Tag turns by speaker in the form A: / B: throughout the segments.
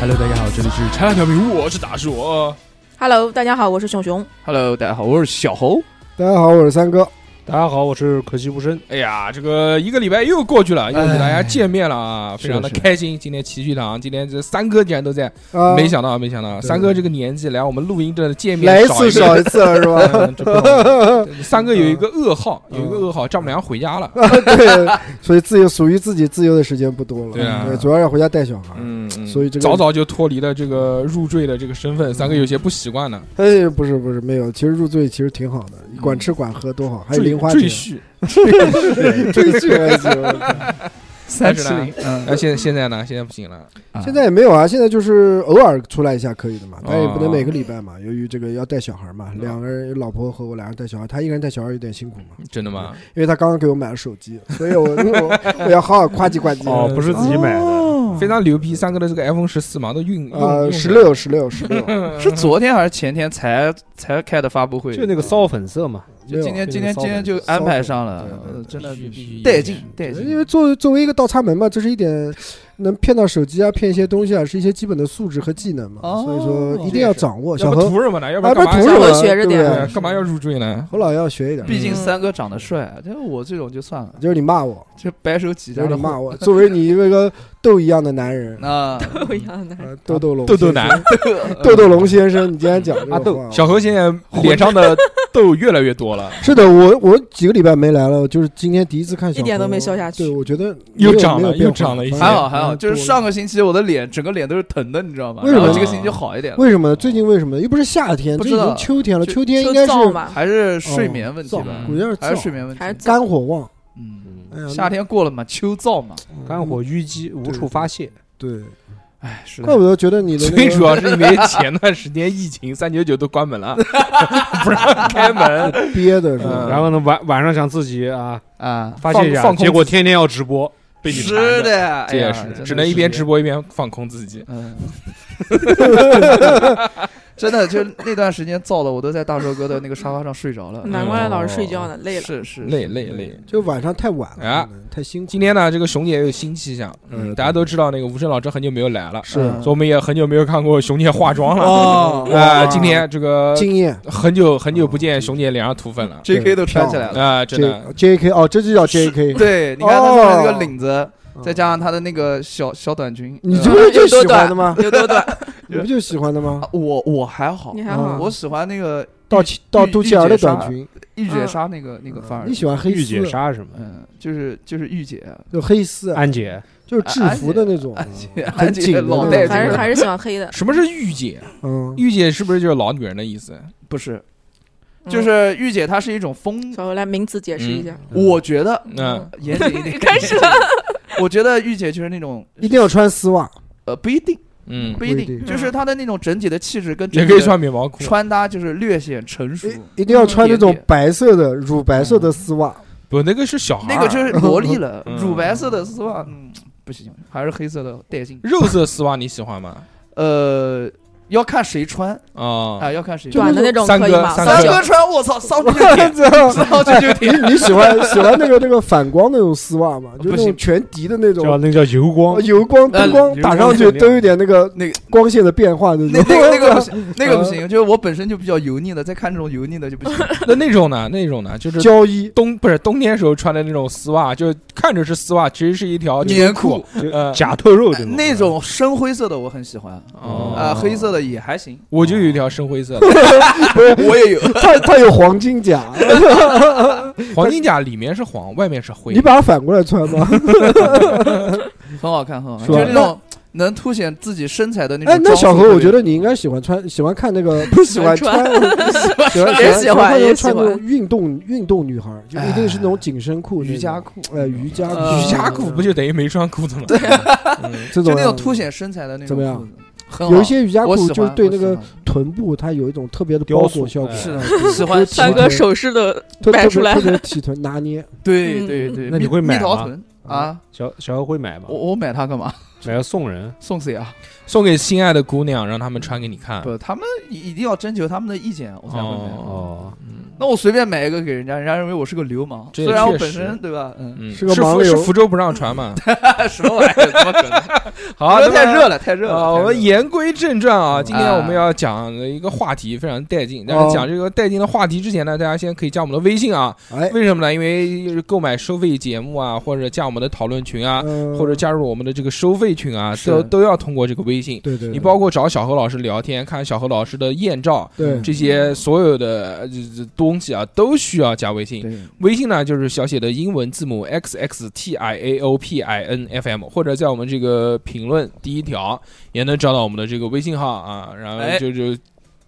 A: Hello，大家好，这里是拆烂调频，我是大硕。
B: Hello，大家好，我是熊 熊。
C: Hello，大家好，我是小猴。
D: 大家好，我是三哥。
E: 大家好，我是可惜无声。
A: 哎呀，这个一个礼拜又过去了，
D: 哎
A: 又给大家见面了啊，非
C: 是的
A: 常的
C: 是的
A: 开心。今天齐聚堂，今天这三哥竟然都在，
D: 啊，
A: 没想到，没想到，
D: 对
A: 三哥这个年纪来我们录音的见面
D: 来一
A: 少
D: 次少
A: 个
D: 一次了 是吧？
A: 嗯这不容 易三哥有一个噩耗，有一个噩耗，丈母娘回家了。
D: 嗯对，所以自由属于自己自由的时间不多了。
A: 对啊
D: 主要要回家带小孩，
A: 嗯，嗯
D: 所以这个
A: 早早就脱离了这个入赘的这个身份，三哥有些不习惯了。
D: 哎，不是不是，没有，其实入赘其实挺好的，
A: 嗯
D: 管吃管喝多好，还有
A: 赘
D: 零花
A: 赘
D: 钱。
A: 婿，
D: 赘婿还
A: 啊
D: 行，
A: 三十零
C: 嗯
A: 哎，现在现在呢？现在不行了。
D: 现在也没有啊，现在就是偶尔出来一下可以的嘛，但也不
A: 啊
D: 能每个礼拜嘛。由于这个要带小孩
A: 哦
D: 嘛，两个人，老婆和我两人带小孩，他一个人带小孩有点辛苦嘛，
A: 真的吗？
D: 因为他刚刚给我买了手机，所以我 我我要好好夸叽夸
E: 哦
D: 叽。，
E: 不是自己买的，
C: 哦
A: 非常牛逼！三哥的这个 iPhone 十四嘛，都运
D: 呃，
A: 用
D: 十，六十 六十六，
A: 用
C: 是昨天还是前天才才开的发布会？
E: 就那个骚粉色嘛。
D: 没
C: 就
D: 有
C: 今天
E: 那个
C: 今天
E: 骚
C: 今天
E: 粉
C: 就
D: 骚
C: 安排
D: 粉
C: 上了
D: 对，对
C: 呃真的
A: 必须
C: 带劲带
D: 因
C: 劲。
D: 为作为作为一个倒插门嘛，这是一点能骗到手机啊，骗一些东西啊，是一些基本的素质和技能嘛，
C: 哦
D: 所以说一定要掌握。
A: 要
D: 小
A: 不
D: 何，
A: 图什么呢？要不
D: 哎，
A: 然
D: 不
A: 干
D: 是
A: 嘛要
B: 么
D: 图什么？
B: 小何学着点
D: 对
A: 哎
D: 不对
A: 干嘛要入赘呢？
D: 何老要学一点，
C: 毕
A: 嗯
C: 竟三哥长得帅，但是我这种就算了，
D: 就是你骂我，
C: 就白手起
D: 就
C: 家
D: 是
C: 的
D: 你骂我。作为你一个个豆一样的 男人，
C: 那
B: 不一样的，
D: 呃豆豆龙，
A: 啊豆豆男，啊
D: 豆豆龙先生，你今天讲
E: 啊
D: 这个话，
A: 小何现在脸上的 痘越来越多了，
D: 是的，我我几个礼拜没来了，就是今天第一次看小何，
B: 一点都没消下去
D: 对，我觉得
A: 又
D: 没有
A: 长了
D: 没有变化
A: 又长了一些
C: 还好还好，就是。
D: 嗯反而多
C: 上个星期我的脸整个脸都是疼的，你知道吗？
D: 为什
C: 然
D: 么
C: 后这个星期就好一点了，
D: 为什么？最近为什么？又不是夏天，
C: 不
D: 这
C: 知
D: 已
C: 道
D: 经秋天了。
C: 就
D: 秋天应该是
B: 燥嘛，
C: 还是睡眠问题
D: 哦
C: 吧
D: 燥，估计是
C: 还是
D: 燥
C: 睡眠问题
B: 还。是燥
D: 肝火旺。
C: 嗯，
D: 哎呀
C: 夏天过了嘛，秋燥嘛，
D: 嗯
E: 肝火淤积，无处发泄。
D: 对，
C: 哎，是
D: 怪
C: 的。
D: 不得觉得你的那
A: 最主
D: 个
A: 要是因为前段时间疫情，三九九都关门了， 不让开门。
D: 憋的是
A: 嗯
D: 吧？
E: 然后呢，晚晚上想自己啊
C: 啊，
E: 发泄
A: 放
E: 一下，
A: 放空
E: 结果天天要直播，被你缠
C: 是
E: 着。
C: 的，
A: 这
C: 哎
A: 也
C: 呀
A: 是，
C: 真
A: 只
C: 的
A: 能一
C: 是
A: 边
C: 这
A: 直
C: 样
A: 播一边放空自己。
C: 嗯，真的，就那段时间燥的，我都在大寿哥的那个沙发上睡着了。
B: 难怪老是睡觉呢，累了。
C: 是是
A: 累累累。
D: 就晚上太晚
A: 啊
D: 了，可能太辛苦。
A: 今天呢，这个熊姐也有新气象，嗯，
D: 嗯
A: 大家都知道那个吴声老师很久没有来了，
D: 是
A: 所以我们也很久没有看过熊姐化妆了。
C: 哦
A: 啊，今天这个
D: 经验
A: 很久很久不见熊姐脸上涂粉了，
C: ，JK 都穿起来了。
A: 啊，真的，。
D: J J K 哦，这就叫 J K。
C: 对，你看他穿的那个领子，再加上他的那个小小短裙，
D: 你
C: 呃
D: 这不是就喜欢的吗？
B: 有多短？
D: 你不就喜欢的吗
C: 啊？我我还好嗯
B: 你，还好？
C: 我喜欢那个
D: 到起到肚脐眼的短裙，
C: 御姐纱那
B: 嗯
C: 个那个范儿
D: 你。喜欢黑
E: 御姐哎
D: 丝，啊
E: 纱什么？
C: 嗯，就是就是御姐，
D: 就黑丝，啊
E: 安姐，
D: 就是制服的那种，
C: 哎
D: 嗯
C: 安
D: 很
C: 姐
D: 紧的
C: 老
D: 那
C: 戴
D: 种。
B: 反
C: 这
B: 正
C: 个，
B: 还是喜欢黑 的
A: 什么是御姐？
C: 哎
D: 嗯，
A: 御姐是不是就是老女人的意思？
C: 不是，
B: 嗯
C: 就是御姐，她是一种
D: 嗯
C: 风，
B: 小何嗯来名词解释一下。
C: 我觉得
A: 嗯，
C: 严谨一 点，
B: 开始
C: 了。我觉得御姐就是那种
D: 一定要穿丝袜，
C: 呃，不一定，
A: 嗯，
C: 不一
D: 不一
C: 定，
D: 定
C: 就是她的那种整体的气质跟
A: 也
C: 整
A: 可以
C: 体的
A: 穿棉毛裤，
C: 穿搭就是略显成熟，
D: 一一定要穿那种白色的乳白色的丝袜。
A: 不，那个是小孩儿，
C: 那个就是萝莉了
A: 嗯，
C: 乳白色的丝袜，嗯，不行，还是黑色的带劲。
A: 肉色丝袜，你喜欢 吗？
C: 呃，要看谁穿
A: 啊，
C: 啊，要看谁穿。
B: 短的那种
A: 三
B: 可以
A: 哥
B: 吗？
A: 三
C: 三
A: 哥
C: 哥穿，我操，上去就 舔，上去就舔。
D: 你你喜欢喜欢那个那个反光那种丝袜吗？就那种全涤的那种
E: 叫那叫油光，
D: 哦油光
C: 呃
D: 灯光打上去都有点那个
C: 那个
D: 光线的变化那
C: 那
D: 种。
C: 那个那 个不行，那个不行，就是我本身就比较油腻的，再看这种油腻的就不行。
A: 那那种呢？那种呢？就是
D: 胶衣，
A: 冬不是冬天时候穿的那种丝袜，就看着是丝袜，其实是一条
C: 棉裤，
A: 呃，
E: 假透肉这种。
C: 那种深灰色的我很喜欢，
A: 哦
C: 啊，黑色的也还 行，
A: 我就有一条深灰 色的
C: 我也有。
D: 它它有黄金 甲，
A: 黄金甲，里面是黄，外面是灰
D: 你。把它反过来穿吧。
C: 很好看，很好
D: 是
C: 看，就
D: 吧
C: 是那种能凸显自己身材的那种
D: 哎，
C: 装束。
D: 那小何，我觉
C: 得
D: 得你应该喜欢穿，喜欢看那 个，不是喜欢穿，喜欢
B: 也喜欢也喜
D: 穿
B: 欢
D: 那种运动运动女孩，就一定是那种紧身裤、
C: 哎瑜伽
D: 裤，
C: 裤，
D: 哎，瑜伽裤嗯
C: 呃
A: 瑜伽裤不就等于没穿裤子吗？
D: 这
C: 就
D: 种
C: 那
D: 样
C: 种
D: 子
C: 凸显身材的那种
D: 怎么样
C: 裤子？很好
D: 有一些瑜伽
C: 我
D: 裤
C: 喜欢
D: 就是对那
C: 我
D: 个
C: 喜欢
D: 臀部它有一种特别的包裹效果，
E: 雕塑
D: 哎
C: 是 的，喜欢
D: 三哥手
B: 势的
D: 特
B: 摆
D: 特
B: 出
D: 别
B: 来
D: 特别体臀拿捏。
C: 对
B: 嗯
C: 对对，
E: 那你
C: 蜜
E: 会买
C: 蜜桃
E: 吗
C: 臀啊？
E: 小小何会买吗？
C: 我我买它干嘛？
E: 买了送人。
C: 送谁啊？
A: 送给心爱的姑娘，让他们穿给你看。
C: 不，他们一一定要征求他们的意见，我才会买。
A: 啊哦
E: 哦，
C: 那我随便买一个给人家，人家认为我是个流氓，
A: 这
C: 虽然我
A: 确
C: 本
A: 实
C: 身 对吧，嗯，
A: 嗯
D: 是个
A: 是
D: 盲
A: 福是
D: 流
A: 福州不让传嘛？
C: 什么玩意儿？怎么可能？
A: 好，啊
C: 这
A: 那
C: 太
A: 么
C: 热了，太热了。
A: 啊，我
C: 太热了
A: 们言归正传啊，今天
C: 啊
A: 我们要讲的一个话题非常带劲。但
D: 哦
A: 是讲这个带劲的话题之前呢，大家先可以加我们的微信啊。
D: 哎，
A: 为什么呢？因为购买收费节目啊，或者加我们的讨论群啊，
D: 呃
A: 或者加入我们的这个收费群啊，
C: 是
A: 都都要通过这个微信。
D: 对对，
A: 你包括找小何老师聊天，看小何老师的艳照，
D: 对
A: 这些所有的呃这这东西啊，都需要加微信。
C: 对
A: 微信呢就是小写的英文字母 x x t i a o p i n f m，或者在我们这个评论第一条也能找到我们的这个微信号啊，然后
C: 哎
A: 就就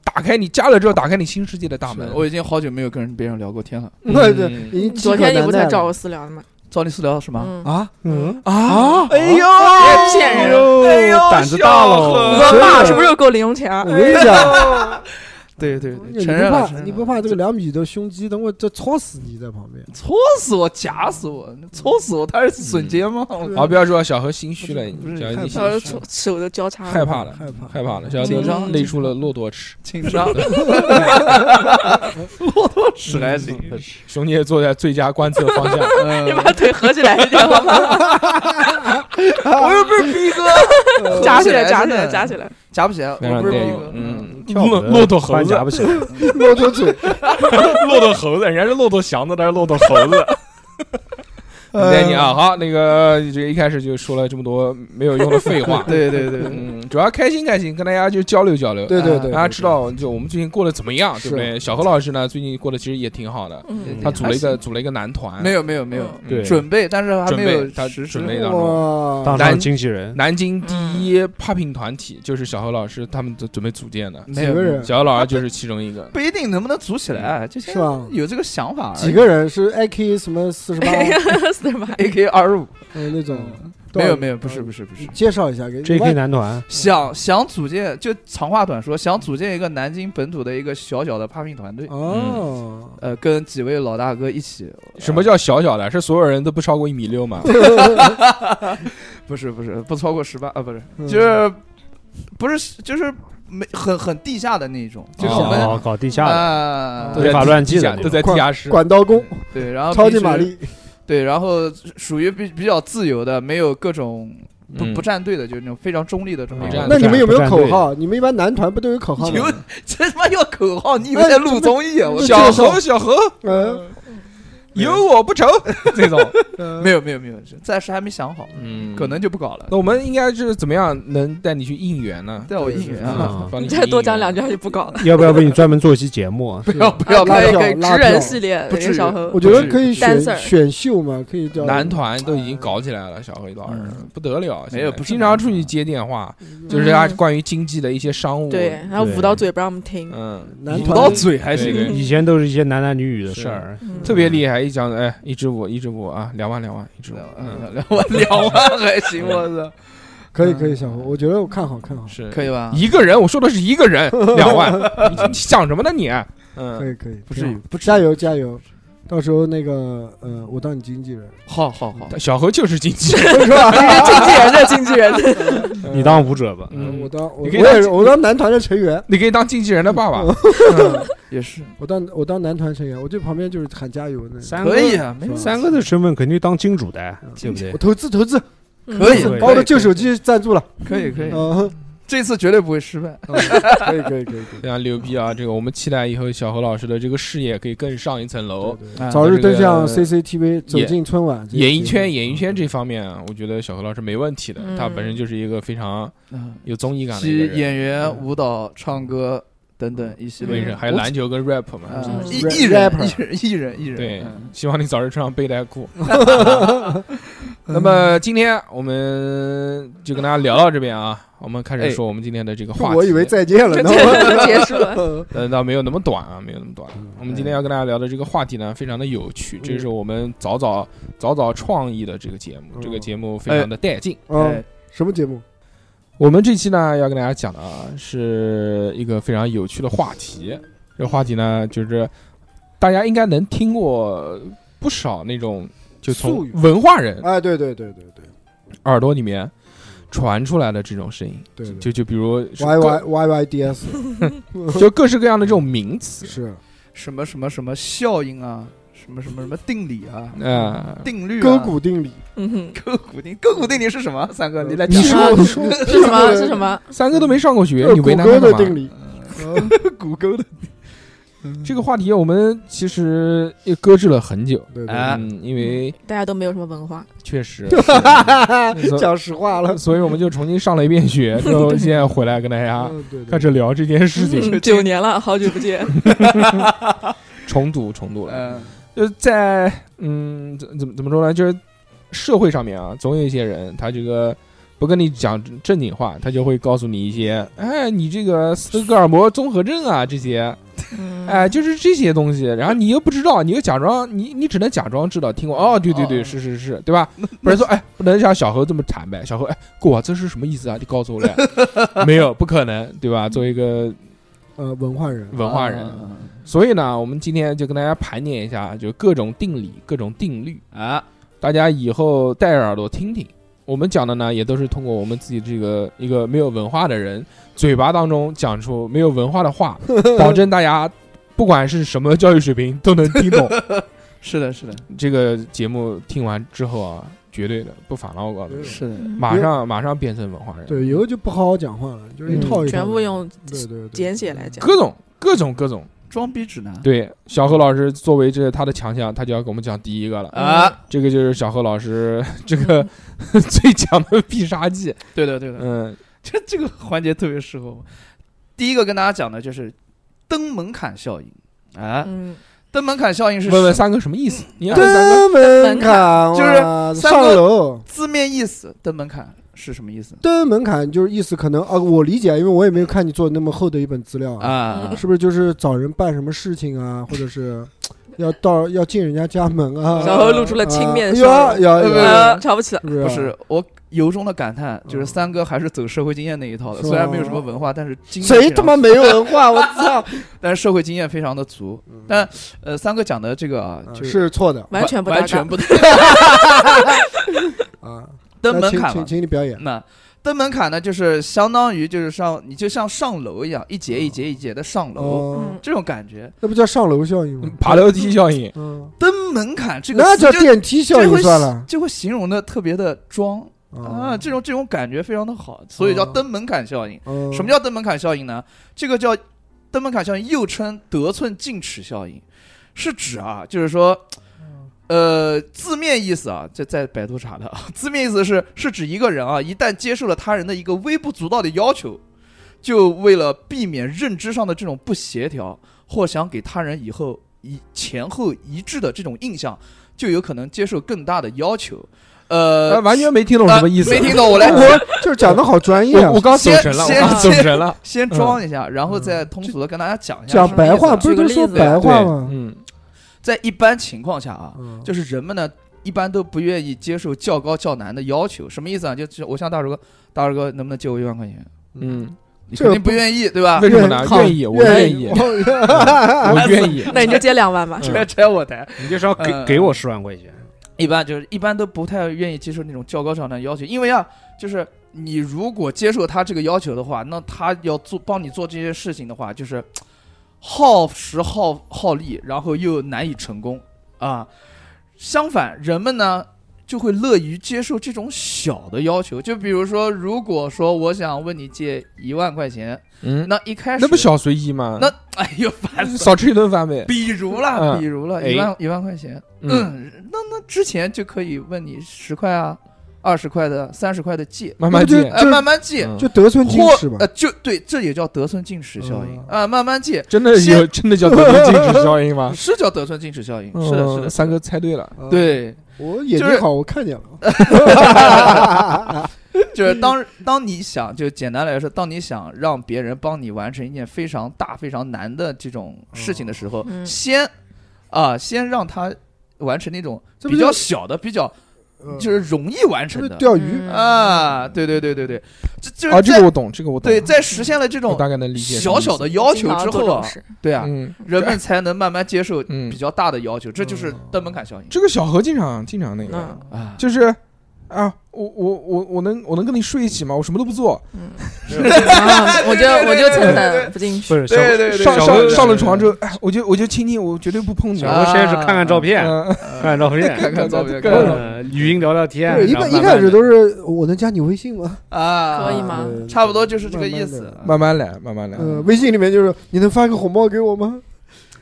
A: 打开你加了之后，打开你新世界的大门
C: 是。我已经好久没有跟别人聊过天了。
D: 那对，
A: 嗯
D: 已经饥
B: 昨
D: 渴
B: 天你
D: 难
B: 不
D: 耐
B: 才
D: 了
B: 找我私聊的吗？
C: 找你私聊什么？
B: 嗯，
D: 啊？
E: 嗯，
A: 啊，哎呦，
B: 骗人
A: 哎呦，
E: 胆子大
A: 小
E: 喽
A: 何
B: 我
D: 所以
B: 爸
D: 呢
B: 是不是又给我零用钱啊
D: 我？跟你讲，
C: 对对
D: 嗯你不
C: 对，承认了，
D: 怕
C: 承认了
D: 你不怕这个两米的胸肌，等会这戳死你在旁边。
C: 戳死我，夹死我，戳死我，他是笋尖吗？
D: 嗯
C: 我
A: 好，不要说小何心虚了，
D: 不是
A: 小何
D: 害
A: 你心
D: 怕
B: 然后
A: 虚
B: 手手都交叉
A: 害
B: 了，
A: 怕了，
D: 害怕
A: 害怕了，小何
C: 紧张
A: 都
C: 了
A: 累出了骆驼齿。
C: 情
D: 啊
C: 商， 骆驼屎还行。
A: 熊姐坐在最佳观测方向，
B: 你
A: 嗯
B: 把腿合起来一点好吗？
C: 我又不是逼哥，
B: 夹起来，夹起来，夹起
C: 来，
B: 来。
C: 夹不起来，
A: 非
C: 我
A: 常
C: 不是
A: 带
C: 逼
A: 有
C: 哥，，，
A: 嗯，
E: 跳
A: 骆
E: 舞的
A: 骆驼猴
E: 突然
A: 子
E: 夹，不起来，
D: 骆驼嘴，
E: 骆驼猴子，人家是骆驼祥子，但是骆驼猴 子。
A: 很带劲啊！好，那个这个一开始就说了这么多没有用的废 话
C: 对对对，
A: 嗯，主要开心开心，跟大家就交流交流，
D: 对对
C: 啊
D: 对，
A: 大家知道就我们最近过得怎么样，对不对？小何老师呢，最近过得其实也挺好的，
B: 嗯，
A: 他组了一
C: 还
A: 个
C: 行
A: 组了一个男团，
C: 没有没有没有，
A: 嗯
E: 对
C: 准备，但是还没
A: 准
C: 有
A: 备他
C: 实施
A: 准备的
E: 当
D: 哇，
E: 上经纪人，
A: 南京第一 popping 团体，就是小何老师他们都准备组建的，
C: 没有
D: 几个人
C: 没有
A: 小何老师就是其中一个。
C: 不一定能不能组起
A: 嗯
C: 来，就是
D: 吧
C: 有这个想法而已。
D: 几个人是 AK 什么四十八，
B: 哎 四十八
C: AK 二十五？
D: 嗯，那种多
C: 没
D: 少嗯
C: 有没有，不是不是不是
D: 你，介绍一下给
E: JK
D: 万
E: 男团，
C: 想想组建，就长话短说，想组建一个南京本土的一个小小的 popping 团队，
D: 哦，
C: 呃，跟几位老大哥一起。
A: 什么叫小小的？是所有人都不超过一米六吗？
C: 不是不是不超过十八啊？不是，
D: 嗯
C: 就是不是就是没很很地下的那种，就是我们
E: 哦，搞地下的，
C: 啊
D: 都
A: 都在
E: 对非法
A: 地
E: 乱纪的那
A: 都在地
D: 种
A: 下室。
D: 管刀工，
C: 对，然后
D: 超级
C: 平时
D: 玛丽，
C: 对，然后属于比比较自由的，没有各种不
A: 嗯
C: 不站队的，就是那种非常中立的这么一
A: 不
C: 个
A: 站。
D: 那你们有没有
E: 不站
D: 口
E: 队
D: 号？你们一般男团不都有口号吗
C: 有？ 这他妈要口号，你以为在录综艺啊？我
D: 那
A: 小
D: 介绍
A: 何，小何，
D: 嗯，
A: 有我不愁 这种。
C: 没有没有没有，暂时还没想好，
A: 嗯
C: 可能就不搞了
A: 那。我们应该是怎么样能带你去应援呢？
C: 带我应援啊！
E: 啊
A: 帮
B: 你
A: 你
B: 再多讲
A: 应援
B: 两句，他就不搞了。
E: 要不要为你专门做一期节目啊？
C: 不要 不要
D: 拉
C: 拍一
D: 票
C: 个
B: 给
D: 拉
B: 职人
D: 票
B: 系列
C: 不
B: 给
C: 至于
B: 小何
D: 我，觉得
C: 不是
D: 可以选
B: dancer
D: 选秀嘛，可以叫
A: 男团都已经搞起来了，小黑老师
C: 嗯
A: 不得了，现在
C: 没有不是
A: 经常出去接电话，就是他关于经济的一些商务，
B: 嗯对，然后捂到嘴不让我们听。
A: 嗯，
D: 男
C: 捂
D: 团
C: 到嘴还
A: 对
C: 行，
A: 对
E: 以前都是一些男男女女的事儿，
B: 嗯
A: 特别厉害，一讲哎，一支舞，一支舞啊，两万两万一支舞，嗯，
C: 两万两万还行，我操，
D: 可以可以，小红，我觉得我看好看好，
A: 是
C: 可以啊吧？
A: 一个人，我说的是一个 人，两万，你你想什么呢你？
D: 可
A: 嗯，
D: 以可以，
C: 不至于，不至于
D: 加油加油！到时候那个呃，我当你经纪人，
C: 好好好，
A: 嗯小何就是经济，
D: 是吧？
B: 嗯经纪人的经纪人，
E: 你当舞者吧。
A: 嗯
D: 呃我当我我
A: 你可以当
D: 也是，我当男团的成员，
A: 你可以当经纪人的爸爸，
C: 也是
D: 我当我当男团成员，我这旁边就是喊加油呢。
E: 三
C: 可以，啊，没有
E: 三哥的身份肯定当金主的，对不
D: 嗯
E: 对
D: 我？投资投资，
C: 嗯可以
E: 可以
D: 把我的旧手机赞助了。
C: 可以可以，
D: 嗯，
C: 这次绝对不会失败。
D: 可以可以可以可以。
A: 非常牛逼啊！这个我们期待以后小何老师的这个事业可以更上一层楼，
D: 对对
C: 啊
D: 早日登上
A: 这个
D: CCTV，走进春晚。这个
A: 哦演艺圈，
D: 节
A: 演艺圈这方面，
D: 嗯
A: 我觉得小何老师没问题的，
B: 嗯
A: 他本身就是一个非常
C: 嗯
A: 有综艺感的
C: 其
A: 一个人。
C: 演员、舞蹈、唱歌等等一系
A: 为
C: 列
A: 什
C: 的，
A: 么还有篮球跟 rap 嘛？
C: 啊
B: 嗯
C: 艺
D: rap-
C: 艺人
D: rapper
C: 艺人艺人艺人，
A: 对
C: 嗯，
A: 希望你早日穿上背带裤。 那么今天我们就跟大家聊到这边啊，我们开始说我们今天的这个
D: 目
A: 话题。
D: 我以为再见了
B: 这
D: 呢。
B: 就结束了。
A: 呃，倒没有那么短啊，没有那么短。我们今天要跟大家聊的这个话题呢，非常的有趣，这是我们早早早早创意的这个节目，
D: 嗯
A: 这个节目非常的带劲。
D: 嗯，什么节目？
A: 哎我们这期呢要跟大家讲的啊，是一个非常有趣的话题。这个话题呢，就是大家应该能听过不少那种，就
D: 术
A: 从
D: 语
A: 文化人
D: 哎，对对对对对
A: 耳朵里面传出来的这种声音，
D: 对对。
A: 就就比如是
D: Y
A: 各
D: Y Y Y D S 啊
A: 就各式各样的这种名词，
D: 是
C: 什么什么什么效应啊，什么什么什么定理啊，
A: 啊，
C: 定律、啊，
D: 勾股定理，
B: 嗯哼，
C: 勾股定勾股定理是什么？三哥，
D: 呃
C: 你来
A: 你
C: 讲
A: 说
B: 啊
A: 你 说
B: 是什 么？是什么？
A: 三哥都没上过学，
D: 呃
A: 你
D: 谷
A: 为难他
D: 歌
A: 干嘛？
D: 的定理，哦
C: 骨沟的
A: 嗯这个话题我们其实也搁置了很久，
D: 对
C: 哎
D: 对
C: 啊
A: 嗯，因为
B: 大家都没有什么文化，
A: 确 实，
D: 对， 讲实话了，
A: 所以我们就重新上了一遍学，之后现在回来跟大家
D: 嗯，对
A: 开
D: 对，
A: 始聊啊这件事情，
B: 嗯九年了，好久不见。
A: 重读重读了。
C: 嗯
A: 就是在嗯，怎怎么怎么说呢？就是社会上面啊，总有一些人，他这个不跟你讲正经话，他就会告诉你一些，哎，你这个斯德哥尔摩综合症啊，这些，
B: 嗯
A: 哎，就是这些东西。然后你又不知道，你又假装，你你只能假装知道，听过哦，对对对，
C: 哦
A: 是是是，对 吧？不是说哎，不能像小何这么坦白，小何哎，哥，这是什么意思啊？你告诉我嘞， 没有，不可能，对
C: 嗯
A: 吧？作为一个
D: 呃，文化人，
A: 文化人，
C: 嗯
A: 所以呢，我们今天就跟大家盘点一下，就各种定理、各种定律，
C: 啊，
A: 大家以后戴着耳朵听听。我们讲的呢，也都是通过我们自己这个一个没有文化的人嘴巴当中讲出没有文化的话， 保证大家不管是什么教育水平都能听懂。
C: 是的，是的，
A: 这个节目听完之后啊，绝对的不反了，我告诉你，
C: 是的，
A: 马上马上变成文化人，
D: 对，以后就不好好讲话了，就是一套一套的，
B: 全部用
D: 对对对
B: 简写来，讲。
A: 各种各种各种。
C: 装逼指南
A: 对，小何老师作为这他的强项，他就要给我们讲第一个了。
C: 啊，
A: 这个就是小何老师 这个 最强的必杀技。
C: 对的，对的，
A: 嗯，
C: 这这个环节特别适合我。第一个跟大家讲的就是登门槛效应啊，
B: 嗯，
C: 登门槛效应是
A: 问问
C: 什么
A: 三哥什么意思？你让三哥
D: 登门槛
C: 就是
D: 哇
C: 三
D: 上
C: 个
D: 楼。
C: 字面意思，登门槛是什么意思
D: 登门槛就是意思可能啊，我理解，因为我也没有看你做那么厚的一本资料啊，
C: 啊？
D: 是不是就是找人办什么事情啊，或者 是要到要进人家家门啊？
B: 小何露出了轻蔑的
D: 啊
B: 笑
D: 呀
B: 容，
D: 呀
C: 呃
D: 呀，
B: 呃，瞧不起了。
D: 是不是？啊
C: 不是，我由衷的感叹，就是
D: 嗯
C: 三哥还是走社会经验那一套的，
D: 是吧
C: 虽然没有什么文化，但是经验非
D: 谁
C: 常
D: 他妈没文 化？我操！
C: 但是社会经验非常的足。
D: 嗯
C: 但呃，三哥讲的这个啊，
D: 啊
C: 就是
D: 是错的
B: 完全不搭
C: 完
B: 嘎
C: 全不
D: 啊！
C: 嗯登门
D: 那
C: 槛
D: 请
C: 嘛
D: 请，请你表演。
C: 那登门槛呢，就是相当于就是上，你就像上楼一样，一节一节一节的上楼，
D: 哦
B: 嗯，
C: 这种感觉。
D: 那不叫上楼效应吗？
A: 爬楼梯效应，
D: 嗯，
C: 登门槛这个
D: 那
C: 词
D: 叫
C: 就
D: 电梯效
C: 这
D: 应
C: 会
D: 算了
C: 就会形容的特别的装啊，这种这种感觉非常的好，所以叫
D: 哦
C: 登门槛效应。
D: 嗯
C: 什么叫登门槛效应呢？这个叫登门槛效应，又称得寸进尺效应，是指啊，就是说，呃，字面意思啊，这在百度查的啊，字面意思是是指一个人啊，一旦接受了他人的一个微不足道的要求，就为了避免认知上的这种不协调，或想给他人以后一前后一致的这种印象，就有可能接受更大的要求。呃
A: 呃，，完全没听懂
C: 呃
A: 什么意思。哎
C: 没听懂，我来
D: 我就是讲的好专业啊
A: 我我！刚走
C: 先
A: 神了，我
C: 先
A: 刚走神了。
C: 先装一下，然后再通俗的跟大家讲一下。
D: 讲
C: 是什么
D: 白
C: 意思
D: 话
C: 啊
D: 不是都说白
A: 对
D: 话吗？
A: 嗯，
C: 在一般情况下啊，
D: 嗯
C: 就是人们呢一般都不愿意接受较高较难的要求，什么意思啊？就就我向大叔哥，大叔哥能不能借我一万块钱？
A: 嗯，
C: 你
D: 这
C: 肯定不啊愿意对吧
A: 为？什么呢？
D: 好
A: 愿意，我愿意，我愿意。
B: 那你就借两万吧。
C: 拆 拆我台，
E: 你就说
C: 呃
D: 嗯
E: 给给我十万块钱，
C: 一般就是一般都不太愿意接受那种较高较难的要求，因为啊，就是你如果接受他这个要求的话，那他要做帮你做这些事情的话，就是嘖耗时耗耗力，然后又难以成功啊。相反，人们呢就会乐于接受这种小的要求，就比如说，如果说我想问你借一万块钱，
A: 嗯，
C: 那一开始
A: 那不，小随意吗？
C: 那哎呦 烦死了。
A: 少吃一顿饭呗。
C: 比如啦，
A: 嗯
C: 比如啦，
A: 哎
C: 一万一万块钱，
A: 嗯，
C: 嗯，那那之前就可以问你十块啊、二十块的、三十块的借，
A: 慢慢
D: 那不就
A: 见。
C: 哎、
D: 就是
C: 慢慢借，
A: 嗯
D: 就得寸进
C: 或
D: 尺吧
C: 呃，。就对，这也叫得寸进尺效
A: 嗯
C: 应啊、慢慢借，
A: 真的有真的叫得寸进尺效应吗？
C: 是叫得寸进尺效应，是的，是的，
A: 啊嗯三哥猜对了。
D: 啊，
C: 对，
D: 我眼
C: 就是
D: 睛好，我看见了。
C: 就是
A: 嗯
C: 当当你想，就简单来说，当你想让别人帮你完成一件非常大、非常难的这种事情的时候，
B: 嗯
C: 先啊、先让他完成那种
D: 这不
C: 比
D: 就
C: 较小的、比较
D: 嗯
C: 就是容易完
D: 是
C: 成
D: 不是
C: 的。
D: 钓
B: 嗯
D: 鱼？
C: 啊，对对对对对，这就是在、
A: 啊，这个我懂，这个我懂。
C: 对，在实现了这
A: 我
C: 种
A: 大概能理解。
C: 小小的要求
B: 经常
C: 之
B: 做这
C: 后
B: 种
C: 啊，
B: 事
C: 对啊，
A: 嗯，
C: 人们才能慢慢接受
A: 嗯
C: 比较大的要求，这就是登门槛效应
A: 这个小何经常经常那个，
B: 嗯
C: 啊。
A: 就是，啊、啊，我我我我能我能跟你睡一起吗？我什么都不做，
B: 嗯，啊我就我就蹭的不进去
E: 不，是小
C: 对对对，
A: 上
E: 小
A: 上
E: 何
A: 上了床之后，哎，我就我就亲亲，我绝对不碰你。
E: 小何实验室
D: 啊
E: 看看照片，
A: 嗯
E: 看看照片，
C: 看看照片，
A: 对
C: 看看
E: 呃语音聊聊天
D: 不是，一般一开始都是我能加你微信吗？
C: 啊，
B: 可以吗
D: 嗯
C: 差不多就是这个意
D: 慢慢
C: 思
D: 地，
A: 慢慢来，慢慢来。
C: 嗯
D: 呃，微信里面就是你能发个红包给我吗？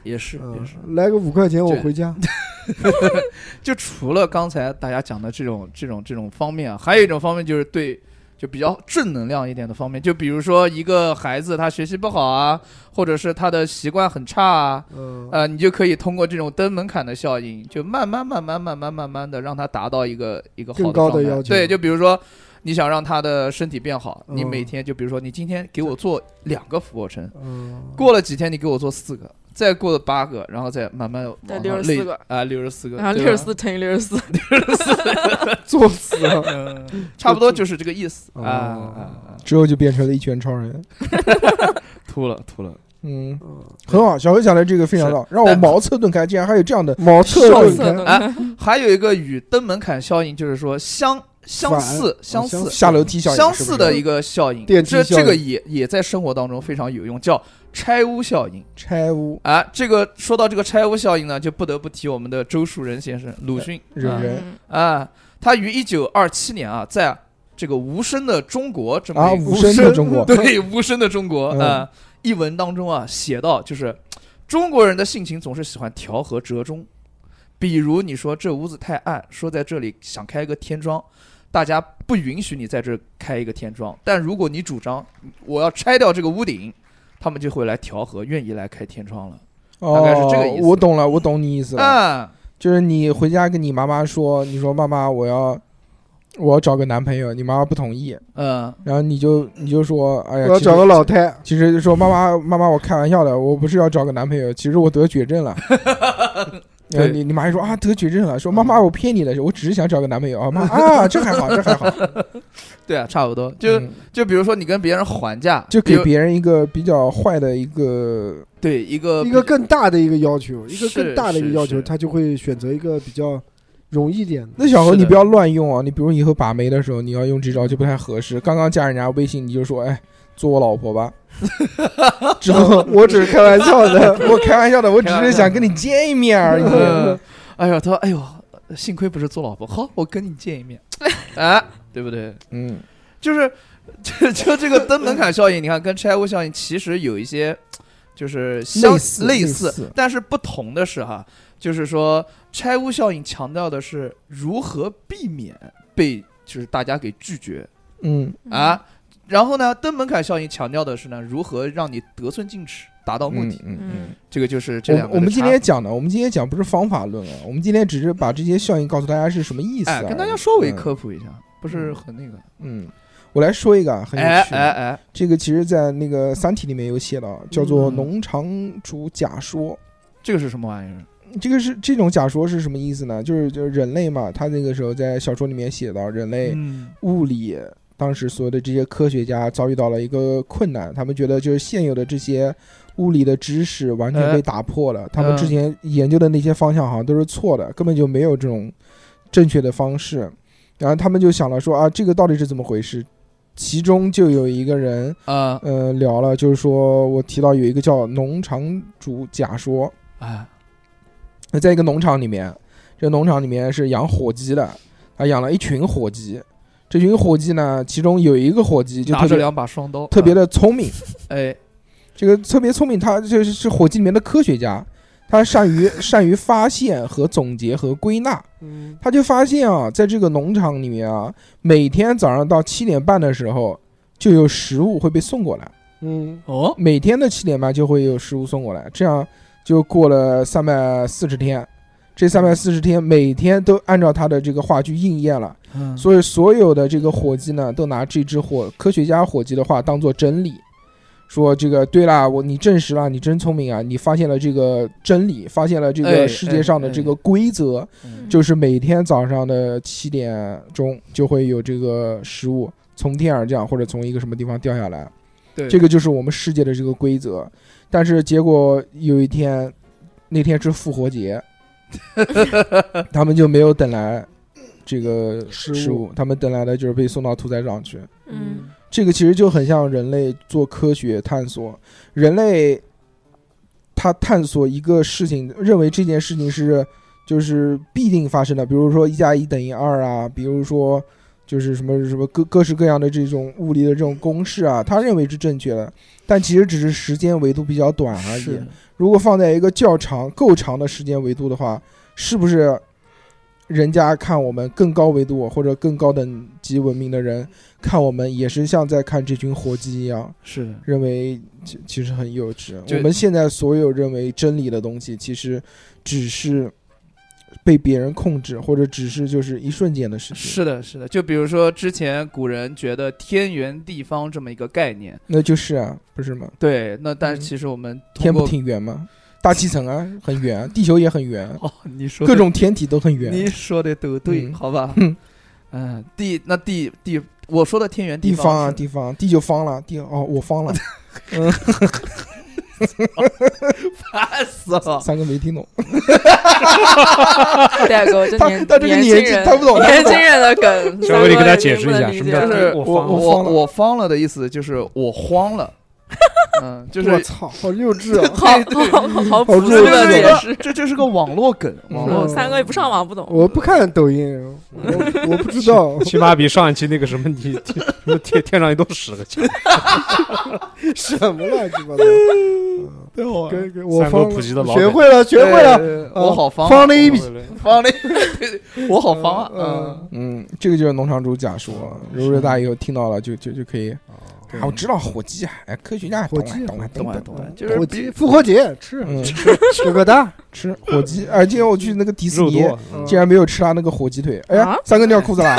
C: 也是也
D: 嗯
C: 是。，
D: 来个五块钱我
C: 这
D: 回 家。
C: 就除了刚才大家讲的这种这种这种方面啊，还有一种方面就是对，就比较正能量一点的方面，就比如说一个孩子他学习不好啊，或者是他的习惯很差啊，
D: 嗯，
C: 呃，你就可以通过这种登门槛的效应，就慢慢慢慢慢慢慢慢的让他达到一个一个好
D: 更高的
C: 状态
D: 要求
C: 对，就比如说。你想让他的身体变好，你
D: 嗯
C: 每天就比如说，你今天给我做两个俯卧撑，
D: 嗯，
C: 过了几天你给我做四个，再过了八个，然后再慢慢往
B: 再
C: 上
B: 64
C: 累
B: 个
C: 啊，六十四个，
B: 然后
C: 对
B: 六
C: 吧
B: 十四乘以六十四，
D: 作死啊！
C: 差不多就是这个意思
D: 哦
C: 啊啊！
A: 之后就变成了一拳超人。
C: 秃了秃了，
A: 嗯，很好，小何讲的这个非常好，让我茅塞顿开，竟然还有这样的
D: 茅塞
B: 特
D: 顿
B: 色
D: 开，
B: 的
C: 哎还有一个与登门槛效应，就是说相相似相
D: 哦相
C: 似
A: 下楼梯效应，
C: 相
A: 是不
C: 似
A: 是
C: 的一个效应，
D: 电梯
C: 这
D: 效
C: 这
D: 应
C: 个也也在生活当中非常有用，叫拆屋效应
A: 拆屋
C: 啊。这个说到这个拆屋效应呢，就不得不提我们的周树人先生鲁迅
A: 惹人
B: 嗯
C: 啊，他于一九二七年啊，在这个无声的中国这么
A: 啊，
C: 一个
A: 无声的中国，
C: 对《无声的中国》
A: 嗯
C: 啊、一文当中啊写到，就是中国人的性情总是喜欢调和折中。比如你说这屋子太暗，说在这里想开个天窗，大家不允许你在这开一个天窗。但如果你主张我要拆掉这个屋顶，他们就会来调和，愿意来开天窗了。 大概是这个意思
A: 哦我懂了，我懂你意思了，
C: 啊，
A: 就是你回家跟你妈妈说，你说妈妈，我要我要找个男朋友，你妈妈不同意，
C: 嗯，
A: 然后你就你就说，哎呀，
D: 我要
A: 其实
D: 找个老太。
A: 其实就说妈妈妈妈，我开玩笑的，我不是要找个男朋友，其实我得绝 症了。呃，
C: 对嗯
A: 你你妈还说啊得绝症了，说妈妈我骗你的，我只是想找个男朋友啊妈 啊这还好这还好，
C: 对啊，差不多。就、
A: 嗯
C: 就比如说你跟别人还价，
A: 就
C: 比
A: 给
C: 如
A: 别人一个比较坏的一个
C: 对一个
D: 一个更大的一个要求，一个
C: 呃是
D: 更大的一个
C: 是
D: 要求，
C: 是
D: 他就会选择一个比较容易一点的。
A: 那小
C: 是
A: 何
C: 的
A: 你不要乱用啊，你比如以后把妹的时候你要用这招就不太合适，刚刚加人家微信你就说哎做我老婆吧， 之后
D: 我只是开玩笑的，
A: 我开玩笑的，我只是想跟你见一面而已
C: 嗯，哎呦，他说，哎呦，幸亏不是做老婆，好，我跟你见一面，啊，对不对？
A: 嗯。
C: 就是，就就这个登门槛效应，你看跟拆屋效应其实有一些，就是相
A: 类似
C: 类
A: 类似
C: 但是不同的是哈，就是说拆屋效应强调的是如何避免被就是大家给拒绝
A: 嗯，
C: 啊，然后呢，登门槛效应强调的是呢，如何让你得寸进尺，达到目的。
A: 嗯嗯
B: 嗯
C: 这个就是这
A: 我
C: 两
A: 们
C: 个
A: 我们
C: 的
A: 今
C: 差
A: 天讲的，我们今天讲不是方法论啊，我们今天只是把这些效应告诉大家是什么意思、啊
C: 哎，跟大家稍微
A: 嗯
C: 科普一下，不是很那个。
A: 嗯，我来说一个啊很有
C: 哎
A: 趣的，
C: 哎哎，
A: 这个其实，在那个《三体》里面有写到，叫做
C: 嗯
A: 农场主假说。
C: 这个是什么玩意儿？
A: 这个是这种假说是什么意思呢？就是就是人类嘛，他那个时候在小说里面写到，人类
C: 嗯
A: 物理当时所有的这些科学家遭遇到了一个困难，他们觉得就是现有的这些物理的知识完全被打破了，他们之前研究的那些方向好像都是错的，根本就没有这种正确的方式。然后他们就想了说啊，这个到底是怎么回事？其中就有一个人，
C: 啊
A: 呃，聊了，就是说我提到有一个叫农场主假说，
C: 啊
A: 那在一个农场里面，这农场里面是养火鸡的，他养了一群火鸡。这群火鸡呢，其中有一个火鸡就
C: 拿
A: 特
C: 着
A: 别
C: 两把双刀，
A: 特别的聪明，
C: 哎
A: 这个特别聪明，他就是是火鸡里面的科学家，他善于善于发现和总结和归纳。
D: 嗯，
A: 他就发现啊，在这个农场里面啊，每天早上到七点半的时候，就有食物会被送过来。
D: 嗯，
C: 哦
A: 每天的七点半就会有食物送过来，这样就过了三百四十天。这三百四十天每天都按照他的这个话去应验了，
C: 嗯
A: 所以所有的这个火鸡呢，都拿这只火科学家火鸡的话当做真理，说这个对啦，我你证实了，你真聪明啊，你发现了这个真理，发现了这
C: 哎
A: 个世界上的这个规则，
C: 嗯
A: 就是每天早上的七点钟就会有这个食物从天而降，或者从一个什么地方掉下来。
C: 对
A: 这个就是我们世界的这个规则。但是结果有一 天，那天是复活节，他们就没有等来这个
D: 食
A: 食
D: 物
A: 物，他们等来的就是被送到屠宰场去。
B: 嗯，
A: 这个其实就很像人类做科学探索，人类他探索一个事情，认为这件事情是就是必定发生的，比如说一加一等于二啊，比如说就是什么什么各各式各样的这种物理的这种公式啊，他认为是正确的，但其实只是时间维度比较短而已。
C: 是
A: 如果放在一个较长、够长的时间维度的话，是不是人家看我们更高维度或者更高等级文明的人看我们，也是像在看这群活鸡一样，
C: 是的，
A: 认为其其实很幼稚。
C: 就
A: 我们现在所有认为真理的东西，其实只是被别人控制，或者只是就是一瞬间的事情。
C: 是的，是的。就比如说之前古人觉得天圆地方这么一个概念，
A: 那就是啊，不是吗？
C: 对，那但
A: 嗯
C: 是其实我们通
A: 天不
C: 过
A: 挺圆吗？大气层啊，很圆，地球也很圆，啊
C: 哦，你说
A: 各
C: 的
A: 种天体都很圆。啊
C: 你说的都对，
A: 嗯
C: 好吧
A: 嗯？
C: 嗯，地那地地，我说的天圆
A: 地
C: 方
A: 方啊，
C: 是
A: 地方，地就方了，地哦，我方了，
C: 烦死了。
A: 三个没听懂。
B: 代沟，这
A: 他
B: 年
A: 他这个
B: 年
A: 年纪
B: 轻人
A: 他不懂，他
B: 年
A: 不懂
B: 轻。人的 梗，
E: 稍微
B: 三
E: 地给他
B: 观
E: 解
B: 你
E: 释
B: 不
E: 一
B: 能
E: 下
B: 理
E: 什么
B: 解
E: 叫
B: 了
C: 就是
E: 我
C: 哎我
A: 了
E: 慌
C: 我我慌了的意思就是我慌 了，嗯，就是
D: 我操，好幼稚啊！
B: 好 好好好
D: 好
B: 朴
C: 这
B: 素
D: 弱
B: 的
C: 就是
B: 解
C: 一个
B: 释，
C: 这这是个网络梗，网络
D: 嗯
B: 三个也不上网不懂，
D: 我不看抖音，我我不知 道
E: 起码比上一期那个什么你什么天天上一坨屎个强。
D: 什么乱七八糟。
A: 对我
D: 给给我
E: 三国
D: 方
E: 普及的
D: 了，
E: 老
D: 学
E: 梗
D: 会了，学会了，
C: 了
D: 啊
C: 我好方
D: 方了一笔，
C: 方了 一笔，我好方啊，嗯
D: 嗯，
A: 嗯，这个就是农场主假说，如果大家以后听到了，就就就可以。啊，我知道火鸡啊，哎科学家
D: 火
A: 懂
D: 鸡
A: 啊懂啊
C: 懂
A: 啊
C: 了
A: 懂
C: 懂
A: 啊
C: 了，就是
D: 火
C: 比
D: 鸡复活节吃
A: 嗯，
D: 吃个蛋，
A: 吃火鸡。哎，今天我去那个迪士
E: 肉
A: 尼，
E: 多，
D: 嗯
A: 竟然没有吃他那个火鸡腿。哎呀
B: 啊，
A: 三哥尿裤子啦！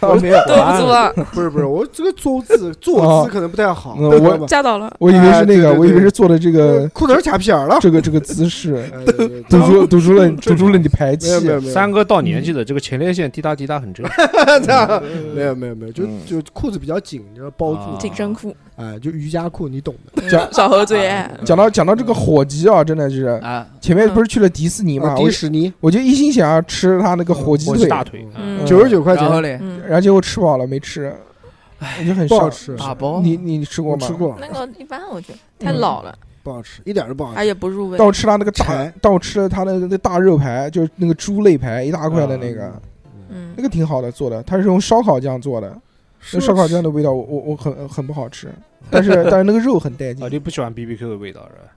D: 啊没有，哦
B: 对不住了，
D: 不是不是，我这个坐 姿坐姿可能不太好，
A: 嗯
D: 知道
A: 我
D: 吧
B: 吓到了，
A: 我以为是那
D: 哎对对
A: 个，
D: 对
A: 我以为是做的这个
D: 裤头卡屁眼儿了，
A: 这个这个姿势，
D: 哎呃 对对
A: 堵
D: 对
A: 住堵住了堵
E: 正常
A: 住了你排气
D: 没。有没有没有，
E: 三哥到年纪的这个前列腺滴答滴答很正常。
D: 嗯个没有没有没有，就
A: 嗯
D: 就裤子比较紧，然后包
E: 啊
D: 住
B: 紧身裤，
D: 哎，就瑜伽裤，你懂的。
B: 嗯
A: 讲
B: 小何最爱，
A: 讲到讲到这个火鸡啊，真的是
C: 啊，
A: 前面不是去了迪士尼嘛，
D: 啊
A: 我
D: 迪士尼
A: 我就一心想要吃他那个火鸡
E: 我
A: 腿
E: 是，大腿，啊
B: 嗯
A: 嗯
D: 九十九块
C: 然后
D: 钱，
C: 嘞，
B: 嗯，
A: 然后结果吃饱了没吃，我就很
D: 不好
A: 少。
D: 吃，
C: 打包
A: 你你吃过
D: 我
A: 吗？
D: 哦吃。过，
B: 那个哎一般我觉得太老了，
D: 不好吃，一点都不好
B: 而
D: 吃。
B: 且不入味
A: 但，我吃他那个大
D: 柴，
A: 但我吃了他那个那大肉排，就是那个猪肋排，一大
D: 啊
A: 块的那个，
B: 嗯
A: 那，个挺好的做的，它是用烧烤酱做的，那烧烤酱
D: 的
A: 的味道我我我很很不好吃， 但是但是那个肉很带
D: 嗯
E: 啊，
A: 劲，
E: 你不喜欢 B B Q 的味道是吧？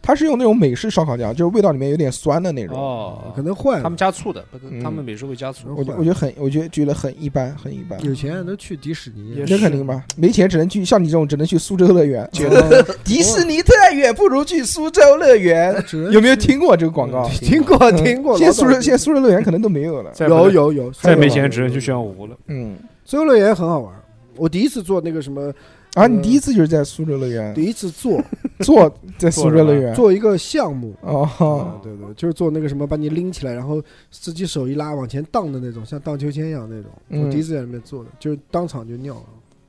A: 它是用那种美式烧烤酱，就是味道里面有点酸的那种，
E: 哦
D: 嗯可能坏
E: 他
D: 了
E: 们。加醋的，不
A: 嗯
E: 他们美食会加醋。
A: 我就我觉得很我觉得觉得很一般很一般，
D: 有钱人都去迪士尼
C: 也，
A: 那
C: 是
A: 肯定吧，没钱只能去像你这种只能去苏州乐园，
D: 得
A: 迪士尼太远，不如去苏州乐园。 有没有听过这个广告？
D: 听过听过？
A: 现在
D: 老
A: 苏
D: 早
A: 州现在苏州乐园可能都没有了。
E: 再不
D: 有
E: 能，
D: 有有，啊
E: 再没
A: 有
E: 钱只能去
D: 炫
E: 玄
D: 耀。
E: 武湖了。
A: 嗯，
D: 苏州乐园很好玩，我第一次坐那个什么，
A: 啊，
D: 嗯
A: 你第一次就是在苏州乐园
D: 第一次坐
A: 坐在苏州乐园
D: 做一个项目。
A: 哦，
D: 啊，对对，就是做那个什么，把你拎起来，然后自己手一拉往前荡的那种，像荡秋千一样那种。
A: 嗯
D: 我第一次在里面做的，就是当场就尿了。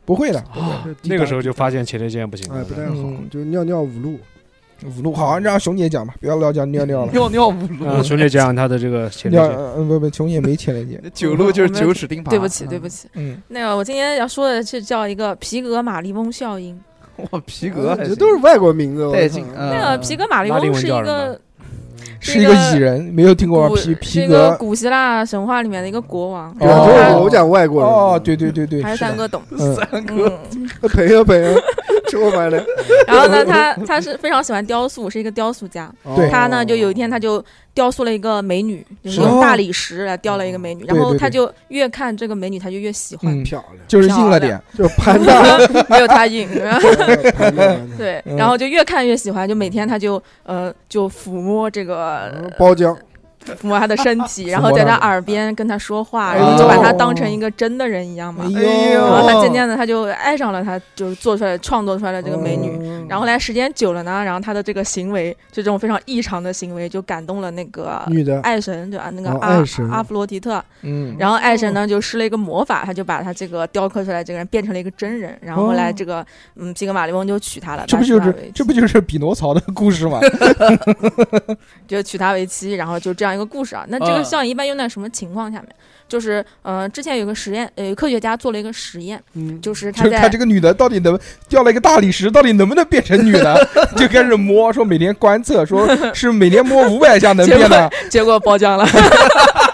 A: 不会的，
D: 就滴答
E: 哦那个时候就发现前列腺不行
D: 哎
E: 了
D: 不。太好，
A: 嗯
D: 就尿尿五路。嗯
A: 五路好，让熊姐讲吧，不要老讲尿尿了。
C: 尿尿五路
E: 嗯，，熊姐讲讲他的这个
D: 嗯
E: 前列
A: 尿
E: 腺。
A: 呃呃不不，熊姐没前列腺。
C: 九路就是
B: 我们
C: 九齿钉耙，
B: 对不起对不起，
A: 嗯，
B: 那个我今天要说的是叫一个皮革马利翁效应，
C: 哇，皮革还
D: 这
C: 行
D: 都是外国名字，我
C: 带
D: 操
C: 劲，嗯
B: 那个皮革马利
E: 拉丁
B: 翁
E: 文
B: 是一
E: 叫什
B: 个
E: 么。
A: 是一个蚁人，没有听过吧
B: 古
A: 皮
B: 是
A: 皮
B: 一个
A: 革
B: 古希腊神话里面的一个国王，
D: 对，
B: 然后
A: 哦
D: 我
B: 他
D: 我讲外国人
A: 哦，对对对对，
B: 还是
A: 是的
B: 三哥懂，
A: 嗯
C: 三个
B: 嗯，
D: 朋友朋友，这我买的。
B: 然后呢， 他他是非常喜欢雕塑，是一个雕塑家，
A: 对哦
B: 他呢就有一天他就雕塑了一个美女，就是
A: 是
B: 用大理石来雕了一个美女，
A: 对
B: 然
A: 哦
B: 后
A: 对
B: 他
A: 对
B: 就越看这个美女他就越喜欢，
A: 嗯，
D: 漂亮，
A: 就是硬了点，
D: 就潘大，
B: 没有他硬，
D: 潘大潘大
B: 对，
A: 嗯
B: 然后就越看越喜欢，就每天他就呃就抚摸这个
D: 嗯 包浆，
B: 抚摸他的身体，然
A: 抚
B: 后
A: 摸
B: 在
A: 他
B: 他
A: 的
B: 耳边跟他说话，
A: 哎
B: 然后就把他
A: 呦
B: 当成一个真的人一样嘛。
A: 哎
D: 呦
B: 然
A: 呦，
B: 后他渐渐的他就爱上了他，就是做出来创作出来的这个美女。
A: 哦
D: 嗯
B: 然后后来时间久了呢，然后他的这个行为，就这种非常异常的行为，就感动了那个
D: 女的
B: 爱神，就啊那个
D: 哦
B: 阿、
D: 爱神
B: 阿弗罗狄特。
A: 嗯，
B: 然后爱神呢就施了一个魔法，他就把他这个雕刻出来这个人变成了一个真人。然后后来这个、嗯皮格马利翁就娶她了，
A: 哦这不
B: 把
A: 就
B: 她娶她为
A: 是这不就是匹诺曹的故事吗？
B: 就娶她为妻，然后就这样一个故事啊。那这个
C: 嗯
B: 效应一般用在什么情况下面？就是呃，之前有个实验，呃，有科学家做了一个实验，
D: 嗯，
B: 就是他
A: 就
B: 在
A: 看这个女的到底能掉了一个大理石，到底能不能变成女的，就开始摸，说每天观测， 说是每天摸五百下能变的，
B: 结果包浆了。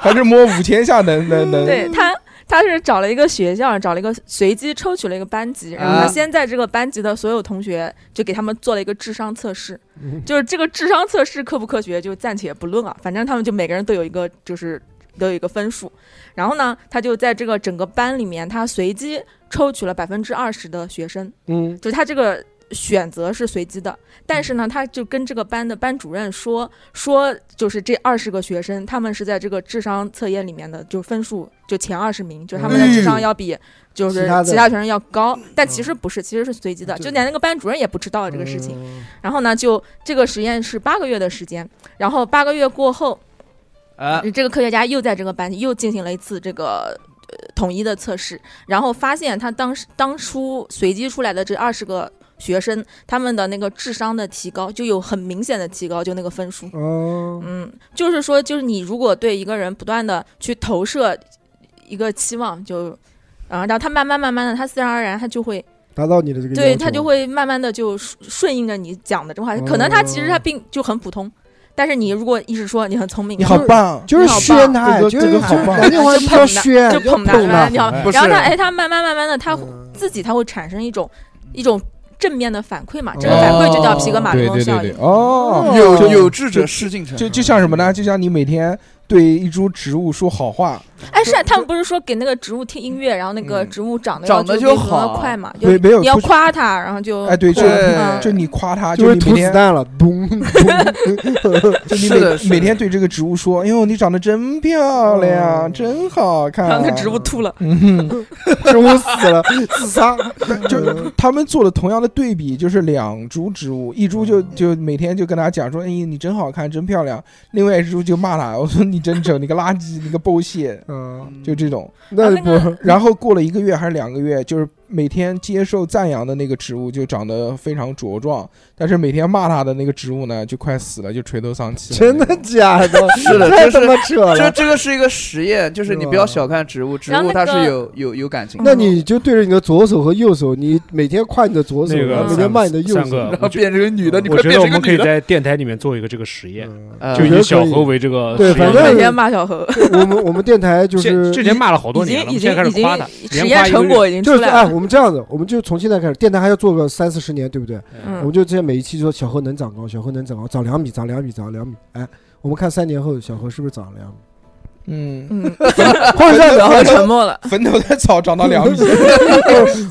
A: 还是摸五千下能能能？
B: 对他，他是找了一个学校，找了一个随机抽取了一个班级，然后
C: 啊
B: 他先在这个班级的所有同学就给他们做了一个智商测试，就是这个智商测试科不科学就暂且不论啊，反正他们就每个人都有一个就是都有一个分数，然后呢，他就在这个整个班里面，他随机抽取了百分之二十的学生，
D: 嗯，
B: 就是他这个选择是随机的，但是呢，他就跟这个班的班主任说说，就是这二十个学生，他们是在这个智商测验里面的，就分数就前二十名，就是他们的智商要比就是
D: 嗯其他的嗯啊
B: 其他学生要高，但其实不是，其实是随机的，
D: 对
B: 就连那个班主任也不知道这个事情。
D: 嗯
B: 然后呢，就这个实验是八个月的时间，然后八个月过后，
C: 啊，
B: 这个科学家又在这个班级又进行了一次这个。呃统一的测试，然后发现他当时当初随机出来的这二十个学生，他们的那个智商的提高就有很明显的提高，就那个分数。
D: 哦，
B: 嗯，就是说，就是你如果对一个人不断的去投射一个期望，就。啊，然后他慢慢慢慢的，他自然而然他就会，
D: 达到你的这个要求，
B: 对他就会慢慢的就顺顺应着你讲的这话。可能他其实他并就很普通，但是你如果一直说你很聪明，
A: 你好棒，
D: 就是
B: 你好
D: 宣他，
A: 哎这
D: 就
A: 个
D: 是
A: 这个好棒嗯
D: 南京话就叫宣，
B: 就捧
D: 捧
B: 他，你好，
C: 不是
B: 然后他哎，他慢慢慢慢的，他
D: 嗯
B: 自己他会产生一种一种正面的反馈嘛，这个反馈就叫皮格马利
A: 对
B: 翁
A: 对
B: 效
A: 对对
B: 应，。
A: 哦，
C: 有有志者事竟成，啊
A: 就就像什么呢？就像你每天对一株植物说好话，
B: 哎，是啊，他们不是说给那个植物听音乐，然后那个
C: 嗯
B: 植物长得
C: 长得
B: 就
C: 就好
B: 快嘛，就
A: 没没有
B: 你要
A: 不是
B: 夸嗯它，然后就
A: 哎，对，就
C: 对
A: 啊就你夸它，
D: 就是
A: 你
D: 吐
A: 每
D: 子
A: 天
D: 弹了， 咚咚。
A: 就是
C: 的
A: 你
C: 是
A: 每每
C: 的
A: 天对这个植物说，哎呦，你长得真漂亮，
D: 嗯
A: 真好看。
B: 让那哦植物吐了。
D: 哎
A: 嗯哼。
D: 植物死了，自杀，
A: 嗯就是他们做了同样的对比，就是两株植物，一株就
D: 嗯
A: 就每天就跟他讲说，哎，你真好看，真漂亮；，另外一株就骂他，我说你真丑，你个垃圾，你个剥蟹，
D: 嗯，
A: 就这种。
D: 那
B: 啊那个
D: 不
A: 然后过了一个月还是两个月，就是每天接受赞扬的那个植物就长得非常茁壮，但是每天骂他的那个植物呢，就快死了，就垂头丧气了。
D: 真的假的？
C: 是的
D: 太
C: 就
D: 他
C: 是
D: 妈扯
C: 这
D: 了。
C: 这个是一个实验，就是你不要小看植物，植
B: 然后
C: 物它
B: 那个
C: 是有有有感情的，
D: 那你就对着你的左手和右手，你每天夸你的左手，
E: 那个
D: 每天骂你的右
E: 三
D: 手嗯
E: 哥，
C: 然后变成个女的，你
E: 我
C: 快
E: 觉得
C: 变
E: 我
C: 成个
E: 们可
C: 女
E: 以
C: 的，
E: 在电台里面做一个这个实验，
D: 嗯
C: 呃
E: 就
D: 我觉得
E: 以小
D: 可以
E: 何为这个
D: 对
E: 实
D: 反
E: 验
D: 正
E: 对
B: 每天骂小何，
D: 我们我们电台就
E: 之
D: 是
E: 之前骂了好多
B: 已
E: 年
B: 经已
E: 了，我们现
B: 经
E: 在开
B: 已
E: 始夸他
B: 经，实
E: 连
B: 验
E: 夸一个
B: 成
E: 月
B: 果已经出
D: 就是
B: 来
D: 哎，
B: 了。
D: 我们这样子，我们就从现在开始，电台还要做个三四十年，对不对？我
B: 嗯
D: 们，就这每一期说小何能长高，小何能长高，长两米，长两米，长两米。哎，我们看三年后小何是不是长了两米？
A: 嗯，
B: 嗯，
D: 或者
B: 然后
D: 这样
B: 沉默了。
A: 坟头的草长到 两米，
D: 子，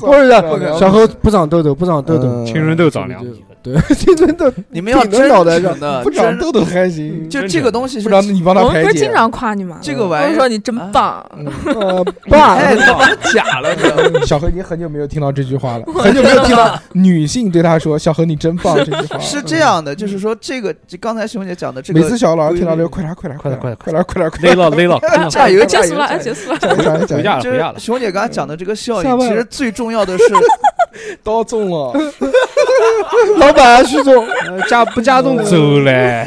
D: 或者这
A: 不可能
D: 样，小何啊不长痘痘，不长痘痘，
A: 嗯
E: 青春痘长两米，
D: 对， 青春痘
C: 你们要
D: 顶着
C: 真
D: 脑袋
C: 诚的，
A: 不长
C: 真
A: 痘痘还行，
C: 就这个东西
A: 不
C: 是
A: 长你帮他
B: 我们
A: 排
B: 不是
A: 解啊
B: 经。常夸你吗？
C: 这个
B: 我
C: 玩
B: 们
C: 意
B: 说
C: 儿啊
B: 你真棒，
A: 嗯
D: 呃，
C: 太
D: 爸，
C: 他妈哎 假了，你知道吗？
A: 小何已经很久没有听到这句话了，很久没有听到女性对他说“小何你真棒”这句话了。嗯
C: 是这样的，就是说这个，就刚才熊姐讲的这
A: 每
C: 个
A: 次，小何老师
C: 规
A: 听到
C: 律
A: 这个，快点，快点，
E: 快点
A: 点，快
E: 快
A: 点，快点，快
E: 勒
A: 点，
E: 了 勒了， 哎
C: 哎加油，
B: 结
C: 加
B: 束
C: 油
B: 了，，哎
C: 加
B: 结
C: 油
B: 束 了。
A: 讲一讲，讲
E: 回
A: 一讲，
E: 家了
C: 就
E: 回家了
C: 是。熊姐刚才讲的这个效
D: 下
C: 应，
D: 班
C: 其
D: 了
C: 实最重要的是，
A: 刀中 了。
D: 老板，徐总，加不加重
E: 走 嘞，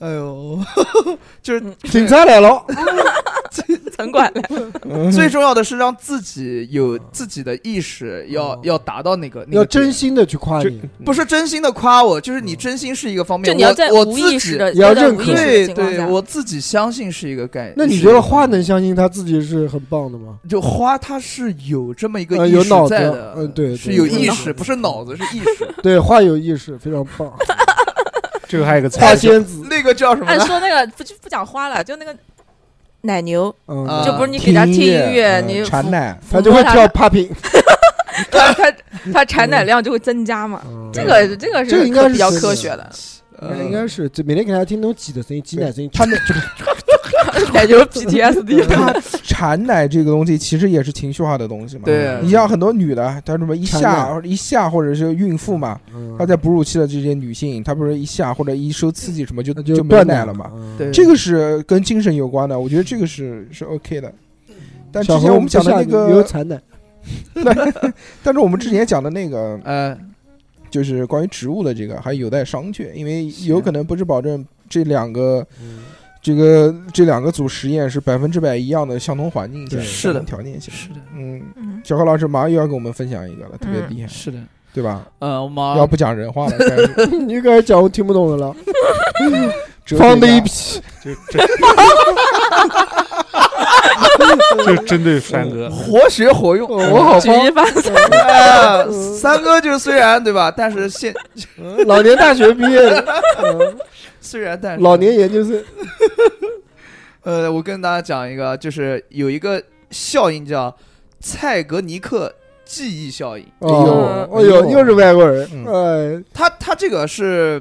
C: 哎呦，就是
D: 警察来了，
B: 城管来，
C: 最重要的是让自己有自己的意识，
B: 嗯
C: 要要达到那个，那个
D: 要真
C: 点，
D: 心的去夸你，
C: 不是真心的夸我，就是
D: 嗯
C: 你真心是一个方面，
B: 就你要
C: 我
B: 在
C: 我
B: 无意
C: 自
B: 识
C: 己
B: 的，
D: 也要
B: 在
D: 认
B: 无
D: 可
B: 意识的
C: 对
B: 情况
C: 对，
B: 下，
C: 我自己相信是一个概。
D: 那你
C: 是
D: 觉
C: 一
D: 得
C: 个
D: 花能相信他自己是很棒的吗？
C: 就花，它是有这么一个
D: 呃
C: 意
D: 有
C: 识
D: 脑子
C: 在的，
D: 嗯对
C: 是
D: 对
C: 有
D: 有
C: 意
D: 脑
C: 识，
D: 子
C: 不是脑子，是意 识。
D: 对，花有意识，非常棒，
E: 这个还有一个
D: 花
E: 菜，
D: 仙子，
C: 那个叫什么
B: 按
C: 呢？
B: 说那个不就不讲花了，就那个奶牛，
D: 嗯，
C: 啊
B: 就不是你给它听音乐，
A: 嗯
B: 你
A: 产奶，
D: 他就会跳 popping，
B: 它它它产奶量就会增加嘛。这个嗯这个
D: 嗯这个
B: 是
D: 应该是
B: 比较
D: 是
B: 科
D: 的
B: 学的，
D: 嗯应该是就每天给他听那种挤的声音，挤奶声音，
A: 他们
B: 奶牛 PTSD。
A: 他产奶这个东西其实也是情绪化的东西嘛。
B: 啊
C: 对
A: 你像很多女的，她什么一
D: 产
A: 下一下或者是孕妇嘛，
D: 嗯
A: 她在哺乳期的这些女性，她不是一下或者一受刺激什么就
D: 那
A: 就没有
D: 断
A: 奶
D: 奶
A: 了嘛。，
D: 嗯
C: 对
A: 这个是跟精神有关的，我觉得这个是是 OK 的。但之
D: 小
A: 前
D: 何
A: 我们讲的那
D: 有
A: 个，
D: 产奶，
A: 但是我们之前讲的那个
C: 呃，
A: 就是关于植物的这个还有待商榷，因为有可能不是保证这两个
D: 嗯
A: 这个这两个组实验是百分之百一样的相同环境下
D: 对
C: 是的
A: 相同条件下，
C: 是的，
A: 嗯。
B: 嗯，
A: 小何老师马上又要给我们分享一个了，特别
B: 嗯
A: 厉害，
C: 是的，
A: 对吧？
C: 呃，我妈
A: 要不讲人话了，开 始
D: 你开始讲我听不懂的了，
A: 哲
D: 放
A: 学
D: 的一
A: 家
D: 批，
E: 就 针，就针对山哥，
D: 嗯
C: 活学活用，
D: 哦我好
B: 举一反三，
C: 哎三哥就是虽然对吧，但是现
D: 老年大学毕 业的，嗯
C: 虽然但是
D: 老年研究生，
C: 呃，我跟大家讲一个，就是有一个效应叫蔡格尼克记忆效应，
D: 哦，
A: 哎
D: 哎
A: 呦
D: 呦，又是外国人，哎，
C: 它它这个是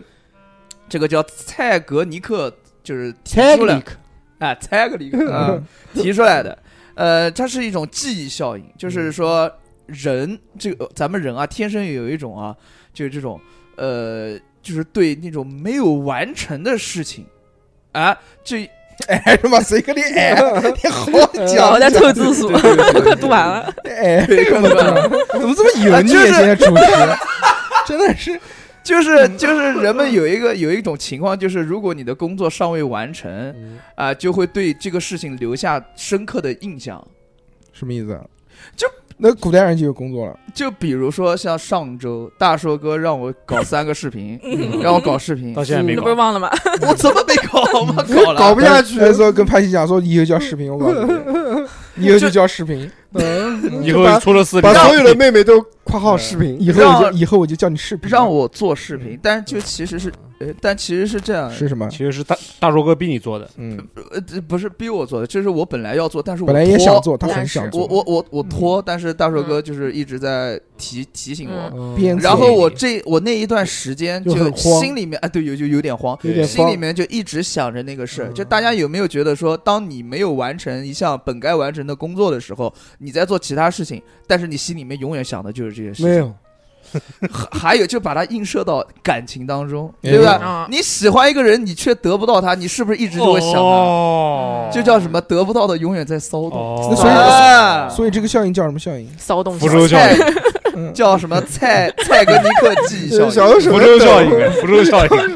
C: 这个叫蔡格尼克，就是提
D: 泰
C: 出
D: 利
C: 来
D: 克，
C: 啊，蔡格尼
A: 嗯
C: 克啊提出来的，呃，它是一种记忆效应，就是说人这个咱们人啊，天生有一种啊，就是这种呃，就是对那种没有完成的事情啊，这
A: 哎他妈谁跟你哎， 你好好
B: 我
A: 讲
B: 在透字数，快读完了。
A: 哎，
C: 对
A: 怎么这么 怎么这么油腻？
C: 啊就是
A: 现在主持真的是
C: 就是就是人们有一个有一种情况，就是如果你的工作尚未完成
D: 嗯
C: 啊、就会对这个事情留下深刻的印象。
A: 什么意思啊？
C: 就
A: 那古代人就有工作了，
C: 就比如说像上周大硕哥让我搞三个视频， 让我搞视频
E: 到，现在没
B: 你不是
E: 搞。
B: 忘了吗？
C: 我怎么没搞？ 我妈搞了，
D: 搞不下去
A: 那时候跟潘西讲说，以后叫视频，我告诉你，以后就叫视频，
D: 嗯
E: 以
D: 就把
E: 后出了四
D: 把所有的
E: 的
D: 妹妹都括号视频，
A: 以后我就
C: 让
A: 以后我就叫你视频，
C: 让我做视频，但是就其实是，呃但其实是这样，
A: 是什么
E: 其？实是大大硕哥逼你做的，
A: 嗯，
C: 呃，这不是逼我做的，这是我本来要做，但是我
A: 本来也
C: 拖
A: 想做，他
B: 但
A: 很
B: 是
A: 想做，
C: 我我我我拖，但是大硕哥就是一直在提提醒我
B: 嗯，
A: 编辑
C: 然后我这我那一段时间
D: 就很慌
C: 心里面啊，对，有就有点慌，
D: 有点
C: 心里
D: 慌，
C: 面就一直想着那个事儿。
D: 嗯
C: 就大家有没有觉得说，当你没有完成一项本该完成的工作的时候，你在做其他事情，但是你心里面永远想的就是这些事
D: 没
C: 情。
D: 有，
C: 还还有，就把它映射到感情当中，
A: 哎
C: 对吧？
B: 啊，
C: 你喜欢一个人，你却得不到他，你是不是一直就会想他？
E: 哦
C: 就叫什么得不到的永远在骚动，
E: 哦
A: 那所以
C: 啊
A: 所以这个效应叫什么效应？
B: 骚动
E: 福州
D: 哎
E: 效
C: 菜
E: 应，
A: 嗯，
C: 叫什么蔡蔡格尼克记忆效
D: 小
C: 应。
D: 的时候
E: 福州效应，福州效应，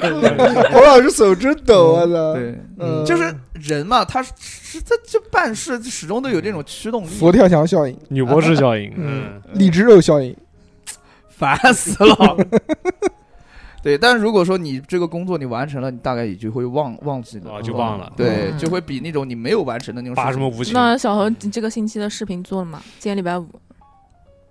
D: 我老是手真抖，我操，
C: 对，
D: 嗯
C: 就是人嘛，他是是他这办事始终都有这种驱动力，
A: 佛跳墙效应、
E: 女博士效应，
A: 嗯
E: 嗯，
A: 荔枝肉效应，
C: 烦死了。 对，但是如果说你这个工作你完成了，你大概也就会忘忘记了，
E: 啊就忘了
C: 对，
B: 嗯
C: 就会比那种你没有完成的那种
E: 发
C: 事
E: 什
C: 情
E: 么无情？
B: 那小何，你这个星期的视频做了吗？今天礼拜五，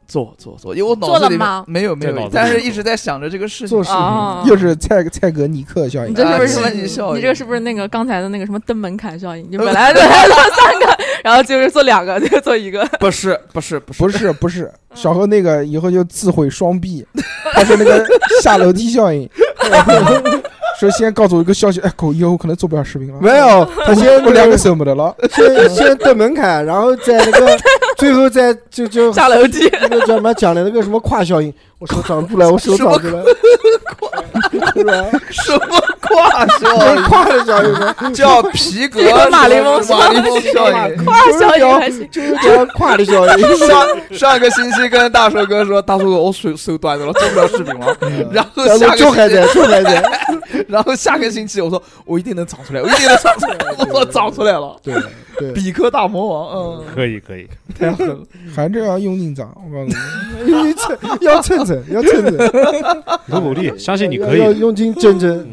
C: 做做做，因为我脑子里
B: 做了
C: 面
B: 吗
C: 没有没
E: 在脑
C: 有，
E: 子里
C: 但是一直在想着这个事情
D: 做。视
B: 哦
D: 频，
A: 又是蔡蔡格尼克效应
B: 你，这是不是什么？
C: 啊记忆效应
B: 你这个是不是那个刚才的那个什么登门槛效应？你本来本来做三个，然后就是做两个， 就做一个。
C: 不是不是不是，
A: 不是不是，小何那个以后就自毁双臂，他是那个下楼梯效应， 说先告诉我一个消息，哎，狗以后我可能做不了视频了，
D: 没有， 他先
A: 我两个手没得了，
D: 先先登门槛，然后在那个最后再就就
B: 下楼梯，
D: 那个叫什么讲的那个什么胯效应，我手长出来，我手长出来，是吧？
C: 什么胯
D: 那
C: 效
D: 是胯的效应吗？
C: 应，叫皮 革
B: 这个马
C: 什
B: 里
C: 么
B: 翁
C: 马里翁效应。
B: 胯效应还
D: 就
B: 行
D: 是讲就是讲胯的效应。
C: 上上个星期跟大寿哥说，大寿哥我手手短的了，做不了视频了。然后
D: 然
C: 下
D: 后
C: 个
D: 就还
C: 星期
D: 在，就还在，
C: 然后下个星期我说我一定能长出来，我一定能长出来， 我长出来了，
D: 对 对，
C: 比克大魔王，嗯，
E: 可以可以，
D: 太狠了，
A: 反正嗯要用劲长，我告诉你，
D: 因为蹭要蹭蹭，要蹭蹭，
E: 努努力，相信你可
D: 要要
E: 以。
D: 用劲蒸蒸。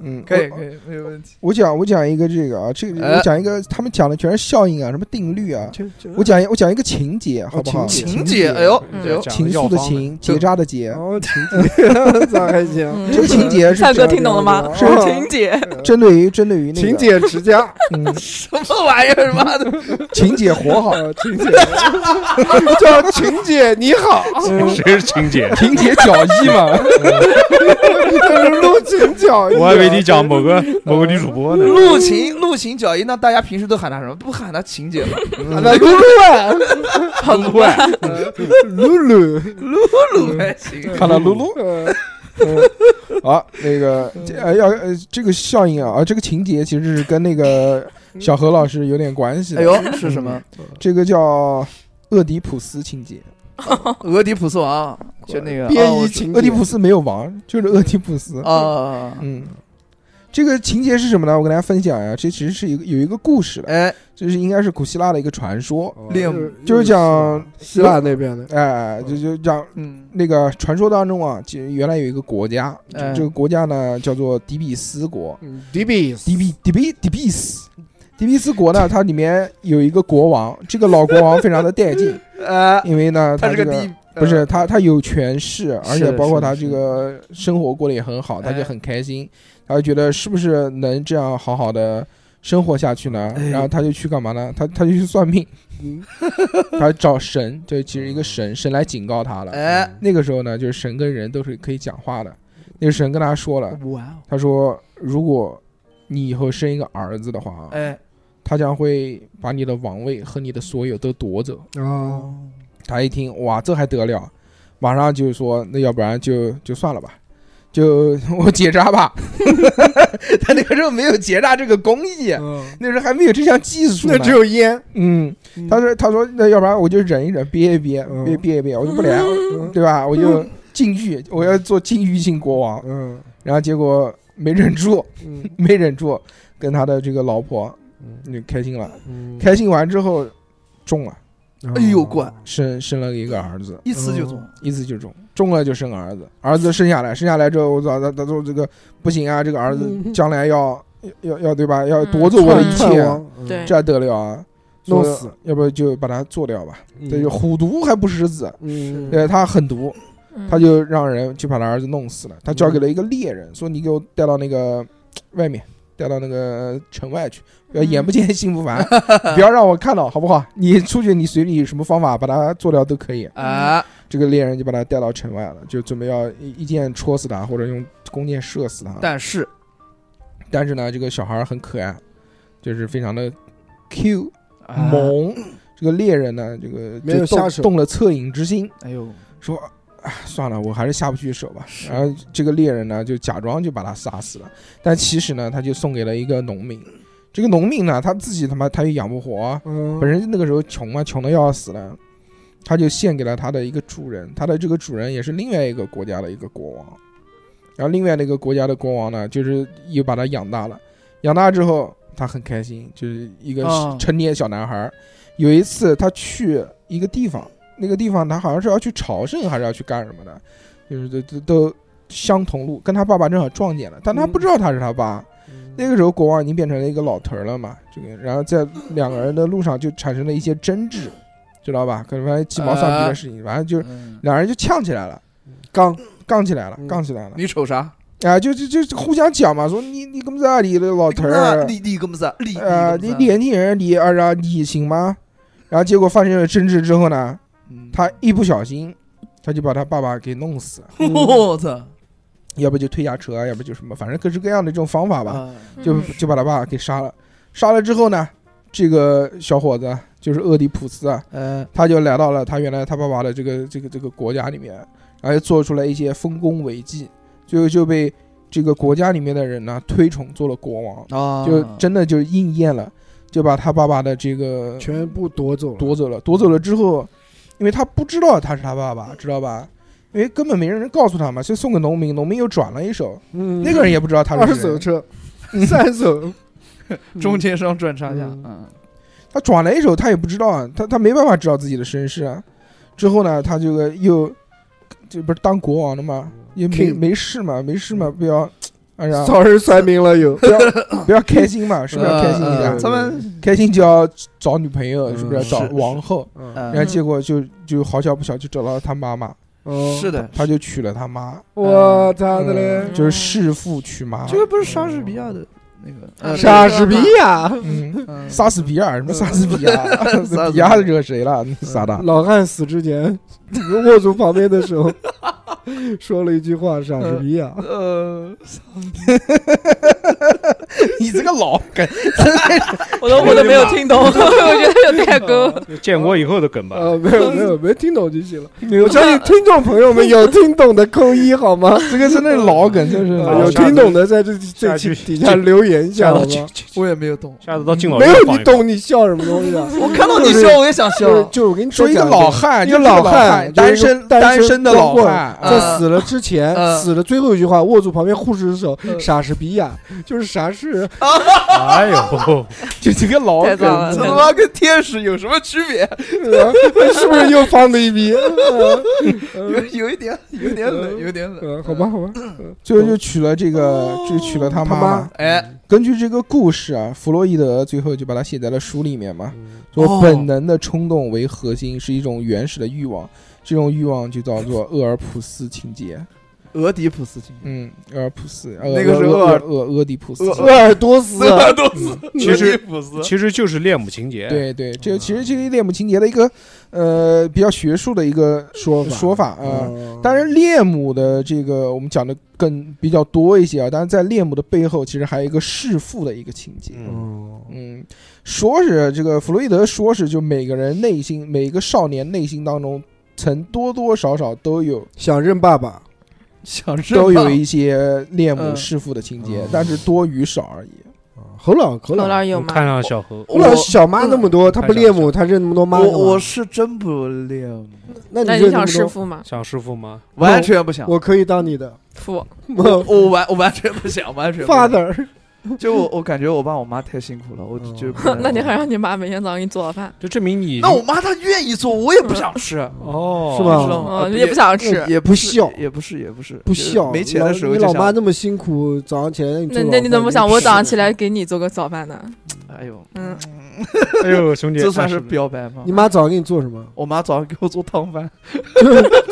E: 嗯，
A: 嗯，
C: 可以
A: 我
C: 可以没有问题。
A: 我讲我讲一个这个啊，这个
C: 哎
A: 我讲一个，他们讲的全是效应啊，什么定律啊，
D: 就就
A: 我讲一我讲一个情节好不好？
D: 情
C: 情节，哎呦，
B: 嗯
C: 哎呦，
A: 情愫的情，结扎的结，
D: 哦， 情节，咋还行？
B: 嗯
A: 这个情节是
B: 蔡哥
A: 针
B: 听懂了吗？
D: 是
B: 情节，
A: 针对于针对于那个
D: 情节持家，
A: 嗯
C: 什么玩意儿？妈 的，
A: 情节活好，
D: 呃情姐，叫情姐你好，
C: 嗯
E: 谁是情 姐？
C: 哎
A: 情节脚艺嘛。嗯
D: 这是陆情脚。
E: 我还以为你讲某 个某个女主播呢。
C: 陆晴，陆晴脚印，那大家平时都喊她什么？不喊她晴姐吗？
D: 啊那露露啊，
E: 很怪，
D: 露露，
C: 露露还行。
A: 看到露露，
D: 呃
A: 啊，那个这呃要呃这个效应啊，啊这个情节其实是跟那个小何老师有点关系的。
C: 哎呦，是什么？
A: 这个叫俄狄浦斯情节。
C: 嗯俄狄浦斯 王，就那个
D: 编
C: 哦
D: 译
C: 我哦
D: 情
A: 俄
D: 节
A: 狄浦斯没有王，就是俄狄浦斯。
C: 啊，
A: 嗯，这个情节是什么呢？我跟大家分享呀、这其实是一个有一个故事的，
C: 哎，
A: 这是应该是古希腊的一个传说。
D: 哦
C: 另
A: 就是讲
D: 希腊那边的，
A: 哎，就就讲
C: 嗯
A: 那个传说当中啊，其实原来有一个国家，这
C: 哎
A: 这个国家呢叫做迪比斯国。
D: 嗯迪比
A: 迪比迪比迪比斯，迪比斯国呢，它里面有一个国王，这个老国王非常的带 劲，
C: 呃，
A: 因为呢，
C: 他
A: 他
C: 是
A: 这
C: 个
A: 个
C: 第
A: 不是
C: 呃
A: 他他有权势，而且
C: 是
A: 包括他
C: 是
A: 这个生活过得也很好，他
C: 哎
A: 就很开心，他就觉得是不是能这样好好的。生活下去呢，
C: 哎嗯
A: 然后他就去干嘛呢？他他就去算命， 他找神，对，其实一个神，神来警告他了。
C: 哎，
A: 那个时候呢，就是神跟人都是可以讲话的。那个神跟他说了，
C: 哇哦，
A: 他说：“如果你以后生一个儿子的话啊，
C: 哎，
A: 他将会把你的王位和你的所有都夺走。
D: 啊，
A: 他一听，哇，这还得了？马上就说，那要不然就就算了吧，就 我结扎吧。他那个时候没有结扎这个工艺，
D: 嗯
A: 那时候还没有这项技术呢。
D: 那只有烟，
A: 嗯，他说他说那要不然我就忍一忍，憋一憋，
D: 嗯
A: 憋憋一憋，我就不来，对吧？我就禁欲，我要做禁欲性国王。
D: 嗯
A: 然后结果没忍住，
D: 嗯
A: 没忍住，跟他的这个老婆
D: 嗯
A: 就开心了。
D: 嗯，
A: 开心完之后中了，
C: 哎呦乖，
A: 生生了一个儿子，
C: 一次就中，
A: 一次就中，中了就生儿子，儿子生下来，生下来之后，我操，他他说这个不行啊，这个儿子
D: 嗯
A: 将来要要要对吧，要
B: 嗯
A: 夺走我的一
D: 篡
A: 切啊，
D: 王，嗯
B: 对
A: 这还得了啊？
D: 弄
A: 说
D: 死，
A: 要不就把他做掉吧。
D: 嗯
A: 这就虎毒还不食子，
D: 嗯
A: 对他很毒，
B: 嗯
A: 他就让人去把他儿子弄死了。他交给了一个猎人，说你给我带到那个外面，带到那个城外去，不要
D: 嗯
A: 眼不见心不 烦，不要让我看到，好不好？你出去，你随你什么方法把他做掉都可以。
C: 啊，
A: 这个猎人就把他带到城外了，就准备要一一箭戳死他，或者用弓箭射死他。
C: 但是
A: 但是呢，这个小孩很可爱，就是非常的 Q
C: 啊
A: 萌。这个猎人呢，这个
D: 没有
A: 就动
D: 下手
A: 动了恻隐之心，
C: 哎呦，
A: 说啊，算了，我还是下不去手吧。
C: 是
A: 然后这个猎人呢，就假装就把他杀死了，但其实呢，他就送给了一个农民。这个农民呢，他自己他妈他也养不活啊、
D: 嗯
A: 本身那个时候穷嘛，穷的要死了，他就献给了他的一个主人，他的这个主人也是另外一个国家的一个国王，然后另外那个国家的国王呢，就是又把他养大了，养大之后他很开心，就是一个
C: 哦
A: 成年小男孩儿。有一次他去一个地方，那个地方他好像是要去朝圣，还是要去干什么的，就是都都都相同路，跟他爸爸正好撞见了，但他不知道他是他爸。那个时候国王已经变成了一个老头儿了嘛，这个，然后在两个人的路上就产生了一些争执，知道吧？可能反正鸡毛蒜皮的事情，反正就
C: 嗯
A: 两人就呛起来了，
D: 刚
A: 杠起来了，
D: 嗯
A: 杠起来了，
C: 你瞅啥？
A: 啊，就就就互相讲嘛，说你你怎么在你的老头
C: 哎那
A: 儿，啊
C: 你你怎么子？啊你
A: 呃，你年轻人你啊，然后你行吗？然后结果发生了争执之后呢，
C: 你
A: 他一不小心，他就把他爸爸给弄死了，
C: 我操，
A: 要不就推下车啊，要不就什么，反正各式各样的这种方法吧。
C: 啊
A: 就就把他爸给杀了。杀了之后呢，这个小伙子就是厄里普斯啊，
C: 呃，
A: 他就来到了他原来他爸爸的这个这个这个国家里面，然后又做出了一些丰功伟绩，最后就被这个国家里面的人呢推崇做了国王，
C: 啊，
A: 就真的就应验了，就把他爸爸的这个
D: 全部夺走了，
A: 夺走了。夺走了之后，因为他不知道他是他爸
D: 嗯
A: 爸，知道吧？因为根本没人告诉他嘛，就送给农民，农民又转了一手，
D: 嗯
A: 那个人也不知道他
D: 二
A: 是谁
D: 手。车，三手，
B: 嗯
C: 中间商赚差价，
D: 嗯
C: 嗯，
A: 他转了一手，他也不知道啊，他他没办法知道自己的身世啊。之后呢，他这个又这不是当国王了吗？也没
D: King
A: 没事嘛，没事嘛，不要，哎呀，
D: 早日算命了又，
A: 不要不要开心嘛，是不是要开心一
D: 呃
A: 下
D: 呃？
C: 咱们
A: 开心就要找女朋友，
D: 嗯
A: 是不是要找
C: 是
A: 王后？
D: 嗯
C: 呃
A: 然后结果就就好巧不巧就找到了他妈妈，
D: 哦
C: 是，的，
A: 他就娶了他妈，
D: 我操的
A: 嗯
D: 嘞，
A: 就是弑父娶妈
C: 这，个不是莎士比亚的那个呃
D: 啊莎士比亚，
A: 嗯，
C: 嗯
A: 莎士比亚什么莎士比亚，
D: 嗯
C: 士比
A: 比亚惹谁了？你傻 的，
D: 老汉死之前 握住旁边的手，
C: 嗯
D: 说了一句话：“莎士比亚。
C: 呃，
A: 你这个老梗，
B: 我都我都没有听 懂，我觉得有代沟。
E: 就建国以后的梗吧。
C: 嗯
D: 呃，没有没有，没听懂就行了。我相信听众朋友们有听懂的扣一好吗？
A: 这个真的是老梗，就是
E: 嗯
D: 啊
E: 好
D: 有
E: 下次
D: 听懂的在这这
E: 下
D: 期
E: 去
D: 底下留言一下好
E: 下
D: 吗？
C: 我也没有懂，
E: 下次到敬老
D: 没
E: 院
D: 有
E: 放
D: 你
E: 一个，
D: 懂你笑什么东西啊？
C: 我看到你笑我也想
D: 就是
C: 笑，
D: 就是我跟你
A: 说一个
D: 讲
A: 老汉，
D: 一
A: 哎就
D: 个
A: 是老
D: 汉，
A: 单
D: 就是一
A: 身
D: 个单
A: 身的老
D: 光棍啊
A: 汉，啊
C: 嗯
D: 在死了之前，
C: 嗯
D: 死了最后一句话，握住旁边护士的手，
C: 嗯
D: 傻是比亚，就是啥是
E: 哎呦，
A: 就这个老
B: 太
A: 梗
B: 棒了，
C: 这他妈跟天使有什么区别？
D: 呃是不是又放了一逼？嗯
C: 有有一点，有点冷，有点冷。
D: 嗯， 好吧，好吧，
A: 最后就娶了这个，就娶了他
D: 他
A: 妈
D: 妈
A: 妈。
C: 哎，
A: 根据这个故事啊，弗洛伊德最后就把它写在了书里面嘛，
D: 嗯
A: 说
C: 哦
A: 本能的冲动为核心，是一种原始的欲望，这种欲望就叫做厄尔普斯情节。
C: 俄狄浦斯情节，
A: 嗯，厄尔普斯，
C: 那个是
A: 厄
C: 厄尔
A: 厄厄狄浦斯
C: 厄。
D: 鄂尔多斯啊，
C: 都是
E: 其实
C: 俄狄浦斯。
E: 其实就是恋母情节。，
A: 对对，这其实这个恋母情节的一个呃比较学术的一个
D: 说法
A: 说法啊。
D: 嗯
A: 当然，恋母的这个我们讲的更比较多一些啊。当然，在恋母的背后，其实还有一个弑父的一个情节。
E: 嗯，
D: 嗯
A: 嗯，说是这个弗洛伊德说是就每个人内心，每一个少年内心当中，曾多多少少都有
D: 想认爸爸，
C: 想认
A: 都有
C: 爸
A: 一些恋母
C: 嗯
A: 弑父的情节
D: 嗯，
A: 但是多与少而已。
D: 侯老侯
B: 老
D: 老
B: 老有
E: 我
B: 吗？
E: 看上小何，
D: 侯老小妈那么多，他不恋母，他认那么多妈干
C: 我
D: 嘛，
C: 我是真不练，
D: 那
B: 那
D: 你
B: 你
D: 认那
B: 想
D: 么
B: 弑
D: 多，
B: 父吗？
E: 想师傅吗？
C: 完全不想。
D: 我可以当你的
B: 父，
C: 我我完我完全不想，完全不想。
D: father。
C: 就我我感觉我爸我妈太辛苦了，我
D: 嗯
C: 就不能
B: 那你还让你妈每天早上给你做早饭，
E: 就证明你
C: 那我妈她愿意做，我也不想吃，
E: 哦，
D: 是吧
C: 知道吗？
B: 嗯，也不想吃。
C: 也
D: 不
C: 不是
D: 孝
C: 也不是也不是
D: 不
C: 就是
D: 孝，
C: 没钱
D: 老
C: 的时候
D: 你
C: 就
D: 老妈
C: 想，
D: 那么辛苦，早上起来你
B: 那
D: 做
B: 那你
D: 饭
B: 怎么不想我早上起？来
D: 你
B: 给你做个早饭呢？
C: 哎呦，
B: 嗯，
E: 哎呦，兄弟，
C: 这算
E: 20
C: 是表白吗
D: 你？妈早上给你做什 么？
C: 我妈早上给我做汤 饭，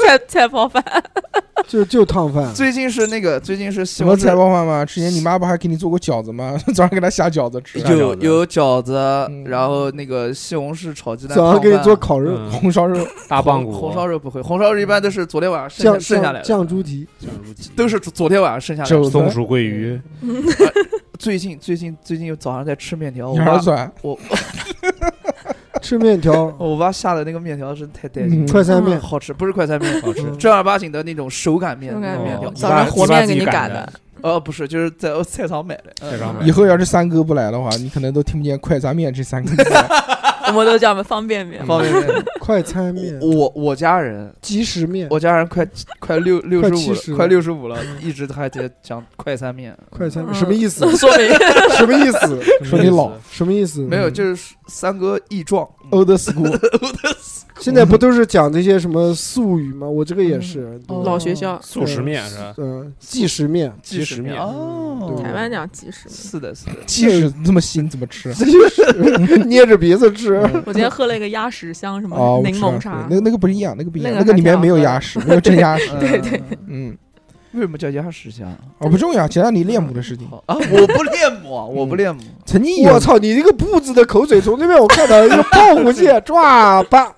B: 菜菜泡饭，
D: 就就烫饭。
C: 最近是那个最近是希
A: 什么
C: 望
A: 菜包饭吗？之前你妈不还给你做过饺子吗？ 早上给她下饺子吃，
E: 有
C: 有有饺子，
A: 嗯
C: 然后那个西红柿炒鸡蛋汤
D: 早
C: 饭，
D: 上给你做烤肉，
E: 嗯
A: 红烧肉。
E: 大棒骨，啊
C: 红红烧肉不会，红烧肉一般都是昨天晚上剩
D: 酱
C: 下剩下来
D: 酱
C: 的，
D: 酱猪蹄，
C: 都是昨天晚上剩下来
A: 肘
C: 的。
A: 子
E: 松鼠桂
B: 嗯
E: 鱼，
C: 最近最近最近早上在吃面条，我
A: 你
C: 爸
A: 儿算，
C: 我
D: 吃面条，
C: 我爸下的那个面条真太带劲了。
A: 嗯
D: 快餐面，
C: 哦
D: 嗯
C: 好吃，不是快餐面，
E: 好吃
C: 正儿八经的那种手擀面，
B: 手擀
C: 面条
E: 哦。
B: 早上和面给你擀的，嗯
C: 呃，不是，就是在菜场买的。
E: 菜场买
A: 以后要是三哥不来的话，你可能都听不见“快餐面”这三个字。
B: 我们都叫我们方便面
C: 嗯。 方便 面。
D: 快餐面，
C: 我我家人，
D: 即食面，
C: 我家人快快六六
D: 快
C: 十
D: 70
C: 五，快六十五了，一直还在讲快餐面。
D: 快餐面
B: 嗯
D: 什么意 思？
B: 说明
D: 什么意思？
A: 说你老，
D: 什么意思？嗯
C: 没有，就是三哥异状。
A: old school，
D: 现在不都是讲这些什么术语吗？我这个也是
C: 嗯
B: 老学校，
E: 速食面是吧？
D: 嗯，即食面，
E: 即食面
D: 对
B: 台
A: 嗯
C: 哦，
B: 湾讲即食面。
C: 是的， 是的。
A: 即使这么腥，怎么吃？
D: 即食 捏着鼻子吃，
B: 我今天喝了一个鸭屎香什
A: 哦，
B: 么
A: 我
B: 柠
A: 知道
B: 檬
A: 对
B: 茶
A: 那，个那个不是一样，那个不一样，
B: 那个
A: 那个里面
B: 还挺好
A: 没有
B: 喝的
A: 鸭屎，没有真鸭屎。
B: 对对
C: 嗯，
A: 嗯，
C: 为什么叫鸭屎香？啊
A: 哦，不重要，讲讲你恋母的事情。
C: 好啊，我不恋母，啊我不恋母。
A: 曾经
D: 哎我
A: 有，
D: 操，你这个步子的口水从那边我看到一个泡弧线，抓吧，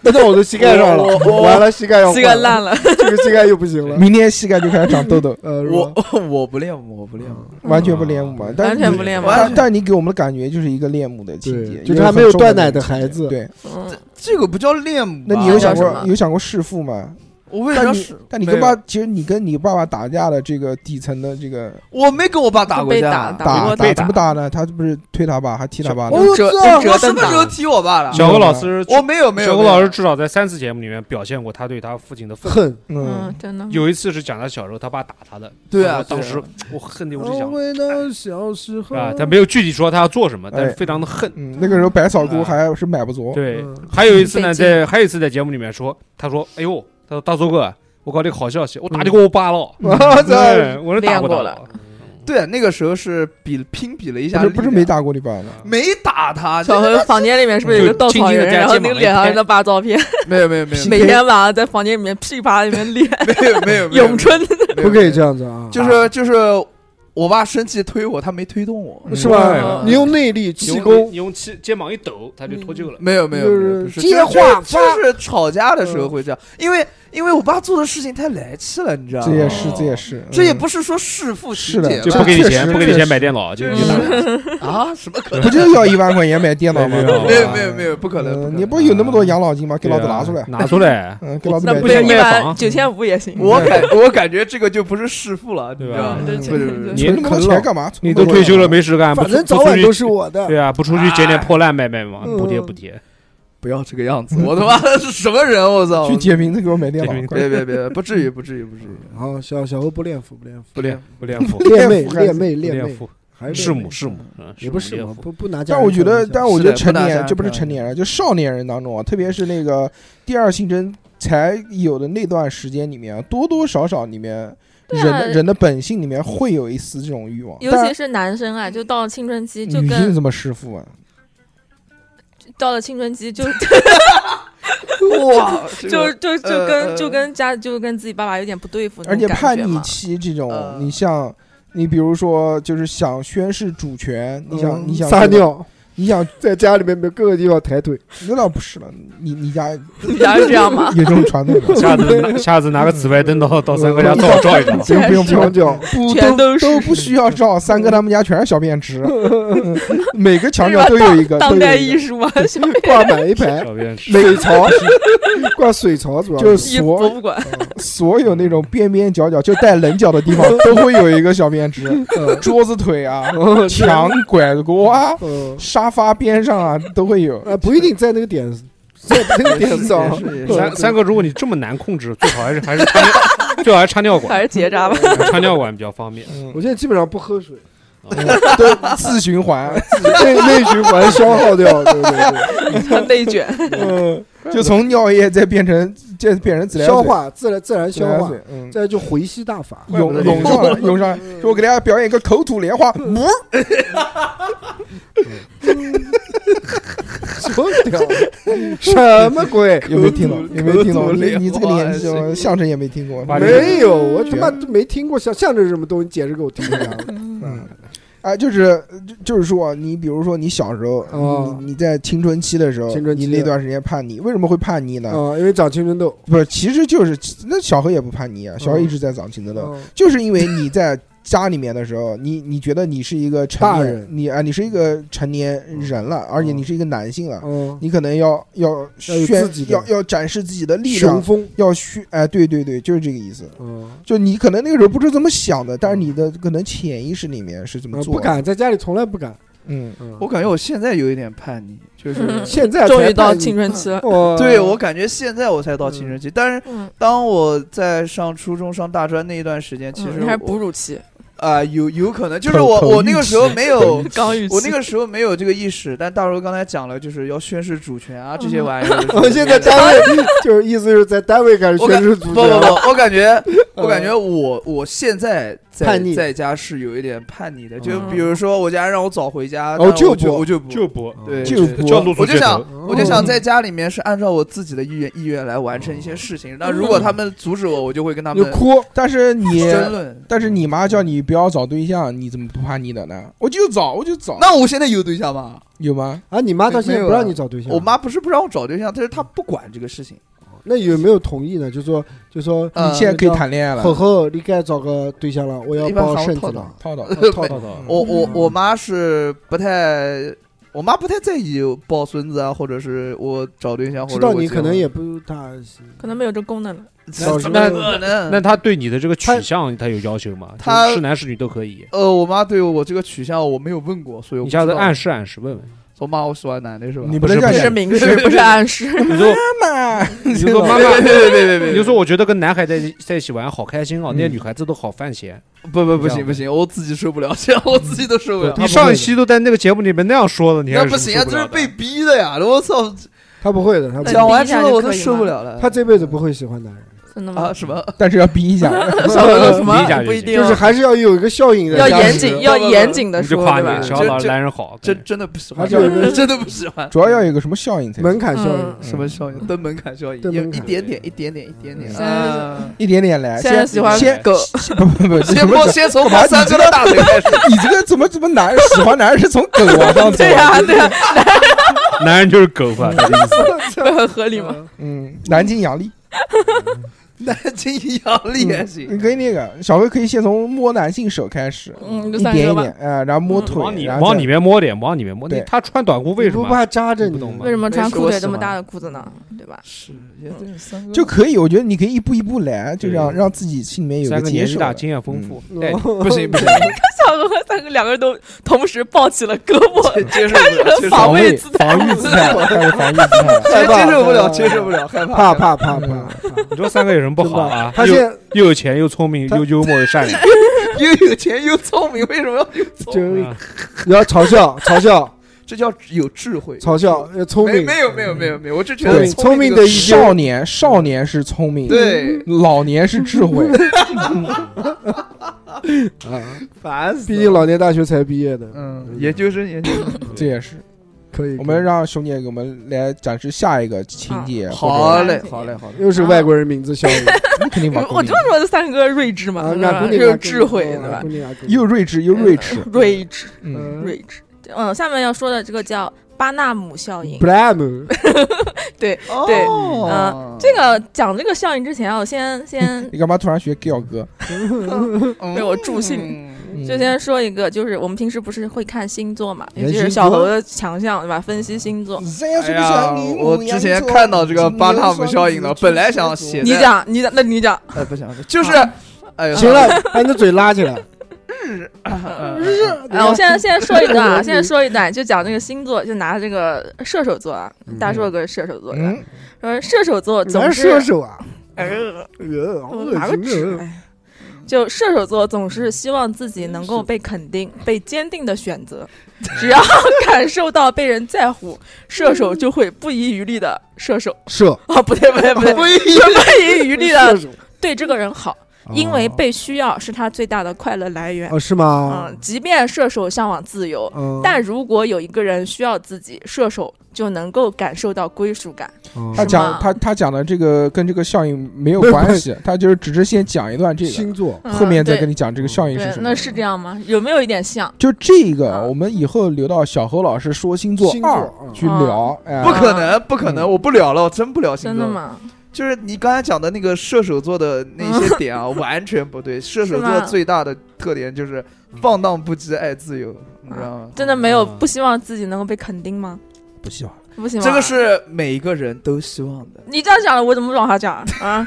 D: 蹬到我的膝盖上了，
C: 我我
D: 完了膝盖要
B: 膝盖
D: 坏
B: 烂了，
D: 这个膝盖又不行 了。，
A: 明天膝盖就开始长痘痘
D: 呃，
C: 我我 不恋母，我不恋母。
A: 完全不恋母嘛。但
B: 完
A: 是
B: 全
A: 你
B: 不练
C: 完
B: 嘛
A: 但。但你给我们的感觉就是一个恋母的情节，
D: 对，
A: 一
D: 就是
A: 个
D: 还没有
A: 很重
D: 断奶
A: 的
D: 的
A: 情节
D: 孩子，
A: 对，
B: 嗯，
C: 这个不叫恋母啊。
A: 那你有想
B: 叫什
A: 过
B: 么
A: 有想过弑父吗？
C: 我为什么要
A: 但
C: 是
A: 你？但你跟爸，其实你跟你爸爸打架的这个底层的这个
C: 我没跟我爸打过
B: 被
C: 架，啊
B: 打打
A: 打
B: 过
A: 打
B: 的
A: 怎么打呢？他不是推他爸，还踢他爸呢？
D: 哦
B: 折
D: 这
B: 用折
C: 我什
B: 凳
C: 么时
B: 打
C: 候，踢我爸了？
E: 小何老师，
C: 我没哦有没有。
E: 小何老师
C: 没
E: 至少在三次节目里面表现过他对他父亲 的愤怒。
D: 恨。
A: 嗯
B: 嗯，，真的。
E: 有一次是讲他小时候他爸打他的，
C: 有对啊，
E: 我当时
C: 对啊
E: 我恨的我是
D: 我
E: 想
D: 回到小时候
E: 啊，他没有具体说他要做什么，
A: 哎
E: 但是非常的恨。
A: 嗯，那个时候百草菇
E: 啊
A: 还是买不着。
E: 对
D: 嗯，
E: 还有一次呢，
B: 费劲
E: 在还有一次在节目里面说，他说：“哎呦，他说大周哥，我搞这个好消息，我打得过我爸了。”
D: 我
E: 对，
D: 操！
E: 我是打
B: 练过
E: 到
B: 了。
C: 对那个时候是比拼比了一
A: 不
C: 下
A: 是
C: 力量，
A: 不是没打过你爸呢？
C: 没打他，
B: 小何房间里面是不是有个稻草人？然后那个脸上的八照片，
C: 没有没有没有
B: 每天晚上在房间里面噼啪里面练
C: 没有没有没有
B: 咏春，
C: 没有
D: 不可以这样子啊！
C: 就是就是。我爸生气推我，他没推动我，
D: 是
B: 嗯
D: 吧？你用内力气功
E: 你，用气肩膀一抖，他就脱臼了。
C: 没有没有，
D: 就
C: 没有
D: 是
C: 不是
D: 接
C: 就是
D: 话
C: 就
D: 发
C: 就是吵架的时候会这样，因为因为我爸做的事情太来气了，
E: 啊
C: 你知道吗？
A: 这也
B: 哦
A: 是，这也是，
C: 这也
A: 嗯
C: 不是说弑父
A: 是
C: 情
A: 的
C: 节
E: 就
A: 这
E: 不给你
A: 确
E: 钱，
A: 实
E: 不给你
A: 确
E: 钱
A: 实
E: 买电脑，就
B: 嗯
E: 你打。
C: 啊？什么可能？
A: 不就要一万块钱买电脑吗？
E: 没
B: 哦
E: 有
C: 没有没有没有，不可能！不可
A: 嗯，
C: 能
A: 你不是有那么多养老金吗？给老子拿出来
E: 对啊，拿出来，
A: 嗯，给老子
B: 那
A: 买
B: 不
E: 是
A: 电
B: 行，
A: 脑
B: 一
E: 卖
B: 般
E: 房
B: 九千五也行。
C: 我感我感觉这个就不是弑父了，你
E: 对
C: 知
E: 吧
C: 道吗？
B: 嗯对
C: 不
B: 对
C: 是
B: 对
C: 不
E: 你
C: 是，
A: 存那么多
E: 啃
A: 钱
E: 老
A: 干嘛？存
E: 你
A: 那么
E: 都
A: 多
E: 退休
A: 钱干
E: 了
A: 嘛
E: 没事干，不
D: 反正
E: 出
D: 早
E: 不出
D: 晚
E: 去
D: 都是我的。
E: 对啊，不出去捡点破烂卖卖嘛，
D: 嗯
E: 补贴补贴。
C: 不要这个样子！我他妈的是什么人？我操！
A: 去解名字给我买电脑
E: 解名，字
A: 快
C: 别别别，不至于不至于不至于，
D: 好，小小何不练腹，不练腹，
C: 不练。
E: 不练腹，
D: 练妹，
A: 练腹还是
D: 练妹，
E: 不
D: 练妹，
E: 腹，
D: 还是
E: 弑
D: 练妹
E: 母弑母，嗯，
D: 也不
E: 弑
D: 是
E: 母
D: 我
E: 练
D: 不
E: 腹？
D: 不拿家
A: 但我
D: 人开玩
A: 觉
D: 笑。
A: 得，但我
C: 是
A: 觉得
C: 的
A: 成
C: 不大
A: 年
C: 家
A: 就不是
C: 看
A: 成年人，就少年人当中啊，特别是那个第二性征才有的那段时间里面啊，多多少少里面
B: 对
A: 人
B: 啊
A: 的人的本性里面会有一丝这种欲望，
B: 尤其
A: 但
B: 是男生啊，就到了青春期，就
A: 女性
B: 跟
A: 怎么弑父啊？
B: 到了青春 期就
C: 哇，这
B: 就
C: 个
B: 就就
C: 呃
B: 跟
C: 呃
B: 就跟家就跟自己爸爸有点不对付那
A: 而
B: 种
A: 且叛
B: 感觉
A: 逆
B: 嘛。
A: 期这种，
C: 呃
A: 你像你比如说，就是想宣示主权，你想
D: 嗯
A: 你想
D: 撒
A: 这个，
D: 尿，
A: 你想
D: 在家里面没有各个地方抬 腿，
A: 那倒不是了，你你 家有
B: 你家是这样吗？
A: 这种传统吗
E: 下次拿下次拿个紫外灯到到三哥家 照照一照，
D: 不用不用不
B: 全
D: 用 叫，
A: 不
B: 全
A: 都
B: 都是
A: 不需要照，三哥他们家全是小便 池，嗯每个墙
B: 这是
A: 角
B: 吧
A: 都有一个，
B: 当
A: 都有
B: 代
A: 一个
B: 艺术啊，小
D: 挂满一 排
E: 小便池。
D: 水槽，挂水槽主要
A: 就是
B: 艺术博
A: 所
B: 物馆。
A: 所有那种边边角角就带棱角的地 方都会有一个小便池，
B: 嗯
A: 桌子腿啊、墙拐过啊、
D: 嗯
A: 沙发边上啊都会 有。
D: 啊不一定在那个点，在那个点上
C: 也是也是也，
E: 三三哥，如果你这么难控制，最好还是还是插尿，最好还是插尿
B: 还
E: 管，
B: 是结扎吧。
E: 插尿管比较方便。
A: 嗯
D: 我现在基本上不喝水，
A: 都自循环，
D: 内内循环消耗掉，对对
B: 内卷，
A: 嗯，就从尿液再变成再变成自来
D: 对，消
A: 水
D: 化 自然自然
A: 自
D: 消
A: 来
D: 化
A: 水，，嗯，
D: 再就回吸大法，
A: 涌涌上来，涌上来。就我给大家表演一个口吐莲花，嗯
D: 什么屌， 什么鬼？
A: 有没有听懂？有没有听
C: 口
A: 懂？
C: 吐
A: 你
C: 莲
A: 你这个
C: 花
A: 年纪
C: 是
A: 哦，相声也没听过。
E: 把你
D: 没有，我他妈都没听过像像这什么东西，你解释给我听一下。
A: 嗯，啊，就是就就是说，啊你比如说你小时候，
D: 哦
A: 你你在青春期的时候，
D: 青春期
A: 你那段时间叛逆，为什么会叛逆呢？
D: 啊，因为长青春痘，
A: 不是，其实就是那小何也不叛逆啊，小何一直在长青春痘，
D: 嗯
A: 就是因为你在家里面的时候，你你觉得你是一个成
D: 大
A: 年
D: 人
A: 你啊，你是一个成年人了，而且
D: 嗯
A: 你是一个男性了，
D: 嗯，
A: 你可能要要
D: 有
A: 宣
D: 自己的
A: 要要展示自己的力
D: 雄
A: 量，
D: 风，
A: 要宣哎，对对对，就是这个意思。
D: 嗯，
A: 就你可能那个时候不是这么想的，但是你的可能潜意识里面是这么
D: 啊
A: 做的，
D: 不敢在家里从来不敢。
A: 嗯，
D: 嗯
C: 我感觉我现在有一点叛逆，就是
B: 嗯
D: 现在
B: 终
D: 才
B: 于到
D: 叛逆
B: 青，春期了。
D: 哇
C: 对我感觉现在我才到青春期，但是
B: 嗯，
C: 当我在上初中、上大专那一段时间，其实
B: 嗯你还是
C: 我
B: 哺乳期，
C: 啊，有有可能就是
A: 口
C: 我
A: 口
C: 我
A: 欲
C: 那个
A: 期
C: 时候没有
A: 口欲。
B: 刚预期。
C: 我那个时候没有这个意识，但大叔刚才讲了，就是要宣示主权啊这些玩意儿。
D: 我现在单位 就是意思就是在单位开始宣誓主
C: 不不
D: 权了，
C: 不，我感觉，我感觉我我现在在
D: 嗯叛逆
C: 在家是有一点叛逆的，就
B: 嗯
C: 比如说我家人让我早回家，
D: 哦
C: 但我
D: 就嗯
C: 就
D: 不
C: 我 就不
E: 嗯就不
D: 嗯
C: 对
A: 就
C: 对
A: 不
E: 叫露宿
C: 我就
E: 街
C: 想
E: 头，
C: 我就想在家里面是按照我自己的意愿意愿来完成一些事情。那如果他们阻止我，我就会跟他
A: 你
C: 们
A: 就哭，但是你
C: 争论。
A: 但是你妈叫你不要找对象，你怎么不叛逆的呢？我就找，我就找，
C: 那我现在有对象吗？
A: 有吗？
D: 啊，你妈到现在不
C: 没有啊
D: 让你找对象，
C: 我妈不是不让我找对象，但是她不管这个事 情。
D: 那有没有同意呢？就说就说，
C: 嗯
A: 你现在可以谈恋爱
D: 吼
A: 了，
D: 吼，你该找个对象了，我要
C: 一般
D: 包
C: 喊我
D: 圣
C: 套
D: 子
C: 套
D: 了。
A: 套套，
E: 套 套套
A: 嗯
C: 我我我妈是不太，我妈不太在意抱孙子啊，或者是我找对象，或者
D: 知道
C: 我
D: 你
C: 结
D: 可能
C: 婚
D: 也不大行，
B: 可能没有这功能了。
D: 小时候
C: 那怎么可
D: 嗯
C: 能？
E: 那他对你的这个取
D: 他
E: 向，他有要求吗？就是
C: 他
E: 是男是女都可以。
C: 呃，我妈对我这个取向我没有问过，所以我
E: 你下次
C: 按
E: 暗示暗示问问，
C: 我妈我喜欢男的是吧？
A: 你不 能
E: 不
A: 叫
E: 是
B: 这
E: 不
B: 是
A: 你
B: 明示，不是暗示。
E: 你说
A: 妈妈，
E: 你就说妈
C: 别
E: 妈，
C: 别别别别，
E: 你就说我觉得跟男孩在一在一起玩好开心啊，那些
A: 嗯
E: 女孩子都好犯闲。
C: 不不不
E: 这
C: 行
E: 样
C: 不行，我自己受不了，这样我自己都受不了
A: 对。
E: 你上一期都在那个节目里面那样说的，你还
C: 那
E: 是
C: 不行啊，
E: 受
C: 这
E: 了
C: 是
E: 的
C: 被逼的呀！我操，
D: 她不会的，她不
B: 那你
D: 会
C: 讲
D: 的，
C: 完之后我都受不了了。
D: 她这辈子不会喜欢男人。
B: 真的吗
C: 啊？？什么？
A: 但是要逼一下，
B: 什么 什
E: 理 解
B: 么？不一
E: 理解
B: 定，
D: 就是还是要有一个效应 的，
B: 要
A: 当
B: 严
A: 时
B: 谨，
C: 不
B: 要
C: 不不
B: 严谨的
E: 你就
B: 说，
E: 夸
B: 对
E: 你
B: 吧？
E: 小老
C: 这这
E: 男人好，
C: 真真的不喜欢，
D: 还是有一个
C: 真的不喜欢。
A: 主要要有个什么效应才行
D: 门槛效应
B: 嗯。
C: 什么效应？登门槛效应，
D: 登
C: 有
D: 门
C: 一
D: 槛
C: 点点，一点点，一点
D: 嗯
C: 点
B: 现在是
C: 啊！
A: 一点点来。
B: 现在喜欢
A: 先
C: 狗，
A: 先不不不，
C: 先
A: 什么
C: 摸，先从我三哥的大腿开始。
A: 你这个怎么怎么男喜欢男人是从狗往上走？ 啊
B: 对呀，对啊呀，
E: 男人就是狗啊，他的意思
B: 不是很合理吗？
A: 嗯，南京阳历， 嗯
C: 南京阳历也行，
D: 嗯
A: 你可以那个小辉可以先从摸男性手开始，
B: 嗯，就
A: 一
B: 三
A: 点
B: 哥
A: 一
B: 吧
A: 点。，啊，然后摸
B: 嗯
A: 腿
E: 往，里
A: 然后
E: 往
A: 再
E: 里面摸点，往里面摸。你
A: 对
E: 他穿短裤为什
D: 你不
E: 么？啊
D: 怕扎着
E: 你
D: 你
E: 不懂吗
B: 为什么穿
C: 那是
B: 裤
C: 我
B: 腿
C: 喜
B: 这么
C: 欢
B: 大的裤子呢？对吧？嗯
C: 是也
D: 嗯
C: 对三哥
A: 就可以。我觉得你可以一步一步来，就让
E: 对
A: 让自己心里面有
E: 三
A: 个
E: 个
A: 接
E: 年纪
A: 受。
E: 大，经验丰富，带
D: 哦
E: 你
C: 不 行不行，
B: 小哥和三哥两个人都同时抱起了胳膊，
C: 接受不了，接受
B: 防
A: 防
B: 卫
A: 卫
B: 姿态，
A: 防御姿态，开始防御姿态了。
D: 害怕
C: 接受不了，接受不了，害怕
D: 嗯怕
C: 害
D: 怕怕
A: 嗯
D: 怕，
E: 你说三个有什么不好 啊？
D: 他
E: 又
D: 现在
E: 又有钱，又聪明，
D: 他
E: 又幽默，又善良。
C: 又有钱又聪明，为什么要有聪
D: 就
C: 明？
E: 嗯
D: 你要嘲笑嘲笑
C: 这叫有智慧，
D: 嘲笑，要聪
C: 没
D: 明，
C: 没啊有没有没有没有，我只觉
D: 对
C: 得
D: 聪明
C: 这
D: 的
C: 个
D: 一
A: 少年，少年是聪明，，
C: 对，
A: 老年是智慧。
D: 啊，
C: 烦死了。
D: 毕竟老年大学才毕业的，
C: 嗯，研究生研究生，
A: 这也是。
D: 可以，
A: 我
D: 可
A: 们
D: 以
A: 让熊姐给我们来展示下一个情
B: 啊
A: 节。或
C: 好啊嘞好嘞好嘞，
D: 又是外国人名字效应，
A: 者你肯 定把
B: 嗯我就说三哥睿智嘛，
D: 啊，
B: 对吧
D: 俺姑
B: 嗯又
D: 娘
B: 有智慧，对吧？？
A: 又睿智又睿智，
B: 睿智，
A: 嗯，
D: 嗯
B: 睿智。嗯，下面要说的这个叫巴纳姆效应。
D: ，Blam，
B: 对
C: 哦，
B: 这个讲这个效应之前啊，我先 先
C: 嗯
A: 你干嘛突然学 Giao 哥？
C: 个
B: 被我助兴
A: 嗯
B: 就先说一个，就是我们平时不是会看星座嘛，尤
D: 哎
B: 其是
D: 星
B: 小
D: 座
B: 猴的强项，对吧？分析星座。
A: 这样是
C: 哎
A: 不是
C: 呀
A: 像你，母
C: 我
A: 羊
C: 之前
A: 座
C: 看到这个巴纳姆
A: 金牛
C: 效应了，
A: 双
C: 本来
A: 子
C: 想
A: 狮子
D: 嗯
C: 写，
B: 你，讲，你讲，那你 讲，
C: 哎，不想，就是，哎呀，
D: 行了，把你的嘴拉起来，
C: 嗯，
B: 哎，我现在现在说一段啊，
D: 你
B: 现在说一段，就讲这个星座，就拿这个射手座啊，
D: 嗯
B: 大硕哥是射手座的，
A: 嗯，
B: 说射手座
D: 你还
B: 总
D: 是射
B: 是
D: 手啊，呃好
B: 我
D: 恶
B: 拿个
D: 心
B: 纸
D: 啊，
B: 哎就射手座总是希望自己能够被肯定、被坚定的选择，只要感受到被人在乎，射手就会不遗余力的射手
D: 射，
B: 啊，不对不对不对，不遗余力
D: 射
B: 的
D: 手，
B: 对这个人好，因
A: 哦
B: 为被需要是他最大的快乐来源。
D: 哦是吗
B: 嗯，？即便射手向往自由，
D: 嗯，
B: 但如果有一个人需要自己，射手就能够感受到归属感。
D: 嗯
A: 他
B: 是
A: 讲
B: 吗
A: 他他讲的这个跟这个效应没有
D: 没有
A: 关
D: 关
A: 系，他就是只是先讲一段这个，
D: 星座，
B: 嗯
A: 后面再
B: 对
A: 跟你讲这个效应是
B: 对，
A: 什么
B: 那。是这样吗？有没有一点像？
A: 就这个，
B: 啊
A: 我们以后留到小侯老师说星座
D: 星座
A: 二
D: 嗯
A: 去聊。哎
C: 不可能，不可能，我不聊了，我真不聊星
B: 真的
C: 座。
B: 吗？
C: 就是你刚才讲的那个射手座的那些点啊，完全不 对。射手
B: 嗯是
C: 座
B: 吗
C: 最大的特点就是放荡不羁、爱自由，你知道
B: 啊
C: 吗？
B: 真的没有
E: 嗯
B: 不希望自己能够被肯定吗？
A: 不希望。
B: 不行吗，
C: 这个是每一个人都希望的。
B: 你这样讲了，我怎么往下讲啊？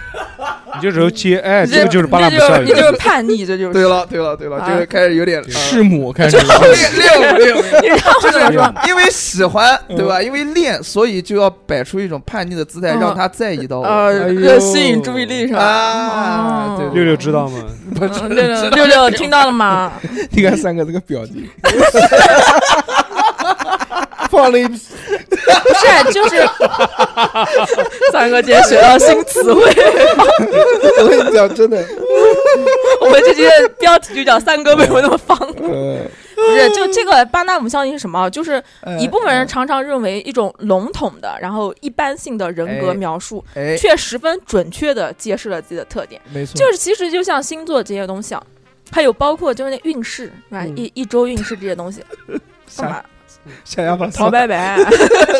E: 你就只有接，哎，
B: 你
E: 这个就是巴拉姆
B: 你这
E: 效
B: 你就
E: 应。
B: 是叛逆，这就是。
C: 对了，对了，对了，
B: 啊
C: 这个开始有点呃
A: 弑母开始
C: 六 六六，
B: 你让我怎么
E: 哎
B: 说？
C: 因为喜欢对吧？因为恋，所以就要摆出一种叛逆的姿态，
B: 嗯
C: 让他在意到我。
B: 呃，
E: 哎呦
B: 要吸引注意力是吧？
C: 啊
B: 哦
C: 对
E: 六六知道吗？
B: 嗯六六六 六听到了吗？
A: 你看三个这个表情，
D: 放了一
B: 不是， 就是三哥今天学到新词汇，
D: 我跟你讲，真 的，
B: 我们这期的标题就叫“三哥为什么那么放
E: 嗯
A: 呃，”。
B: 不是，就这个巴纳姆效应是什么？就是
C: 哎
B: 一部分
E: 嗯
B: 人常常认为一种笼统的，然后一般性的人格
C: 哎
B: 描述，
C: 哎，
B: 却十分准确的揭示了自己的特点。
C: 没错，
B: 就是其实就像星座这些东西啊，还有包括就是那运势，是吧？
D: 嗯
B: 一一周运势这些东 西，干嘛？
C: 想要把
B: 陶白 白，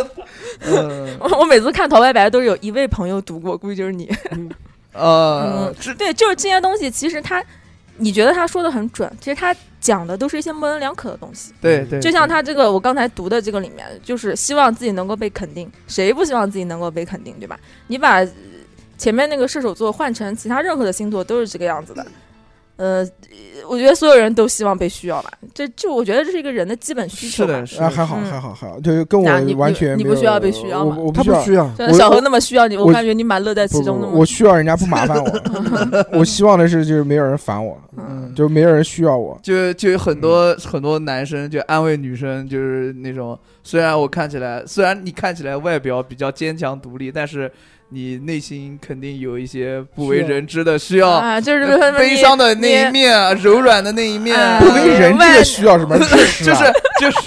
C: 嗯
B: 我我每次看陶白白都是有一位朋友读过，估计就是 你。
C: 呃，这
B: 对，就是这些东西，其实他，你觉得他说的很准，其实他讲的都是一些模棱两可的东西。
C: 对对，
B: 就像他这个我刚才读的这个里面，就是希望自己能够被肯定，谁不希望自己能够被肯定，对吧？你把呃前面那个射手座换成其他任何的星座都是这个样子的。呃，我觉得所有人都希望被需要吧，这就我觉得这是一个人的基本需求
C: 是
B: 吧。
C: 的，是
A: 啊，
C: 的
A: 还好，
B: 嗯
A: 还好，还好，就是跟
B: 那你
A: 我
B: 不
A: 完全
B: 你
A: 没
B: 不
A: 有
B: 需要被需要吗
A: 我我
D: 他
A: 不需
D: 不
A: 要，
D: 需要，
B: 虽然
A: 我
B: 小何那么需要你，我
A: 我
B: 感觉你蛮乐在其
A: 不
B: 中
A: 不
B: 的嘛。
A: 我需要人家不麻烦我， 我希望的是就是没有人烦我，
B: 嗯，
A: 就没有人需要 我。
C: 就就有很多、很多男生就安慰女生，就是那种虽然我看起来，虽然你看起来外表比较坚强独立，但是你内心肯定有一些不为人知的需要，
B: 啊，就是
C: 呃悲伤的那一
B: 面，
C: 面啊，柔软的那一面啊，
B: 哎
A: 不为人知的需要 什么
C: 就
A: 支
C: 是
A: 持
C: 就
A: 啊？
C: 是就是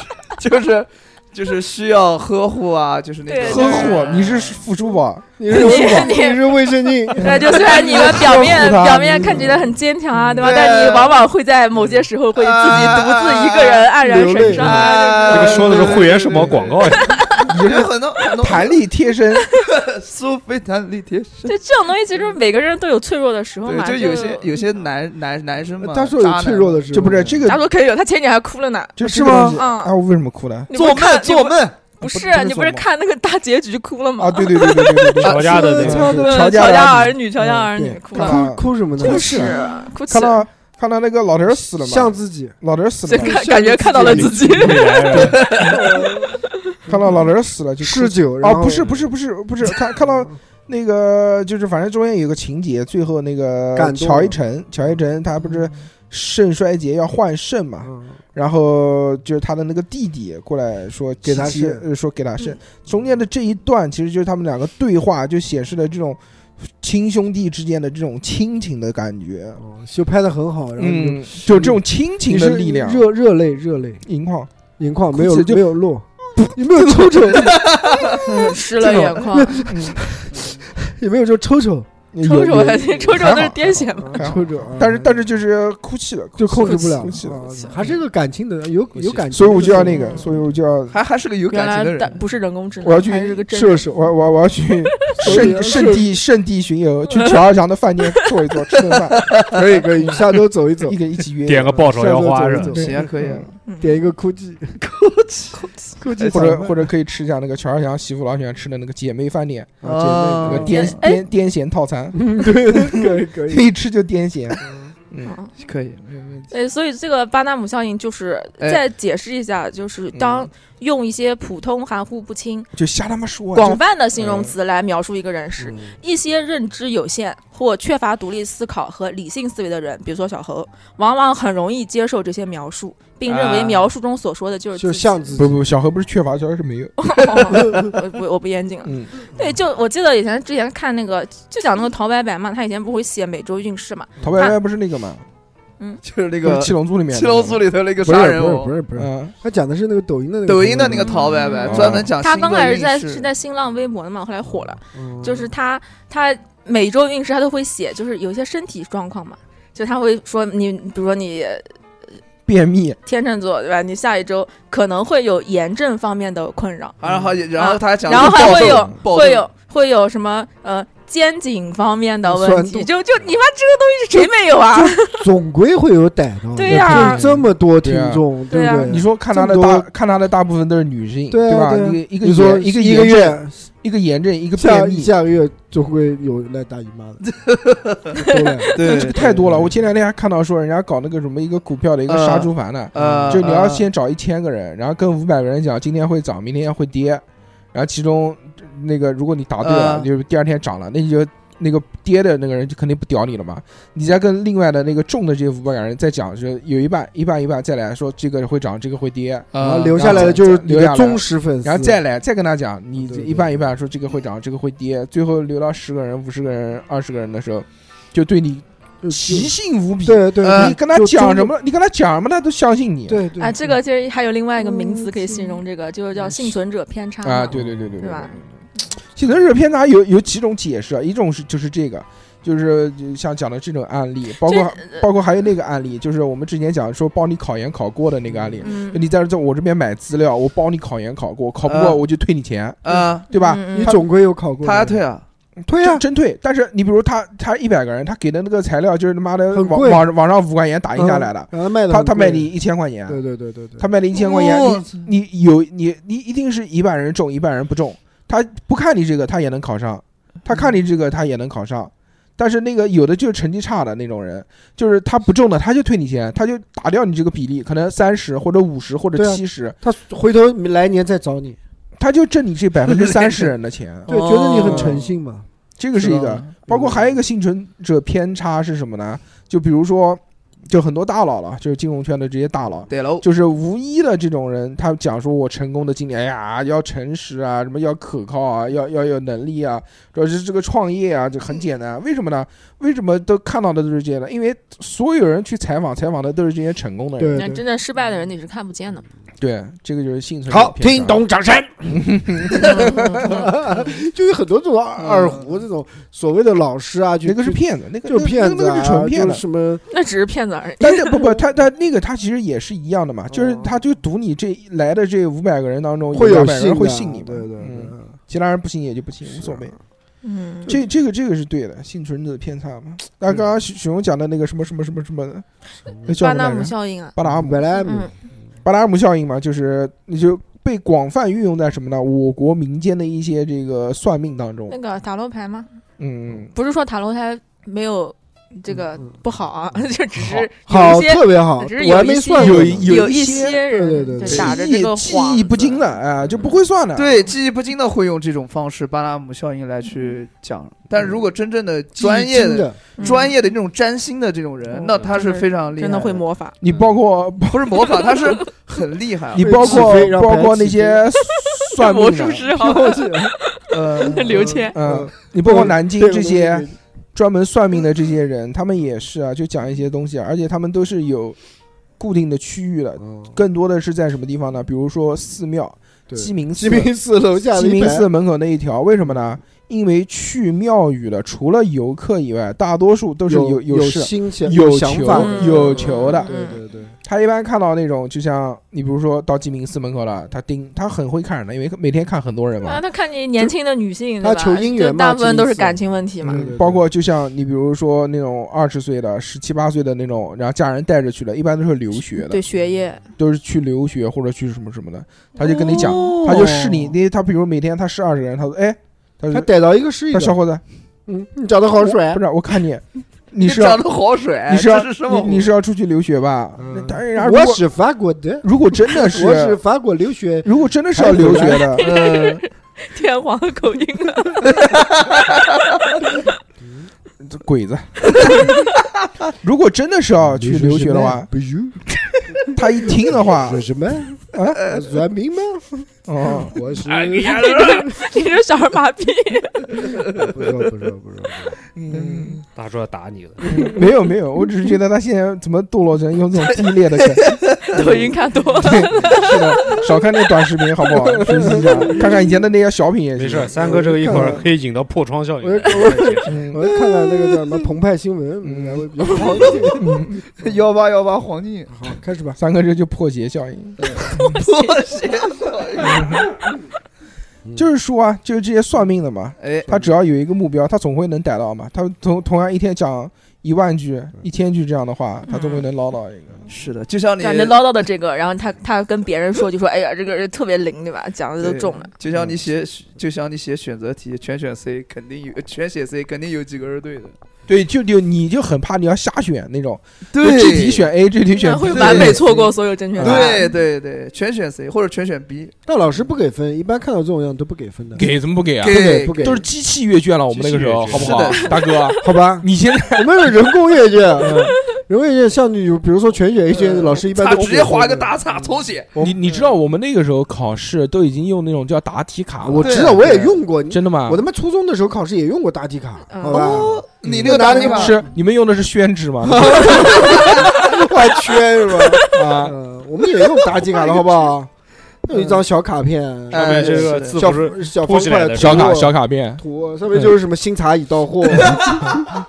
C: 就是就是需要呵护啊，就是那
B: 对
C: 种
A: 呵护，你是付珠宝，你是珠宝，
B: 你
D: 你是卫 生巾，
B: 对，就虽然你 们表面
A: 呵护他
B: 表面看起来很坚强啊，对吧？
C: 嗯对
B: 但你往往会在某些时候会自己独自一个人黯
C: 嗯
B: 然神伤啊。
E: 这
C: 啊
E: 个说的是会员社保广告呀，
C: 也是很多很多
A: 弹力贴身，
C: 苏菲弹力贴身，
B: 就这种东西，其实每个人都有脆弱的时候
C: 对，
B: 嘛。
C: 就
B: 就
C: 有些有些男男男生嘛，
D: 他说有脆弱的时候，
A: 就不是这个
B: 他，说可以有，他前几天还哭了呢。
A: 就是这个
D: 吗
A: 东西
B: 嗯
A: 啊，我为什么哭呢？
B: 你不是
C: 做
B: 看
C: 梦做梦，
B: 不
A: 不这
B: 是
A: 个
B: 你不是
A: 做梦
B: 看那个大结局哭了吗？
A: 啊，对对对对对 对，
E: 乔家的那
A: 啊
E: 个，
A: 对
B: 对
A: 乔
B: 乔
A: 家
B: 家
A: 儿
B: 儿女，乔家儿女
A: 对
B: 哭
A: 看
B: 了，
A: 到
D: 哭哭什么呢？
B: 就是哭泣
A: 看，到看到那个老头儿死了
D: 像
A: 嘛，
D: 自己，
A: 老头儿死
B: 所
A: 了
B: 以
A: 嘛，
B: 感感觉看到了自己。
A: 看到老头儿死了就
D: 嗜酒，然
A: 哦，
D: 后
A: 不是不是不是不是，看看 到那个就是反正中间有个情节，最后那个
D: 感动
A: 乔一
D: 了
A: 晨，乔一晨他不是肾衰竭要换肾嘛，
D: 嗯
A: 然后就是他的那个弟弟过来说
D: 给他
A: 七七
D: 肾
A: 呃说给他肾
B: 嗯。
A: 中间的这一段其实就是他们两个对话，就显示了这种亲兄弟之间的这种亲情的感觉。
D: 哦就拍的很好，然后你就
A: 嗯，就这种亲情
D: 你
A: 的
D: 是
A: 力量。
D: 热热泪热泪，
A: 银矿，
D: 眼眶
A: 哭
D: 没有
A: 泣就
D: 没有落，你没有 抽抽，
B: 湿了眼眶，
D: 也没有说抽抽，
B: 抽抽
A: 有
B: 还抽抽
A: 还
B: 都是
A: 好
B: 癫痫嘛。
A: 还好
D: 抽抽，
A: 但是但
D: 是
A: 是就是哭泣了，
D: 嗯 就控
A: 哭
D: 制
A: 泣
D: 不了
A: 哭泣了。
D: 啊还是个感情的，有有感情的，
A: 所以我就要那
D: 嗯
A: 个，所以我就要
C: 还还是个有
B: 原
C: 感情的
B: 来
C: 人，
B: 但不是人工智能，
A: 我要去
B: 还是个真
D: 射
B: 人。
D: 手
A: 我我我要去圣圣地圣地巡游，去乔二强的饭店坐一坐，吃顿饭，
D: 可以可以，下周走 一走
A: 一，个一起约
E: 点个爆炒腰花是
D: 下周走
E: 吧
D: 一走
C: 行啊，可以啊，
B: 嗯
D: 点一个哭泣，哭泣，哭泣
A: 或者或
D: 者
A: 者可以吃一下那个乔二强媳妇老喜欢吃的那个姐妹饭店，那
C: 啊
A: 个
D: 姐妹
A: 癫
B: 哎
A: 癫癫痫套餐，
D: 嗯，对，可以可以，
A: 一吃就癫痫。嗯，
B: 嗯
C: 可以，没有问题。
B: 对，所以这个巴纳姆效应就是
C: 哎
B: 再解释一下，就是当用一些普通、含糊不清、
A: 就瞎他妈说，啊
B: 广
A: 就
B: 泛嗯的形容词来描述一个人时，一些认知有限或缺乏独立思考和理性思维的人，比如说小猴，往往很容易接受这些描述，并认为
C: 啊
B: 描述中所说的 就是
D: 就
B: 自己
D: 像自
A: 不
D: 己，
A: 不，小何不是缺乏，小何是没有。
B: 我不我不严谨了。
A: 嗯
B: 对，就我记得以前之前看那个，就讲那个陶白白嘛，他以前不会写每周运势嘛，
A: 陶白白不是那个嘛，
C: 就是那
A: 不是
C: 个
A: 七龙珠里面的
C: 七龙珠里头那个
D: 不
C: 杀
D: 是
C: 人
D: 不是
C: 魔
D: 不，是不是，
A: 嗯，
D: 哦他讲的是那个抖音的那个
C: 抖音的那个陶白白，
A: 嗯
C: 专门讲
B: 他
C: 星
B: 刚
C: 座
B: 开
C: 运
B: 始在
C: 势
B: 是在新浪微博的嘛，后来火了，
D: 嗯，
B: 就是他他每周运势他都会写，就是有一些身体状况嘛，就他会说你，比如说你
A: 便秘，
B: 天秤座对吧？你下一周可能会有炎症方面的困扰，
C: 然后也然后
B: 啊
C: 他讲
B: 然后
C: 暴
B: 还会
C: 动
B: 有
C: 暴
B: 会
C: 动
B: 有会有什么呃肩颈方面的问
D: 酸
B: 题，
D: 痛
B: 就就你妈这个东西谁没有啊？
D: 总归会有逮到的，
B: 对呀
D: 就是这么多听众，
B: 对
D: 不
B: 呀
D: 对？
A: 你说看他的
D: 这么
A: 大
D: 多
A: 看他的大部分都是女性，
D: 对啊
A: 吧？
D: 对啊
A: 一个
D: 你
A: 一
D: 说
A: 个炎一个
D: 一个
A: 炎症，
D: 月
A: 一个炎症，一个
D: 下
A: 便秘，
D: 下个月就会有来大姨妈的，都来
C: 对
A: 这个太多了。
D: 对对
A: 我前两天还看到说，人家搞那个什么一个股票的一个
C: 呃
A: 杀猪盘呢，
D: 嗯
C: 呃，
A: 嗯就你要
C: 呃
A: 先找一千个人，然后跟五百个人讲今天会涨，明天会跌，然后其中那个如果你答对了，
D: 嗯
C: 呃
A: 就是第二天涨了，那你就。那个跌的那个人就肯定不屌你了嘛，你再跟另外的那个中的这五百个人再讲，就有一半一半一半再来说这个会涨，这个会跌，
D: 然后
C: 呃
D: 留下来的就是你
A: 啊留下
D: 的
A: 来
D: 忠实粉丝，
A: 然后再来再跟他讲，你
D: 嗯对
A: 这
D: 对
A: 一半一半说这个会涨，这个会跌，最后留到十个人、五十个人、二十个人的时候，就对你
D: 嗯就
A: 奇信无嗯比。
D: 对对，
C: 呃
A: 你跟他
D: 就
A: 讲
D: 忠
A: 什么，你跟他讲什么，他都相信你。
D: 对 对
B: 啊，这个其实还有另外一个名词
D: 嗯
B: 可以形容这个，就是叫幸存者偏差
A: 啊，
B: 嘛
A: 对对对对
B: 对吧？？
A: 幸存者偏差有有几种解释，啊，一种是就是这个，就是就像讲的这种案例，包括
B: 呃
A: 包括还有那个案例，就是我们之前讲说帮你考研考过的那个案例，
B: 嗯，
A: 你在在我这边买资料，我帮你考研考过，考不
D: 嗯
C: 啊
A: 过我就退你钱，
C: 呃，
A: 对吧？
B: 嗯
D: 你
B: 嗯
D: 总归有考过的，
C: 他退啊，
D: 退
A: 真
D: 啊，
A: 真退。但是你比如他他一百个人，他给的那个材料就是他妈的
D: 很
A: 网
D: 贵
A: 网网上五块钱打印下来的
D: 嗯，，然后卖的
A: 他他卖你，一千块钱，
D: 对对对对对，
A: 他卖你一千块钱，
C: 哦
A: 你你有你你一定是一半人中一半人不中，他不看你这个他也能考上，他看你这个他也能考上。但是那个有的就是成绩差的那种人，就是他不中的他就退你钱，他就打掉你这个比例，可能三十或者五十或
D: 对
A: 者
D: 啊
A: 七十、
D: 他回头来年再找你，
A: 他就挣你这百
D: ，
A: 分之三十人的钱
D: 对，觉得你很诚信嘛。
A: 这个是一个。包
D: 嗯
A: 括还有一个幸存者偏差是什么呢？就比如说，就很多大佬了，就是金融圈的这些大佬，
C: 对喽，
A: 就是无一的这种人，他讲说我成功的经历，哎呀，要诚实啊，什么要可靠啊，要要有能力啊，主要是这个创业啊，这
D: 嗯
A: 很简单。为什么呢？为什么都看到的都是这些呢？因为所有人去采访，采访的都是这些成功的人。
D: 对
F: 那
D: 对，
F: 真正失败的人你是看不见的。
A: 对，这个就是幸存者
D: 好，
A: 偏差
D: 听。懂掌声。
F: 嗯
D: 就有很多这种二胡这种所谓的老师啊，就
A: 嗯那个是骗子，那个
D: 就骗子
A: 那个那
D: 啊，
A: 个是纯骗
D: 就
A: 子
D: 是。什么
B: 那只是骗子而已。
A: 但是不不，他他那个他其实也是一样的嘛，就是
D: 哦
A: 他就赌你这来的这五百个人当中
D: 会有
A: 两百
D: 信
A: 人
D: 的
A: 会信你嘛，
D: 对对对
A: 嗯，，其他人不信也就不信，
D: 是啊
A: 无所谓。
B: 嗯，
A: 这这个这个是对的，幸存者偏差嘛。那刚刚许许荣讲的那个什么什么什么什么的，那叫
F: 巴
A: 什么
F: 纳
A: 来
F: 姆
A: 着？
F: 效应啊，
A: 巴达姆
D: 本来
F: 嗯，
A: 巴达姆效应嘛，就是你就被广泛运用在什么呢？我国民间的一些这个算命当中
F: 那，个塔罗牌吗？
A: 嗯，
F: 不是说塔罗牌没有这个
D: 嗯嗯
F: 不好啊， 就只是有
D: 好
F: 一些
D: 特别好，
F: 只是
D: 我还
F: 有一
D: 没
F: 些
D: 算过
A: 有
D: 呢。
A: 有
B: 一
A: 一
B: 些
D: 对对
B: 人
D: 对
B: 就
F: 对
B: 打着
A: 记
B: 这个
A: 忆记
B: 幌
A: 忆不精
B: 子
A: 的，哎，就不会算的。
C: 对记忆不精的会用这种方式巴纳姆效应来去讲，但如果真正的专业
D: 精
C: 的、
D: 的，
B: 嗯
C: 专业的那种占星的这种
A: 哦
C: 人，
D: 嗯
C: 那他是非常厉害，
B: 真的会，魔法。
A: 你包括
C: 不 是魔法，他是很厉害啊。
A: 你包括
D: 起飞让
A: 包括
D: 白起
A: 那些算命
B: 魔术
A: 的，
B: 师好
D: 然
B: 吧，
D: 后这
C: 呃，
B: 刘谦，
A: 嗯，你包括南京这些，
D: 对
A: 专门算命的这些人，他们也是啊，就讲一些东西啊，而且他们都是有固定的区域的，
D: 嗯
A: 更多的是在什么地方呢？比如说寺庙，
D: 对
A: 鸡鸣
D: 鸡
A: 寺，
D: 鸣寺楼下的
A: 鸡
D: 一
A: 鸣
D: 排
A: 寺门口那一条，为什么呢？因为去庙宇的除了游客以外，大多数都是
D: 有
A: 有
D: 有
A: 事。
D: 心情
A: 有
D: 想
A: 求
D: 法
B: 嗯，
A: 有求的，
D: 对对对，
A: 他一般看到那种，就像你比如说到鸡鸣寺门口了，他盯，他很会看人的，因为每天看很多人嘛
B: 啊，。他看你年轻的女性，
D: 他
B: 对吧
D: 求姻缘
B: 就
D: 嘛
B: 大部分都
D: 这意
B: 是
D: 思
B: 感情问题嘛。
D: 对对对
A: 嗯，包括就像你比如说那种二十岁的、十七八岁的那种，然后家人带着去的，一般都是留学的，
B: 对学
D: 嗯
B: 业，
A: 都是去留学或者去什么什么的，他就跟你讲，他就试你，那他比如每天他试二十个人，他说，哎，他
D: 他
A: 说，
D: 逮到一个是一
A: 他小
D: 个，
A: 伙子，
D: 嗯，你长得好
A: 我
D: 帅
A: 不，是，我看你，你
C: 你
A: 是
C: 长
A: 要
C: 得好水，
A: 你是
C: 这
A: 要
C: 是什么
A: 你你是要出去留学吧？
D: 嗯
A: 那当然，如
D: 我
A: 果
D: 是法国的，
A: 如果真的
D: 我是
A: 是，
D: 法国留学，
A: 如果真的是要留学的，
C: 嗯，
B: 天皇的口音啊，
A: 这鬼子， 如果真的是 要哦去留学的话，
D: 不如
A: 他一听的 话
D: 说，什么啊？ 算命吗？
A: 哦，
D: 我是
B: 你哎是小儿麻痹。
D: 不知道不知道不知道，
A: 嗯。
E: 打出来打你的，
A: 没有没有，我只是觉得他现在怎么堕落成用这种低劣的梗。
B: 抖音看多了，
A: 对，是的，少看那短视频好不好？学习一下，看看以前的那些小品也
E: 没
A: 行
E: 事。。三哥这个一会儿可以引到破窗效应
D: 我。
A: 嗯
D: 我就看看那个叫什么澎湃新闻，
A: 嗯
D: 然后比较好一点。
C: 幺八幺八 黄金
D: 好，开始吧。
A: 三哥这就破鞋效应，
C: 破鞋效应，
A: 就是说啊，就是这些算命的嘛，
C: 哎，
A: 他只要有一个目标，他总会能逮到嘛。他同 同样一天讲一万句、一千句这样的话，
B: 嗯
A: 他总会能捞到一个。
C: 是的，就像 你
B: 感觉唠叨的这个，然后他他跟别人说就说，哎呀，这个人特别灵，对吧？讲的都
C: 对
B: 中了，
C: 就像你写，就像你写选择题，全选 C 肯定有，全写 C 肯定有几个是对的。
A: 对，就就你就很怕你要瞎选那种，就
C: 对，
A: 这题选 A，这题选
B: 嗯会
A: B，
B: 完美错过所有正确答案。
C: 对对对，全选 C 或者全选 B，
D: 但老师不给分，一般看到这种样都不给分的，
A: 给怎么不给啊
D: 不
C: 给
D: 给不给，
A: 都是机器阅卷了，我们那个时候
E: 机
A: 好
E: 器
A: 不
E: 阅
C: 卷
A: 好，大哥？啊
D: 好吧？
A: 你现在。
D: 我们有人工阅卷， 人工阅卷像你比如说全选 A 卷，老师一般
C: 他
D: 都
C: 直接划个大
A: 嗯
C: 叉重写。
D: 我
A: 你你知道我们那个时候考试都已经用那种叫答题卡了，
D: 我
C: 对
D: 知道我
A: 啊
D: 也用过，
A: 真的吗？
D: 我他妈初中的时候考试也用过答题卡，
B: 嗯
D: 好吧？
C: 你那个答题卡
A: 是你们用的是宣纸吗？
D: 画圈是吧？
A: 啊，
D: 嗯，我们也用答题卡了，好不好？有一张小卡片，
E: 上哎面这个
C: 是
E: 字
D: 小
E: 不是
D: 小
E: 凸
D: 方
E: 起来
D: 块
E: 的
A: 小卡
D: 图
A: 小卡片，
D: 图，上面就是什么新茶已到货，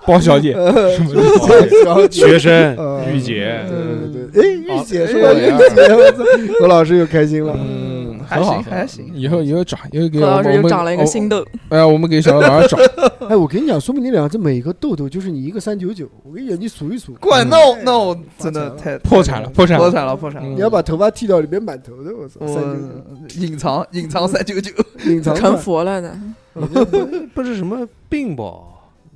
A: 包小姐，
D: 小姐
E: 学生
D: 呃
E: 御姐，
D: 对对对，哎，玉姐
C: 哎
D: 说到玉姐，我操何老师又开心了。
A: 嗯，
C: 还
A: 很好
C: 行。还行，
A: 以后以后找，以后给
B: 何
A: 我
B: 老师
A: 们
B: 又长了一个新，
D: 哦
B: 痘，
A: 我们哎，我们给小老 师找，
D: 哎，我跟你讲，说不定俩这每个痘痘就是你一个三九九，我跟你讲，你数一数，
C: 管那我那我真的
D: 发财
C: 太
A: 嗯破产了，破产
C: 破
A: 了，
C: 产了破产了
A: 嗯。
D: 你要把头发剃掉，里面满头的，我操，三九
C: 我隐藏隐藏三九九，
D: 九隐藏
B: 成
D: 款
B: 佛了的。
G: 啊
E: 不是什么病吧？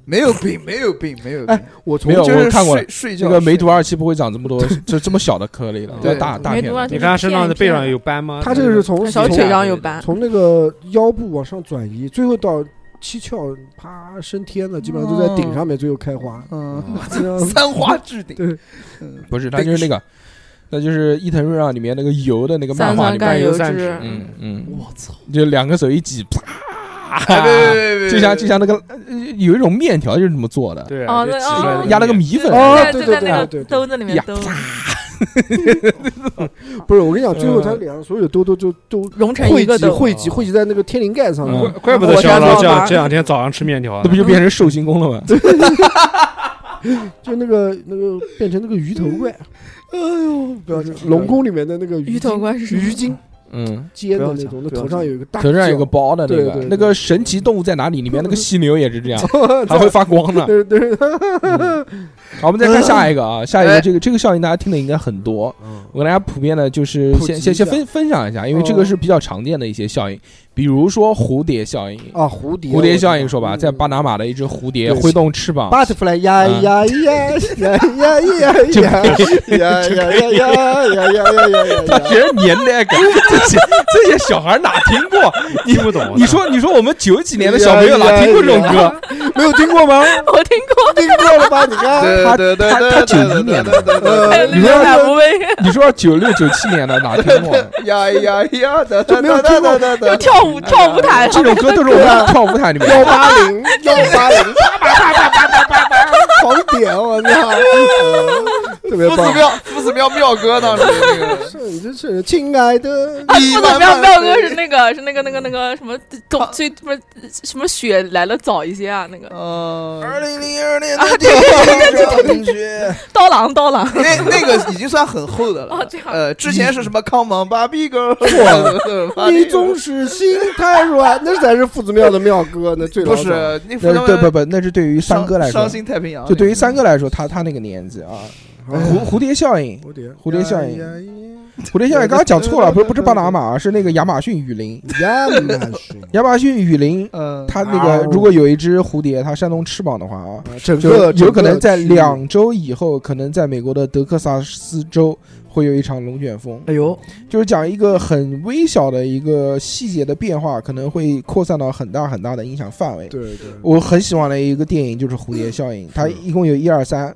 C: 没有病，没有病，没有病
D: 哎，我从
A: 没有
C: 就是
A: 我看过了
C: 睡睡觉
A: 这个梅毒
C: 毒
A: 二期不会长这么多， 就这么小的颗粒了，
D: 对
A: 大大
G: 梅
A: 片
G: 毒二
A: 了。
G: 期
E: 你看他身上的背上
G: 片
E: 有斑吗？
D: 他这个是从
G: 小
D: 从
G: 腿上有斑，
D: 从那个腰部往上转移，最后到七窍啪升天了，基本上都在顶上面，最后 开花。
C: 嗯，
D: 这样子
C: 三花置顶，
D: 对
C: 嗯，
A: 不是，它就是那个，那就是伊藤润二里面那个油的那个漫
G: 三
A: 画
G: 酸
A: 里面
G: 甘
E: 甘
G: 油
E: 油
G: 酯
E: 酯，
D: 啊
A: 嗯嗯，
C: 我操，
A: 就两个手一挤，
C: 哎别
A: 啪，
C: 别别别，
A: 就像就像那个呃有一种面条就是这么做的，
E: 对啊
G: 哦
E: 就
G: 对
E: 挤出来
G: 哦
E: 的
A: 压了个
E: 面
A: 米粉，
D: 哦
G: 在
D: 对
G: 就
D: 对
G: 在
D: 对
G: 那个
D: 对对
G: 兜子里面
A: 呀
G: 兜，
D: 不是我跟你讲，最后他脸上所有的痘痘就都
G: 融成
D: 汇
G: 一个
D: 集
G: 兜。
D: 汇
C: 嗯
D: 集汇集在那个天灵盖上
A: 嗯
D: 了。
E: 怪不得
G: 我
E: 小
G: 家
E: 老
G: 做
E: 这样
G: 法
E: 这两天早上吃面条啊
A: 那不就变成寿星公了吗？
D: 就那个那个变成那个鱼头怪，
C: 哎不要
D: 龙宫里面的那个
G: 鱼头怪是什么
D: 鱼精
A: 嗯，
D: 尖的
C: 不
D: 那
C: 要讲
D: 种，那
C: 不要
D: 头上有一个哦大
A: 头上有
D: 角
A: 个包的那
D: 对对
A: 个
D: 对，
A: 那个神奇动物在哪里里面那个犀牛也是 这样，还会发光呢。
D: 对对，
A: 好，我们再看下一个啊，下一
C: 哎
A: 个这个这个效应大家听的应该很多，我跟大家普遍的就是
D: 普
A: 先
D: 及
A: 先
D: 一
A: 先
D: 下
A: 分分享一下，因为这个是比较常见的一些效应，比如说蝴蝶效应。
D: 啊，蝴蝶
A: 蝴蝶效应说吧，在巴
D: 把
A: 拿马的一只蝴蝶
D: 对
A: 挥动翅膀，
D: butterfly 呀
A: 嗯
D: 呀呀呀呀呀呀
A: 这
D: 呀呀呀呀呀呀呀呀呀
A: 他
D: 呀呀！
A: 觉得年代感，这些这些小孩哪听过？
E: 听不懂。 啊
A: 你说你说我们九几年的小朋友哪听过这种歌？
D: 没有听过吗？
G: 我听过，
D: 听过了吧？你看，
A: 他
C: 对对对
A: 他他
C: 对对
A: 91年的
C: 对对对
G: 还有
C: 对
D: 呃，
G: 哎那
D: 你
G: 个
D: 说
G: 马无畏，
A: 你说九六九七年的哪听过？
C: 呀呀呀的，
D: 就没有听过
C: 的
G: 就 跳舞跳舞台，
A: 这 种歌都是我们跳舞台里面
D: 幺八零幺八零，狂点，我操，特别
C: 夫子
D: 棒。
C: 庙夫子庙庙哥当时那 个，
D: 是你这是亲爱的，
G: 啊，
C: 你
G: 不怎么
C: 慢
G: 样，
C: 慢
G: 彪哥
C: 飞
G: 是那个是那个那个那个什么冬最什么什么雪来了早一些啊，那个
C: 嗯，
A: 零零二年的电影学，
G: 刀郎刀郎，
C: 那那个已经算很厚的
G: 哦
C: 了
G: 这。样
C: 呃，之前是什么 Come on Baby Girl，
D: 你总是心太软，那才是夫子庙的庙歌，那最老
C: 不
D: 早
C: 是那
A: 那对不不，那是对于三哥来
C: 伤
A: 说
C: 伤，心太平洋，
A: 就对于三哥来说，他他那个年纪啊，
D: 嗯
A: 蝴蝴蝶效应，
D: 蝴蝶
A: 蝴蝶效应
D: 应，
A: 蝴蝶效应刚刚讲错了，不是不是巴拿马，啊是那个亚马逊雨林，
D: 亚马逊，
A: 亚马逊雨林。
C: 嗯，
A: 它那个，如果有一只蝴蝶，它扇动翅膀的话啊，
D: 整
A: 就
D: 个
A: 有可能在两周以后，可能在美国的德克萨斯州会有一场龙卷风。
C: 哎呦，
A: 就是讲一个很微小的一个细节的变化，可能会扩散到很大很大的影响范围。
D: 对对，
A: 我很喜欢的一个电影就是《蝴蝶效应》，它一共有一二三。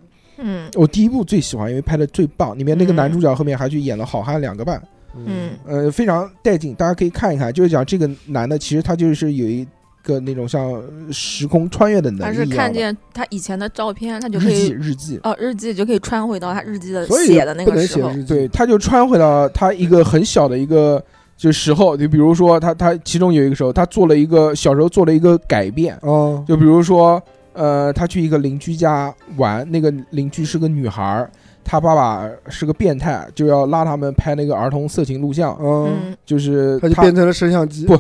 G: 嗯
A: 我第一部最喜欢，因为拍的最棒，里面那个
G: 嗯
A: 男主角后面还去演了《好汉两个半》，
G: 嗯，
A: 呃，非常带劲，大家可以看一看。就是讲这个男的，其实他就是有一个那种像时空穿越的能
G: 他
A: 力
G: 是
A: 一
G: 看
A: 样的。
G: 见他以前的照片，他就可
A: 日记，
G: 以
A: 日记，
G: 哦日记就可以穿回到他日记的
D: 所以
G: 写的那
D: 不
G: 个
D: 能
G: 时
D: 写
G: 候，
D: 日记，
A: 对，他就穿回到他一个很小的一个就是时候，就比如说他他其中有一个时候，他做了一个小时候做了一个改变，
D: 哦，
A: 就比如说呃，他去一个邻居家玩，那个邻居是个女孩儿，她爸爸是个变态，就要拉他们拍那个儿童色情录像，
D: 嗯，
G: 嗯，
A: 就是
D: 他就
A: 他
D: 变成了摄像机，
A: 不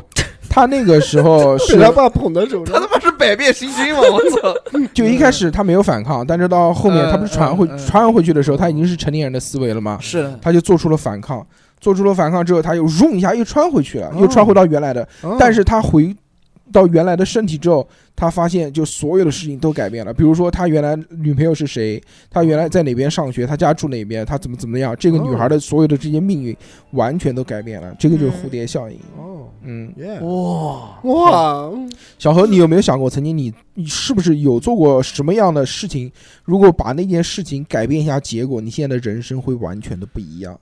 A: 他那个时 候是
D: 被他爸捧在手
C: 他他
D: 上，
C: 妈是百变星君吗？我操！
A: 就一开始他没有反抗，但是到后面
C: 嗯
A: 他不是传
C: 嗯
A: 回
C: 嗯
A: 传回去的时候，他已经是成年人的思维了吗？
C: 是的，
A: 他就做出了反抗，做出了反抗之后，他又嗡一下又穿回去了，又
D: 哦
A: 穿回到原来的。
D: 哦
A: 但是他回到原来的身体之后，他发现就所有的事情都改变了。比如说，他原来女朋友是谁，他原来在哪边上学，他家住哪边，他怎么怎么样，这个女孩的所有的这些命运完全都改变了。这个就是蝴蝶效应。
D: 哦
A: 嗯，
D: 耶
C: 哇，
D: 哇，
A: 小何，你有没有想过，曾经你你是不是有做过什么样的事情？如果把那件事情改变一下结果，你现在的人生会完全的不一样。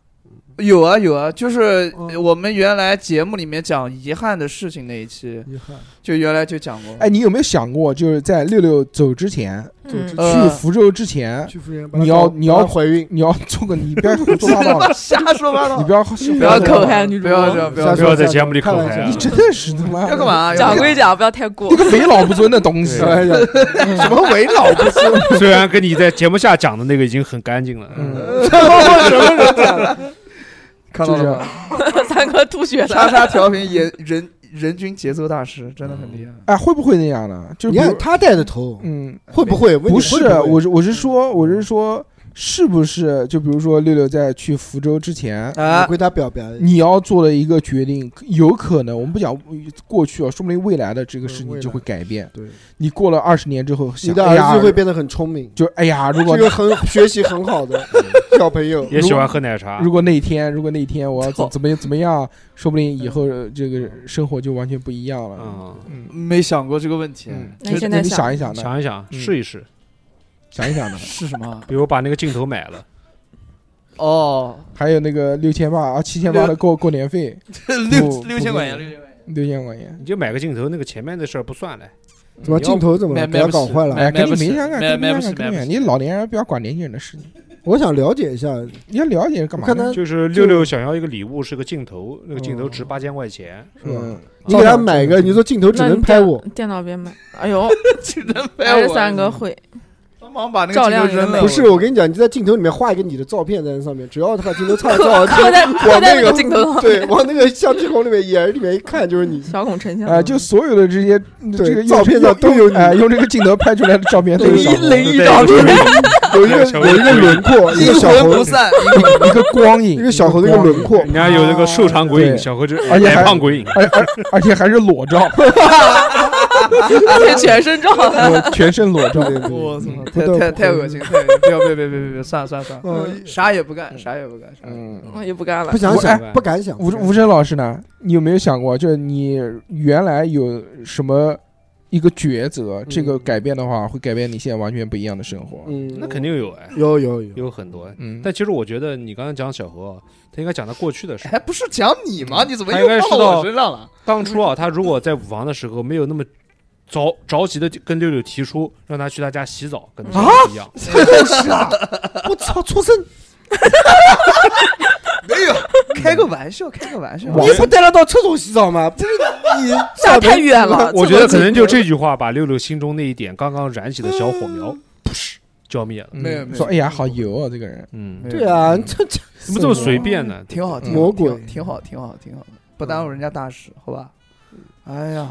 C: 有啊有啊，就是
D: 嗯
C: 我们原来节目里面讲遗憾的事情那一期，
D: 遗憾，
C: 就原来就讲过。
A: 哎，你有没有想过，就是在六六走之前，
G: 嗯
D: 呃
A: 去福州之前，
D: 去福建，
A: 你要你要
D: 把她怀孕，
A: 你要做个，你不要胡说八道
C: 他
A: 了，
C: 妈瞎说八道！
A: 你不要
C: 不
A: 不
G: 要口
C: 口
G: 嗨
C: 嗨，
G: 女主
C: 不要这样，不要
D: 瞎
C: 这
E: 不
C: 样，
D: 说
E: 要在节目里
D: 看
E: 口
D: 来
E: 嗨啊
A: 你真的是他妈
C: 要干？
G: 讲
C: 嘛？要干嘛
G: 归讲，不要太过
A: 一，个伪老不尊的东西！
D: 哎呀， 什么为老不是？
E: 虽然跟你在节目下讲的那个已经很干净了，嗯，
A: 嗯，
D: 什么人讲的？
C: 看
A: 就
C: 到
A: 是
C: 了吗？
G: 三哥吐血
C: 莎
G: 了，
C: 莎调频也人人均节奏大师，真的很厉害。
A: 哎，会不会那样呢？就
D: 你
A: 比如
D: 看他带的头，
A: 嗯，
D: 会不会？问你
A: 不是
D: 会，
A: 我是我是说我是说，是不是就比如说六六在去福州之前，
D: 我
C: 啊，
D: 跟他表白，
A: 你要做的一个决定，有可能我们不讲过去啊，说不定未来的这个事
D: 嗯未
A: 情
D: 来
A: 就会改变。
D: 对，
A: 你过了二十年之后，
D: 你
A: 想
D: 的
A: 哎
D: 儿
A: 呀
D: 子，会变得很聪明，
A: 就哎呀，如
D: 这
A: 果
D: 个很学习很好的小朋友，
E: 也喜欢喝奶茶
A: 如。果那天，如果那天我要怎
C: 操
A: 怎么怎么样，说不定以后呃这个生活就完全不一样了。
E: 嗯，
A: 嗯，
C: 没想过这个问题，
A: 嗯
B: 那你现在
A: 你想一想呢？
E: 想一想，
A: 嗯
E: 试一试，
A: 想一想 呢？
C: 是什么？
E: 比如把那个镜头买了，
C: 哦，
A: 还有那个六千八啊，七千八的过过年费，
C: 六
A: 不
C: 六千
A: 不
C: 块钱，
A: 不
C: 六千块钱，
A: 六千块钱。
E: 你就买个镜头，那个前面的事儿不算嘞。
D: 怎么
E: 你要
D: 镜头怎么了
C: 买
D: 给
C: 买
D: 他
C: 不
D: 搞
C: 起
D: 坏了？
C: 买
A: 哎，
C: 买
A: 跟
C: 不
A: 你
C: 起，
A: 没相干，
C: 买
A: 跟你
C: 买
A: 没
C: 不
A: 相
C: 起，
A: 干，跟你
C: 买
A: 没相干。
C: 不起
A: 你老年人不要管年轻人的事情，
D: 我想了解一下，
A: 你要了解干嘛
D: 看
A: 呢？
D: 他
E: 就是
D: 就
E: 六六想要一个礼物，是个镜头，那个镜
A: 嗯
E: 头值
D: 哦
E: 八千块钱，
D: 是吧？你
A: 照
D: 给他
A: 样
D: 买
A: 照
D: 个，
A: 样
D: 你说镜头只
B: 那
D: 能
B: 你
D: 拍
B: 电
D: 我，嗯
B: 电脑别买。哎 呦，
C: 只能
B: 还
C: 拍
B: 是
C: 我
B: 三哥会，
C: 帮忙把那
B: 照
C: 个镜
B: 亮
C: 头扔
B: 一个
C: 了。
D: 不是，我跟你讲，你在镜头里面画一个你的照片在那上面，只要他把镜头插照
B: 刻
D: 好，
B: 刻在
D: 往
B: 刻在那个镜头上，
D: 对，往那个相机孔里面、眼里面一看呃就是你。
B: 小孔成像。
A: 啊，就所有的这些这个用
D: 照片上
A: 用
D: 都有你
A: 哎，用这个镜头拍出来的照片都有小红
E: 对
D: 零
E: 对
D: 张
E: 对
D: 有一个有一个轮廓，一
C: 阴
D: 个小
C: 魂
D: 猴
C: 不，散，
A: 一个光影，
D: 一个小猴的一个
A: 光影
D: 轮廓
E: 人，家有那个瘦长鬼
A: 啊对哎
E: 影、小何这
A: 而且还
E: 矮胖鬼影，
A: 而而而且还是裸 照，
B: 而且全身
D: 呃
B: 照，
A: 我全身裸照
D: 对。对对，
C: 我操
D: 嗯，
C: 太太太恶心，。太恶心！不要，别别别别别，算了算了算
D: 不
C: 了，
D: 得不嗯，
C: 啥也不干，啥也不干，啥也不干。
A: 嗯，
B: 我也不干了
D: 不。想
A: 我
D: 想，
E: 哎
D: 不敢想。
A: 吴啊吴声老师呢？你有没有想过，就是你原来有什么一个抉择，这个改变的话，会改变你现在完全不一样的生活？
D: 嗯，
E: 那肯定有哎，
D: 有有有。
E: 有很多。哎
A: 嗯，
E: 但其实我觉得你刚才讲小何，他应该讲他过去的事。
C: 还不是讲你吗？你怎么
E: 他
C: 又
E: 应该
C: 放
E: 是
C: 到我
E: 到
C: 身上了？
E: 当初啊，他如果在舞房的时候没有那么着着急的跟六六提出让他去他家洗澡，跟他现在不一样。
D: 是啊，我操，畜生！
C: 没有，开个玩笑，开个玩笑。
D: 你不带他到厕所洗澡吗？不是 你
B: 下太远了，
E: 我觉得可能就这句话把六六心中那一点刚刚燃起的小火苗，噗嗤浇灭了。
A: 嗯
C: 没有没有
A: 说，哎呀，好油啊，这个 人。
E: 嗯，
D: 对啊，这这
E: 怎么这么随便呢？
C: 挺好，挺好，
D: 魔鬼
C: 挺好，挺好，挺好，不耽误
A: 嗯
C: 人家大事，好吧？哎呀，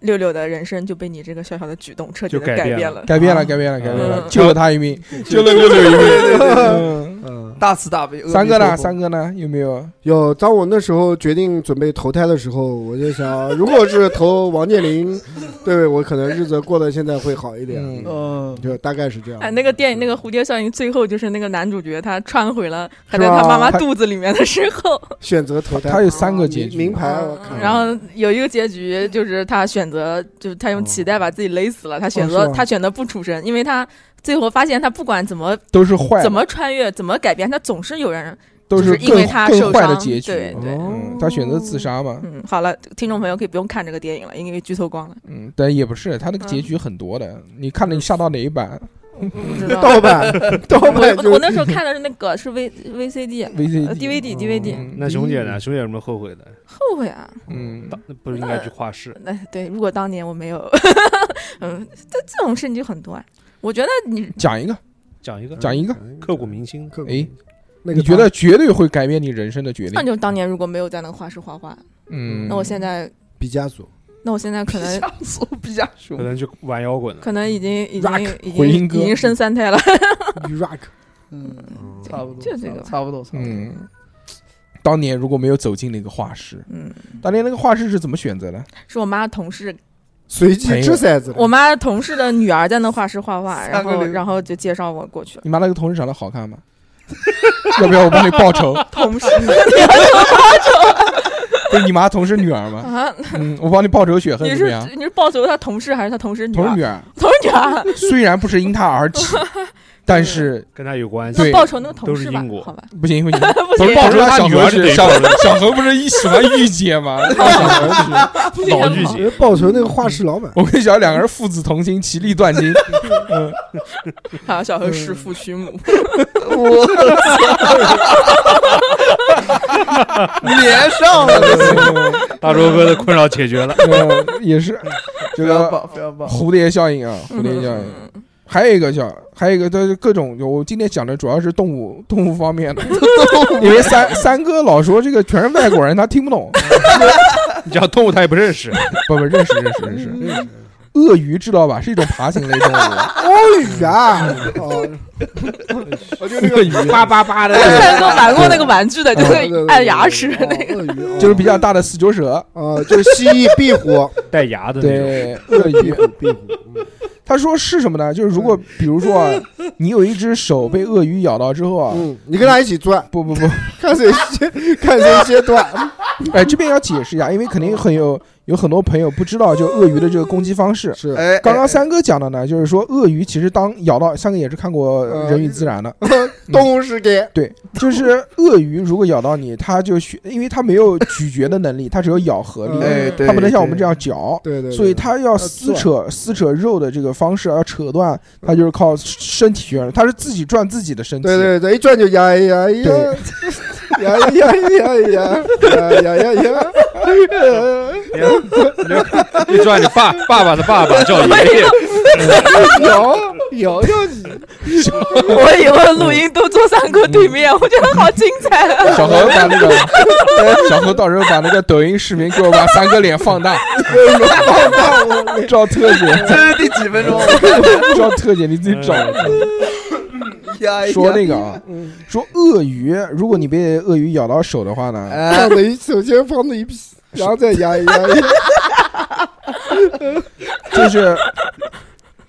B: 六六的人生就被你这个小小的举动彻底的
E: 就改
B: 改
E: 变
B: 变
E: 了
B: 了。
A: 改变了，改变了，改变了，
B: 嗯
A: 救了他一命。
E: 救了六六一命。
A: 嗯
D: 嗯，
C: 大慈大悲。
A: 三哥呢？三
C: 哥，
A: 哥呢？有没有？
D: 有。当我那时候决定准备投胎的时候，我就想，如果是投王健 林，对我可能日子过得现在会好一点。
A: 嗯
C: 嗯，
D: 就大概是这样。
B: 哎，那个电影那个蝴蝶效应，最后就是那个男主角他穿回了还在
D: 是吧
B: 他妈妈肚子里面的时候，
D: 选择投胎，嗯
A: 他有三个结局
D: 名名牌，我看
B: 嗯然后有一个结局就是他选择，就是他用脐带把自己勒死了，他选
A: 哦
B: 择
A: 是吗
B: 他选择不出声，因为他最后发现他不管怎么
A: 都是坏的，
B: 怎么穿越，怎么改变，他总是有人
A: 都
B: 就是因为
A: 更
B: 他
A: 更
B: 受
A: 坏的
B: 伤，
A: 结局。
B: 对对。
A: 嗯，他选择自杀嘛。
B: 嗯，好了，听众朋友可以不用看这个电影了，因为剧透光了。
A: 嗯，但也不是，他那个结局很多的。你看了你下到哪一版
B: 不知道，
D: 盗版，盗版
B: 我
D: 就
B: 我
D: 是
B: 那时候看的是那个是 V VCD 呃 DVD DVD，
A: 嗯
E: 那熊姐呢？熊姐有什么后悔的？
B: 后悔啊！
A: 嗯，
E: 当那不是应该去画室？
B: 那对，如果当年我没有， 嗯，这这种事情就很多啊。我觉得你
A: 讲一个，
E: 讲一个，
A: 讲一个。
E: 刻骨铭心的。
D: 嗯刻骨
A: 哎，
D: 那个
A: 你觉得绝对会改变你人生的决定
B: 那。就当年如果没有在那个画室画画，
A: 嗯，
B: 那我现在，
D: 毕 加索
B: 那我现在可 能
C: 加索，毕加索
E: 可，能去玩摇滚了。
B: 可能已经已
A: Rock，
B: 经已
A: 回
B: 经
A: 音
B: 已
A: 哥
B: 经生三胎了，
D: 与 rock
C: 嗯，
D: 嗯
C: 差不多，
B: 就这个吧
C: 差不多，差 不多。
A: 嗯，当年如果没有走进那个画室，
B: 嗯，
A: 当年那个画室是怎么选择的？
B: 是我妈同事，
D: 随机掷骰子，
B: 我妈同事的女儿在那画室画画，然
C: 三个
B: 后
C: 六
B: 然后就介绍我过 去了。
A: 你妈那个同事长得好看吗？ 要不要我帮你报仇？
B: 同事
A: 不是你妈同事女儿 吗？
B: 啊，
A: 嗯，我帮你报仇雪恨
B: 你
A: 怎么
B: 是
A: 样？
B: 你是报仇他同事还是他同事女
A: 同
B: 儿啊
A: 事？女儿
B: 同事女儿，
A: 虽然不是因她而 起，但是
E: 跟他有关系
A: 对
B: 那。报仇那个同
E: 都是
B: 事吧
E: 英，国
B: 好吧，
A: 不行不行，
B: 不
E: 不
B: 行
E: 是，报仇
A: 他
E: 他
A: 小
E: 女儿
A: 何
E: 是得
A: 是
E: 报
A: 小
E: 仇，
A: 小何不是一喜欢御姐 吗？小何是
E: 老御姐
A: 哎
D: 因为报哎仇那个画室老板，
A: 我跟小何两个人父子同心，其利断金。嗯，
B: 还有小何弑父娶母，
C: 我操， 连上了，
E: 大周哥的困扰解决了。
A: 嗯也是这
C: 不要
A: 个
C: 报，不要报。
A: 蝴蝶效应啊，蝴蝶 效应。还有一个叫，还有一个就是各种，我今天讲的主要是动物 动物方面的，因为三三哥老说这个全是外国人，他听不懂。
E: 你讲动物他也不认识，
A: 嗯不不，认识认识认识。鳄鱼知道吧？是一种爬行类 动物，
D: 哦呀，哦，我就那个
A: 鳄鱼
D: 叭叭叭的，
C: 哎
G: 三哥玩过那个玩具的，就
D: 对
G: 会
D: 对对
G: 按
B: 啊
G: 牙齿的那个。
D: 对鳄鱼，哦
A: 就是比较大的四九蛇。
D: 啊，就是蜥蜴、壁虎、
E: 带牙的那种。
A: 对，鳄
D: 壁
A: 鱼。
D: 虎、壁虎，嗯
A: 他说是什么呢？就是如果比如说啊，你有一只手被鳄鱼咬到之后啊，
D: 嗯，你跟他一起钻，
A: 不不不，
D: 看谁先，看谁先断。
A: 哎，这边要解释一下，因为肯定很有有很多朋友不知道就鳄鱼的这个攻击方式。
D: 是，
C: 哎，
A: 刚刚三哥讲的呢，就是说鳄鱼其实当咬到，三哥也是看过
D: 呃
A: 《人与自然》 的，
D: 动物世界，
A: 对，就是鳄鱼如果咬到你，它就需，因为它没有咀嚼的能力，它只有咬合力，
C: 哎，对
A: 它不能像我们这样嚼，
D: 嗯对对，对呃
A: 所以它要撕扯撕扯肉的这个方式要扯断，它就是靠身体旋转，它是自己转自己的身体，
D: 嗯对对对，一转就呀呀呀，呀呀呀呀呀呀呀呀呀，
E: 一转你爸爸爸的爸爸叫爷爷，
D: 摇摇摇你，
G: 我以后录音都坐三哥对面，我觉得好精彩啊！
A: 小何把 那个小何到时候把那个抖音视频给我，把三哥脸放 大，
D: 放大我脸，
A: 照特写，
C: 这是第几分钟？啊
A: 照特写，你自己找。
C: 呀
A: 说那个啊，
D: 嗯，
A: 说鳄鱼，如果你被鳄鱼咬到手的话呢，
C: 哎
D: 放的一，首先放的一屁，然后再呀呀呀，
A: 就是，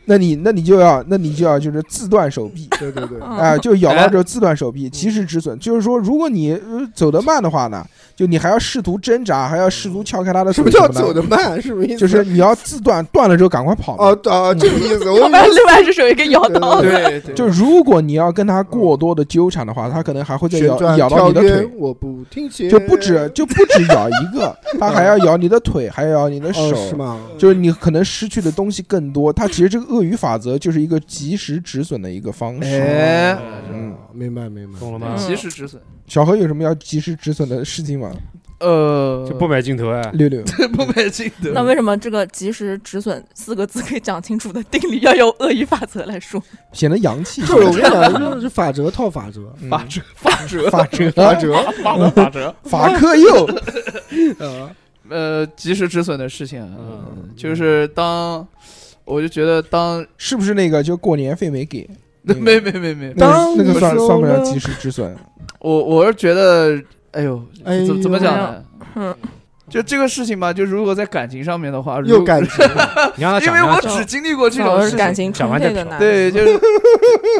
A: 那你那你就要那你就要就是自断手臂。
D: 对对对，
A: 啊、就咬到之
D: 哎
A: 后自断手
D: 嗯
A: 臂，及时止损。就是说，如果你、呃走得慢的话呢，就你还要试图挣扎，还要试图撬开它的
D: 什
A: 手
D: 么
A: 什么
D: 叫
A: 的
D: 走得慢？什么意思？
A: 就是你要自断，断了之后赶快跑嘛。
D: 哦哦，这个意 思，
G: 我
D: 我
G: 把另外一只手也给咬到了。
C: 对对，
A: 就如果你要跟它过多的纠缠的话，它可能还会再
D: 旋
A: 咬
D: 转
A: 咬到
D: 跳
A: 你的
D: 跃
A: 腿，，
D: 我不听写，哦
A: 就不止就不止咬一个，它还要咬你的腿，还要咬你的手，
D: 哦是吗？
A: 就是你可能失去的东西更多。它其实这个鳄鱼法则就是一个及时止损的一个方式。
C: 哎，
A: 嗯，
D: 哦明白明白，
E: 懂了吗？
C: 及时止损。
A: 小何有什么要及时止损的事情吗？
C: 呃，
E: 就不买镜头哎，
A: 六六，
C: 不买镜头。
B: 那为什么这个及时止损四个字可以讲清楚的定理，要用鳄鱼法则来说？
A: 显得洋气。
D: 就是我跟你讲，就是法则套法 则，
A: 嗯
C: 法折法折
A: 法哲
D: 法则，
E: 八折八折，
A: 啊法克 又
D: 啊，
C: 呃，及时止损的事情啊，
E: 嗯
C: 就是当我就觉得当
A: 是不是那个就过年费没 给？那个
C: 没没没没，
A: 那个那个
D: 当
A: 算
D: 我收
A: 算不了
D: 了
A: 及时止损。
C: 我我是觉得，哎呦，
D: 哎呦哎
C: 怎怎么讲呢？
B: 嗯，
C: 就这个事情吧，就如果在感情上面的话，如
D: 又感情，
E: 你让他
C: 因
E: 讲，
C: 为
E: 让
C: 我
E: 他
C: 只经历过这
B: 小
C: 种
B: 而
C: 事情，
B: 感情充
E: 讲完
B: 沛
E: 再
B: 的
E: 嫖
D: 啊
B: 男人，
C: 对，就是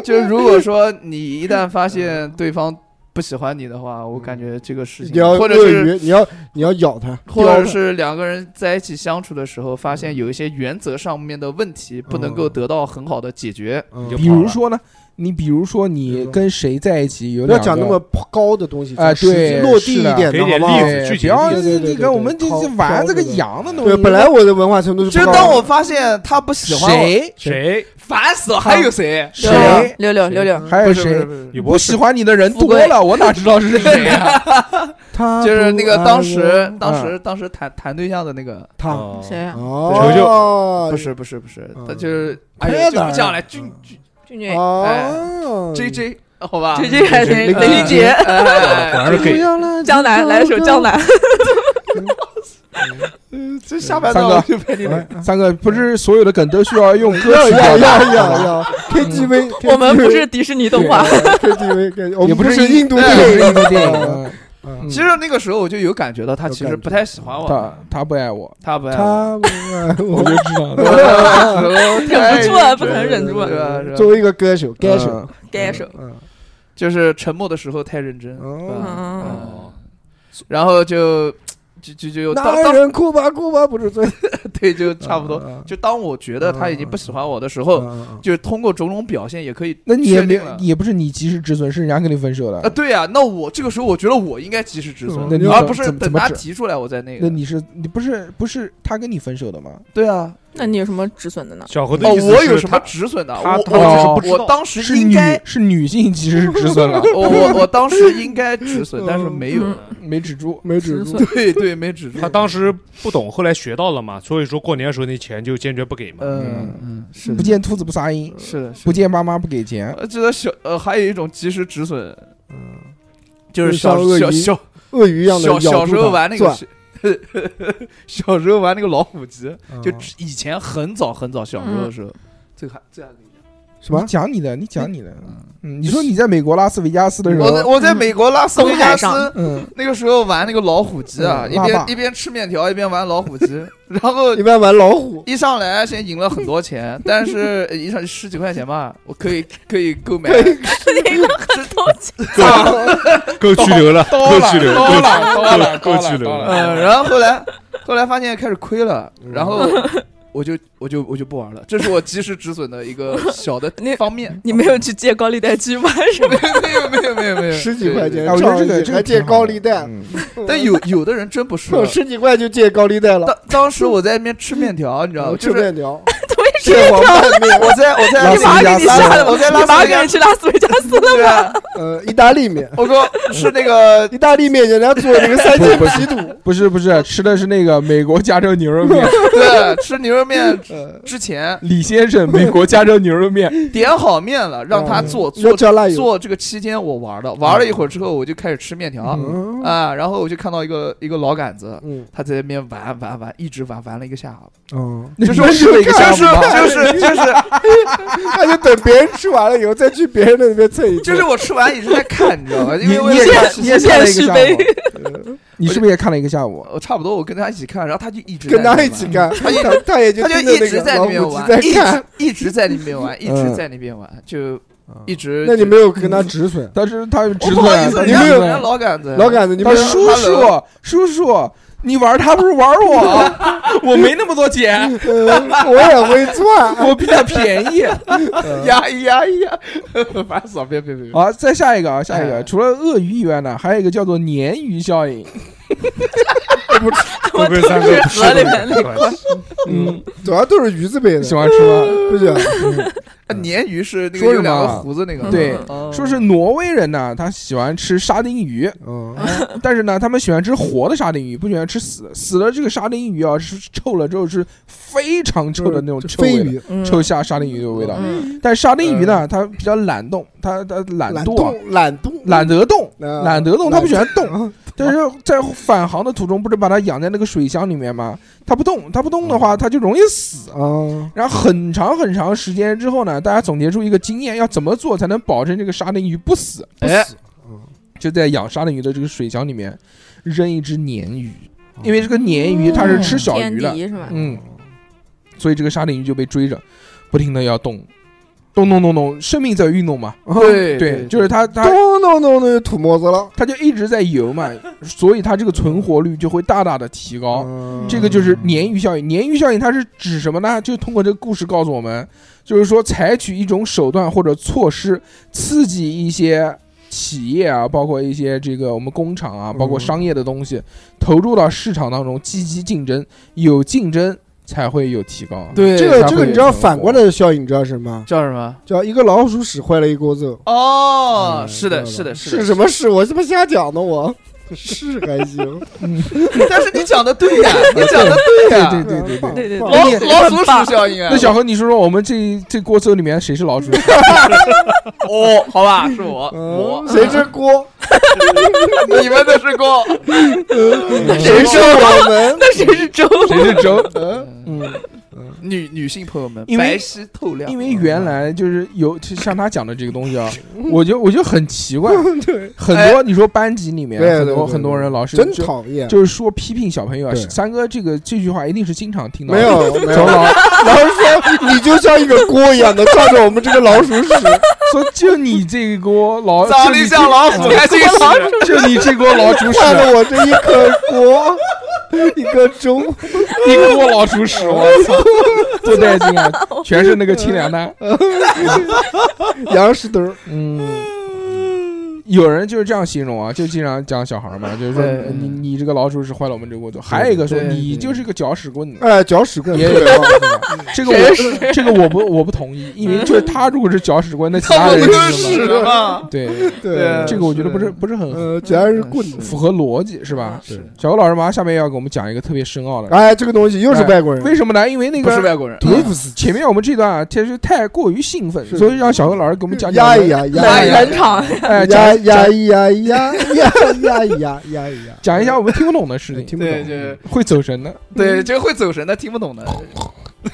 C: 就是如果说你一旦发现对方不喜欢你的话，我感觉这个事
D: 你
C: 情，
D: 要
C: 或者
D: 鳄
C: 是
D: 鱼，你要你要咬它，
C: 或者是两个人在一起相处的时候，发现有一些原则上面的问题不能够得到很好的解决，
D: 嗯
E: 就
A: 比如说呢，你比如说你跟谁在一起有
D: 不要
A: 两
D: 讲那么高的东西
A: 哎
D: 讲实际
A: 对
D: 落地一点
E: 给
D: 的好
E: 点
D: 不
E: 例
D: 好？
E: 子，具体
A: 哎不要
E: 的
D: 对
E: 例子
D: 对对
A: 你
D: 对
A: 跟我们
D: 对
A: 就
D: 靠
A: 玩这个
D: 靠这个
A: 羊的东
D: 对
A: 西。，
D: 本来啊我的文化程度
C: 就是
D: 不
C: 当
D: 高
C: 我发现他不喜欢我，
A: 谁
E: 谁
C: 烦死了！还有谁？
A: 谁
D: 啊
B: 六六六六，
A: 还有
C: 不是不是
A: 谁
C: 不是
E: 宇
A: 不
E: 博
A: 喜
E: 士，
A: 欢你的人
B: 富
A: 多
B: 贵
A: 了，我哪知道 是谁啊？
D: 他
C: 就是那
D: 啊
C: 个当时
D: 不爱我
C: 当时当时谈谈对象的那个，
D: 他
E: 哦
B: 谁啊呀？
D: 哦，
C: 不是不是不是
D: 嗯，
C: 他就是哎
D: 快
C: 呀，就
D: 点儿
C: 不讲了，俊俊
B: 俊俊，
C: 哎
D: 哦
C: J J 好吧
B: 这这还是
D: 林
B: 雷俊杰，
C: 哎 哎
E: 果
C: 哎
E: 然是
D: 不
E: 给
D: 要了
B: 江南来一首江南，
C: 这下半
A: 三
C: 段
A: 哥
C: 我就被你们
A: 三个不是所有的梗都需要用歌
D: 要
A: 曲表
D: 要
A: 达嗯
D: 要要要 KTV，
B: 我们不 是迪士尼动画，
D: KTV，我
A: 也
D: 们
A: 不
D: 不
A: 是
D: 是印度
C: 哎
D: 电影，
A: 印度电 影，
D: 嗯
A: 嗯
C: 其实那个时候我就有感觉到他
D: 有
C: 其实
D: 感
C: 不
D: 觉
C: 太喜欢我，
A: 他他不爱我，
C: 他不爱我。
D: 他不爱
A: 我
D: 我
A: 就。知道了。
C: 忍
B: 忍不住
C: 哎
B: 啊，不可能忍住啊
C: 对，吧？是吧
D: 作为一个歌手，歌手，
B: 该手。
D: 嗯，
C: 就是沉默的时候太认真，
D: 哦
C: 对吧
B: 嗯，
E: 哦
C: 然后就就就就当
D: 男
C: 当
D: 人哭吧哭吧不是罪，
C: 对就差不多。就当我觉得他已经不喜欢我的时候，
D: 嗯
C: 就通过种种表现也可以
A: 那你也
C: 确
A: 没
C: 定
A: 有
C: 了。
A: 也不是你及时止损，是人家跟你分手
C: 啊，
A: 了。
C: 对呀，那我这个时候我觉得我应该及时止损
D: 嗯那你，
C: 而
A: 怎
C: 不是
A: 怎么
C: 等
A: 怎么
C: 他
A: 止
C: 提出来我再那个。
A: 那你是你不是不是他跟你分手的吗？
C: 对啊，
B: 那你有什么止损 的呢？
E: 小何的
C: 哦，
E: 意思
C: 我
E: 是
C: 有什么
E: 他
C: 止损的？
E: 他
C: 我
E: 他
A: 就是
C: 我
A: 不
E: 知
C: 只是我
E: 道
C: 当
A: 是
C: 时应
A: 女
C: 该，
A: 是女性及时止损 了，
C: 我我我当时应该止损，但是没有。
B: 嗯
A: 没止住。
D: 没止
B: 止
D: 住
B: 损。
C: 对对，没止住。
E: 他当时不懂，后来学到了嘛，所以说过年的时候那钱就坚决不给嘛。
C: 嗯嗯是
A: 不
C: 的
A: 见兔子不撒鹰，
C: 是的，是
A: 不
C: 的。
A: 见妈妈不给钱。
C: 我记得小呃，还有一种及时止损，
D: 嗯
C: 就是
D: 就像
C: 小
D: 鳄
C: 小
D: 鱼
C: 小
D: 鳄鱼一样的
C: 小
D: 咬
C: 小
D: 住
C: 时候
D: 它
C: 玩那个
D: 钻
C: 是小 时候玩那个老虎机，就
A: 啊
C: 以前很早很早小时候的时候，这个还这个还可以讲。
D: 什么
A: 你？讲你的，你讲你的。
C: 嗯
A: 嗯，你说你在美国拉斯维加斯的时
C: 我在
A: 候，
C: 我在美国拉斯维加斯
B: 公海
A: 嗯，
C: 那个时候玩那个老虎机啊，
A: 嗯
C: 一
A: 辣爸
C: 边一边吃面条一边玩老虎机，然后
D: 一般玩老虎，
C: 一上来先赢了很多钱，但是呃一上十几块钱吧，我可以可以购买
E: 够拘留了，
C: 刀
E: 够
C: 了
E: 拘留，
C: 刀了
E: 够
C: 刀了
E: 够
H: 刀
E: 拘
H: 了
E: 留
H: 刀了
E: 了。
C: 嗯，然后后来后来发现开始亏了，然后我就我就我就不玩了，这是我及时止损的一个小的
B: 你
C: 方 面。
B: 你没有去借高利贷去玩是吧？
C: 没有没有没有没有
D: 十几块钱
A: 哎，我觉得这个这个
D: 还借
A: 挺好的
D: 高利贷，
A: 嗯
C: 但有有的人真不是啊
D: 我。 十几块就借高利贷了，嗯
C: 当当时我在那边吃面条，你知道吗？
D: 吃
C: 就是
D: 面条，
C: 借黄拌面，我在我在
A: 拉
B: 你
A: 斯维
B: 妈
A: 加
B: 给
A: 斯
B: 你吓的，
C: 我在拉
B: 你
C: 斯
B: 妈
C: 维
B: 给
C: 加
B: 你去拉斯维加斯了。
C: 对啊，
D: 呃，意大利 面，
C: 我说是那个
D: 意大利面人家做那个三
A: 不
D: 鲜
A: 不
D: 皮肚，
A: 不是不是，吃的是那个美国加州牛肉面，
C: 对啊吃牛肉面
D: 嗯
C: 之前
A: 李先生美国加州牛肉 面，
C: 点好面了，让他做
D: 要
C: 做
D: 加辣油，
C: 做这个期间我玩的，玩了一会儿之后我就开始吃面条
D: 嗯
C: 啊，然后我就看到一个一个老杆子，
D: 嗯
C: 他在那边玩玩玩，一直玩玩了一个下午，
D: 哦，
C: 就是
A: 你们
C: 就是
A: 是
C: 就
A: 干
C: 是
A: 嘛
C: 就是就是
D: 那就等别人吃完了以后再去别人那边蹭一蹭，
C: 就是我吃完一直在看，你知道吧？因
A: 你
C: 为我
A: 你也看你也看了一个
B: 是
A: 下
B: 非
A: 午，呃你是不是也看了一个下午？啊
C: 我差不多我跟他一起看，然后他就一直在
D: 跟他
C: 那
D: 一
C: 边
D: 起
C: 玩
D: 干，
C: 他一
D: 他他也就
C: 他就
D: 盯着
C: 一
D: 那
C: 直
D: 个
C: 在那
D: 老
C: 边
D: 虎
C: 玩
D: 机，在
C: 一
D: 看，
C: 直一直在那边玩，一直
A: 嗯
C: 在那边玩，就一直。
D: 那你没有跟他止损，
A: 但是他有止
C: 我
A: 损
C: 不好意思，
A: 啊，
C: 人
A: 你
C: 家
A: 没
C: 人
A: 有
C: 家老杆子，
D: 老杆子，你
A: 他
D: 们
A: 说叔
C: Hello
A: 叔叔叔，你玩他不是玩我， 我没那么多钱，
D: 呃 我也会赚，
A: 我比他便宜。
C: 呀呀呀，烦死了！别别别！别
A: 好，再下一个啊，下一个，
C: 哎
A: 除了鳄鱼以外呢，还有一个叫做鲶鱼效应。
E: 不愧三个不是
B: 河里面那
A: 嗯，
D: 主要都是鱼字辈
A: 喜
D: 的，
A: 欢吃吗？
D: 不是？
C: 啊鲶鱼是那
A: 说
C: 个
A: 什
C: 有两个
A: 么
C: 胡子
B: 嗯
C: 那个，
A: 对
C: 哦
A: 说是挪威人呢，他喜欢吃沙丁鱼，
D: 嗯，
A: 但是呢，他们喜欢吃活的沙丁鱼，不喜欢吃死的死的。这个沙丁鱼啊，是臭了之后是非常臭的那种
D: 就
A: 臭
D: 飞
A: 味的，
D: 鱼，
A: 臭下沙丁鱼啊的味道。
B: 嗯，
A: 但沙丁鱼呢，它比较懒动，它它懒
D: 懒
A: 惰，啊
D: 动，懒动，
A: 懒得动，
D: 啊
A: 懒得动，它不喜欢动。
D: 动，
A: 但是在返航的途中，不是把它养在那个水箱里面吗？它不动，它不动的话，它就容易死。
D: 啊，
A: 然后很长很长时间之后呢，大家总结出一个经验，要怎么做才能保证这个沙丁鱼不死？
C: 哎，
A: 就在养沙丁鱼的这个水箱里面扔一只鲶鱼，因为这个鲫鱼它是吃小
B: 哦天
A: 鱼的，
B: 敌是吧？
A: 嗯，所以这个沙丁鱼就被追着，不停的要动，动动动动，生命在运动嘛，
C: 对
A: 对，就是它它
D: 咚咚咚咚就吐沫子了，
A: 它就一直在游嘛，所以它这个存活率就会大大的提高。
D: 嗯
A: 这个就是鲶鱼效应。鲶鱼效应它是指什么呢？就通过这个故事告诉我们，就是说采取一种手段或者措施，刺激一些企业啊，包括一些这个我们工厂啊，
D: 嗯
A: 包括商业的东西，投入到市场当中，积极竞争，有竞争才会有提高。
C: 对
D: 这个
A: 它会
D: 这个你知道反过来的效应你知道是什么？
C: 叫什么？
D: 叫一个老鼠屎坏了一锅粥，
C: 哦，
D: 嗯
C: 是的，
D: 知道
C: 是的，
D: 吧
C: 是
D: 是
C: 的。
D: 什么是？我他妈瞎讲 的，我是还行，
C: 但是你讲的对呀，你 讲的对呀，
A: 对对对对。
B: 对对
D: 棒
B: 对
D: 棒
C: 老老鼠屎效应啊！
A: 那小何，你说说我们这这锅粥里面谁是老鼠？
C: 哦，好吧，是我，我
D: 嗯，
A: 啊
D: 谁是锅？
C: 你们的是锅，
D: 谁是我们？
B: 那谁是周？
A: 谁是粥？
C: 嗯
A: 嗯，
C: 女女性朋友们，
A: 因为
C: 白皙透亮，
A: 因为原来就是有就像他讲的这个东西 啊，我就我就很奇怪，很多你说班级里面
D: 哎
A: 很
D: 对对
A: 多
D: 对对
A: 很多人老师
D: 真
A: 就
D: 讨厌。
A: 就是说批评小朋友啊，
D: 对
A: 三哥这个这句话一定是经常听到的，
D: 没有没
A: 找
D: 有，
A: 老，
D: 老师说你就像一个锅一样的照着我们这个老鼠屎，
A: 啊 说就你这锅老，
C: 长
A: 就
C: 得
A: 你
C: 像老虎，开心死。
A: 这就你这锅老鼠 屎，
D: 看了我这一颗锅，一个钟，
A: 一锅老鼠屎，我 操，多带劲啊！全是那个清凉丹，
D: 羊屎墩儿，
A: 嗯。有人就是这样形容啊，就经常讲小孩儿嘛，就是说
C: 对
A: 你
D: 嗯
A: 你这个老鼠屎坏了我们这锅粥，还有一个说
C: 对对
A: 你就是个搅屎棍子，
D: 哎，搅屎棍
A: 也
D: 特
A: 有
D: 别棒。
A: 这个我这个我不我不同意，因为就是他如果是搅屎棍，那其
C: 他
A: 他
C: 们
A: 人
C: 不都
A: 是
C: 是
A: 什
C: 屎
A: 么？
C: 吗？
A: 对，
D: 对，
A: 这个我觉得嗯不是不是很
D: 呃，主要是棍子。
A: 符合逻辑，是吧？
D: 是
A: 小何老师马上下面要给我们讲一个特别深奥的，
D: 哎，这个东西又是外国人，
A: 为什么呢？因为那
C: 不是
A: 个
C: 外国人，
D: 图夫斯基
A: 前面我们这段啊，其实太过于兴奋，
D: 是
A: 所以让小何老师给我们讲讲
D: 压一压，压
C: 哎
D: 一
C: 呀
D: 压，
B: 冷场，
A: 哎，
D: 压
A: 讲
D: 呀呀呀呀呀呀呀呀呀！哎
A: 讲一下我们听不懂的事情，
D: 听不
C: 对
D: 懂，
C: 对
A: 会走神的。
C: 对，这个会走神的听不懂的。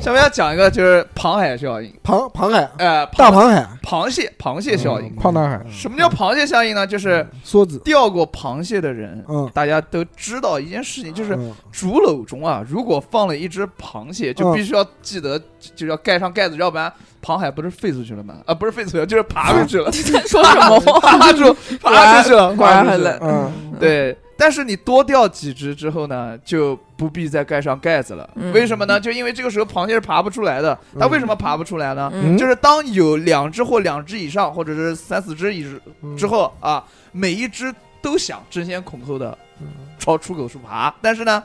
C: 下面要讲一个就是螃海效应，
D: 庞庞海，
C: 呃，
D: 大
C: 螃嗯
D: 螃海，嗯
C: 螃蟹螃蟹效应。
A: 胖大海，
C: 什么叫螃蟹效应呢？就是
D: 梭子，
C: 钓过螃蟹的人，
D: 嗯，
C: 大家都知道一件事情，就是
D: 嗯
C: 竹篓中啊，如果放了一只螃蟹，就
D: 嗯
C: 必须要记得就要盖上盖子，要不然螃蟹不是飞出去了吗？啊，不是飞出去了，就是爬出去了，
G: 你在说什
C: 啊
G: 么？
C: 爬出爬出去 了，
G: 果然
C: 爬出去
G: 很冷。
C: 了
A: 嗯，
C: 对，但是你多钓几只之后呢，就不必再盖上盖子了。
G: 嗯
C: 为什么呢？就因为这个时候螃蟹是爬不出来的。它
D: 嗯
C: 为什么爬不出来呢？
G: 嗯
C: 就是当有两只或两只以上，或者是三四只以之之后啊，每一只都想争先恐后的朝出口处爬，但是呢，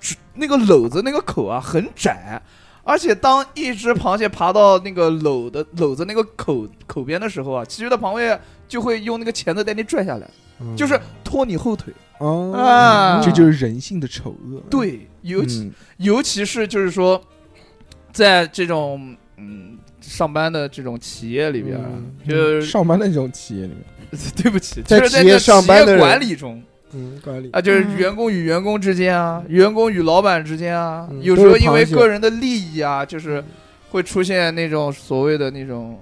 C: 只那个篓子那个口啊很窄。而且，当一只螃蟹爬到那个篓的篓子那个口口边的时候啊，其余的螃蟹就会用那个钳子带你拽下来，
D: 嗯
C: 就是拖你后腿。
D: 哦，
C: 啊，
A: 嗯这就是人性的丑恶。
C: 对，尤其、
A: 嗯，
C: 尤其是就是说，在这种嗯上班的这种企业里边，啊
A: 嗯
C: 就是
A: 上班的这种企业里面，
C: 对不起，
D: 在
C: 就是在
D: 企业
C: 这
D: 上班的
C: 企业
D: 人
C: 管理中
D: 嗯，管理，
C: 啊，就是
G: 嗯
C: 员工与员工之间啊，员工与老板之间啊，
D: 嗯
C: 有
D: 都
C: 时候
D: 是
C: 因为
D: 螃蟹嗯
C: 个人的利益啊，就是会出现那种所谓的那种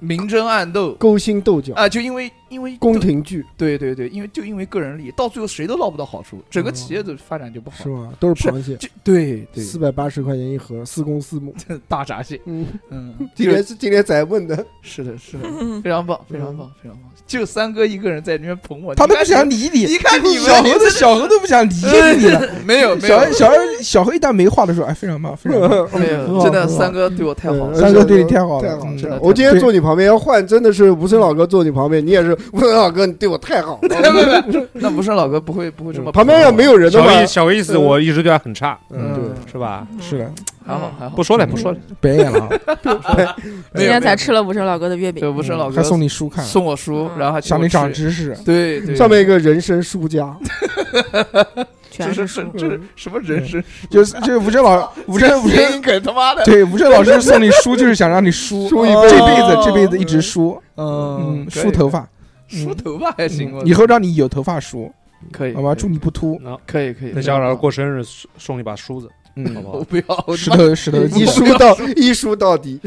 C: 明争暗斗。
D: 勾心斗角，
C: 啊，就因为因为
D: 宫廷剧
C: 对对对，因为就因为个人利益，到最后谁都捞不到好处，整个企业的发展就不好
D: 是。吗？都是螃蟹，
C: 就对对，
D: 四百八十块钱一盒，四公四母。
C: 大闸蟹，
D: 嗯，
C: 嗯，
D: 今天是今天仔问的，
C: 是的，是的，非常棒，非常棒，非常棒！就三哥一个人在那边捧我，
A: 他都
C: 你
A: 不
C: 看
A: 想理你。
C: 你看你们
A: 小何都小何都不想理你了。
C: 你，没有没有
A: 小小何小何一旦没话的时候，哎，非常棒，非常 棒。
C: 没有，
A: 好
C: 真的
A: 很好
C: 三哥对我太好
D: 嗯
C: 了，
A: 三哥对你太好
D: 太
A: 了，
D: 好
A: 嗯
D: 了，
C: 真
D: 真
C: 的
D: 的。我今
A: 对
D: 天坐你旁边，要换真的是吴森老哥坐你旁边，你也是吴森老哥，你对我太 好了。
C: 那吴胜老哥不会不会这么
D: 旁边要没有人的
E: 小
D: 话，
E: 意小意思，
D: 嗯
E: 我一直对他很差，
D: 嗯，对，
E: 是吧？
A: 是的，
C: 还啊好还好，
E: 不说了，不说了，
A: 白眼了啊，
C: 没
G: 今
C: 有
G: 天才吃了五十老哥的月饼
C: 对，吴胜老哥
A: 嗯还送你书看，
C: 送我书，然后还
A: 想你长知识。
C: 对对，
D: 上面一个人生输家，
C: 这
G: 全
C: 是
G: 是
C: 嗯 这
G: 书。
C: 这什么人生？
A: 就是就是吴镇老吴镇 吴
C: 谐
A: 镇
C: 音梗他妈的，
A: 对吴镇老师送你书，就是想让你梳
D: 输一
A: 这
D: 辈
A: 辈子这辈子一直梳，嗯，梳头发，嗯
C: 梳头发还行，
A: 以后让你有头发梳，
C: 可以
A: 好吧？祝你不秃，
C: 可以可以，
E: 嗯那小老师过生日送送一把梳子，好
A: 嗯，
E: 不
C: 我
E: 好？
C: 不要，我
A: 石头石头
D: 子，一
A: 记
D: 输到一输到底。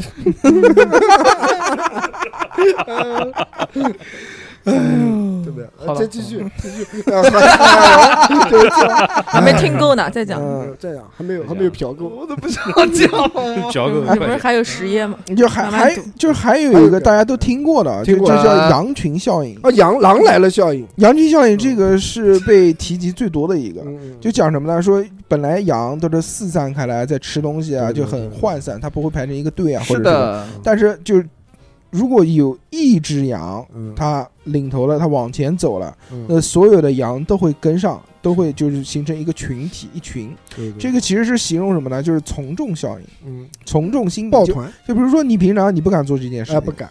D: 哎对不对？呃
C: 好了
D: 再继续，继续，啊还就是这样
G: 还没听够呢，再讲。
D: 嗯，这样还没有还没有嫖够，
C: 我都不想讲了，
E: 嚼
B: 嗯
E: 个
G: 你不是还有实业吗？
A: 就还
G: 慢慢
A: 还
G: 读
A: 就还有一个大家都听过的，就
D: 听
A: 就
D: 过
A: 叫
C: 啊
A: 羊群效应。
D: 啊，羊狼来了效应，
A: 羊群效应这个是被提及最多的一个，
D: 嗯
A: 就讲什么呢？说本来羊都是四散开来在吃东西啊，
D: 对
A: 就
D: 对
A: 很
D: 对
A: 涣散，它不会排成一个队啊，或
C: 是
A: 者什么。
C: 的，
A: 但是就如果有一只羊，
D: 嗯
A: 它领头了，它往前走了，
D: 嗯
A: 那所有的羊都会跟上，都会就是形成一个群体，一群。
D: 对对
A: 这个其实是形容什么呢？就是从众效应，
D: 嗯
A: 从众心理。
D: 抱
A: 就
D: 团
A: 就比如说你平常你不敢做这件事
D: 哎
A: 情，
D: 不敢，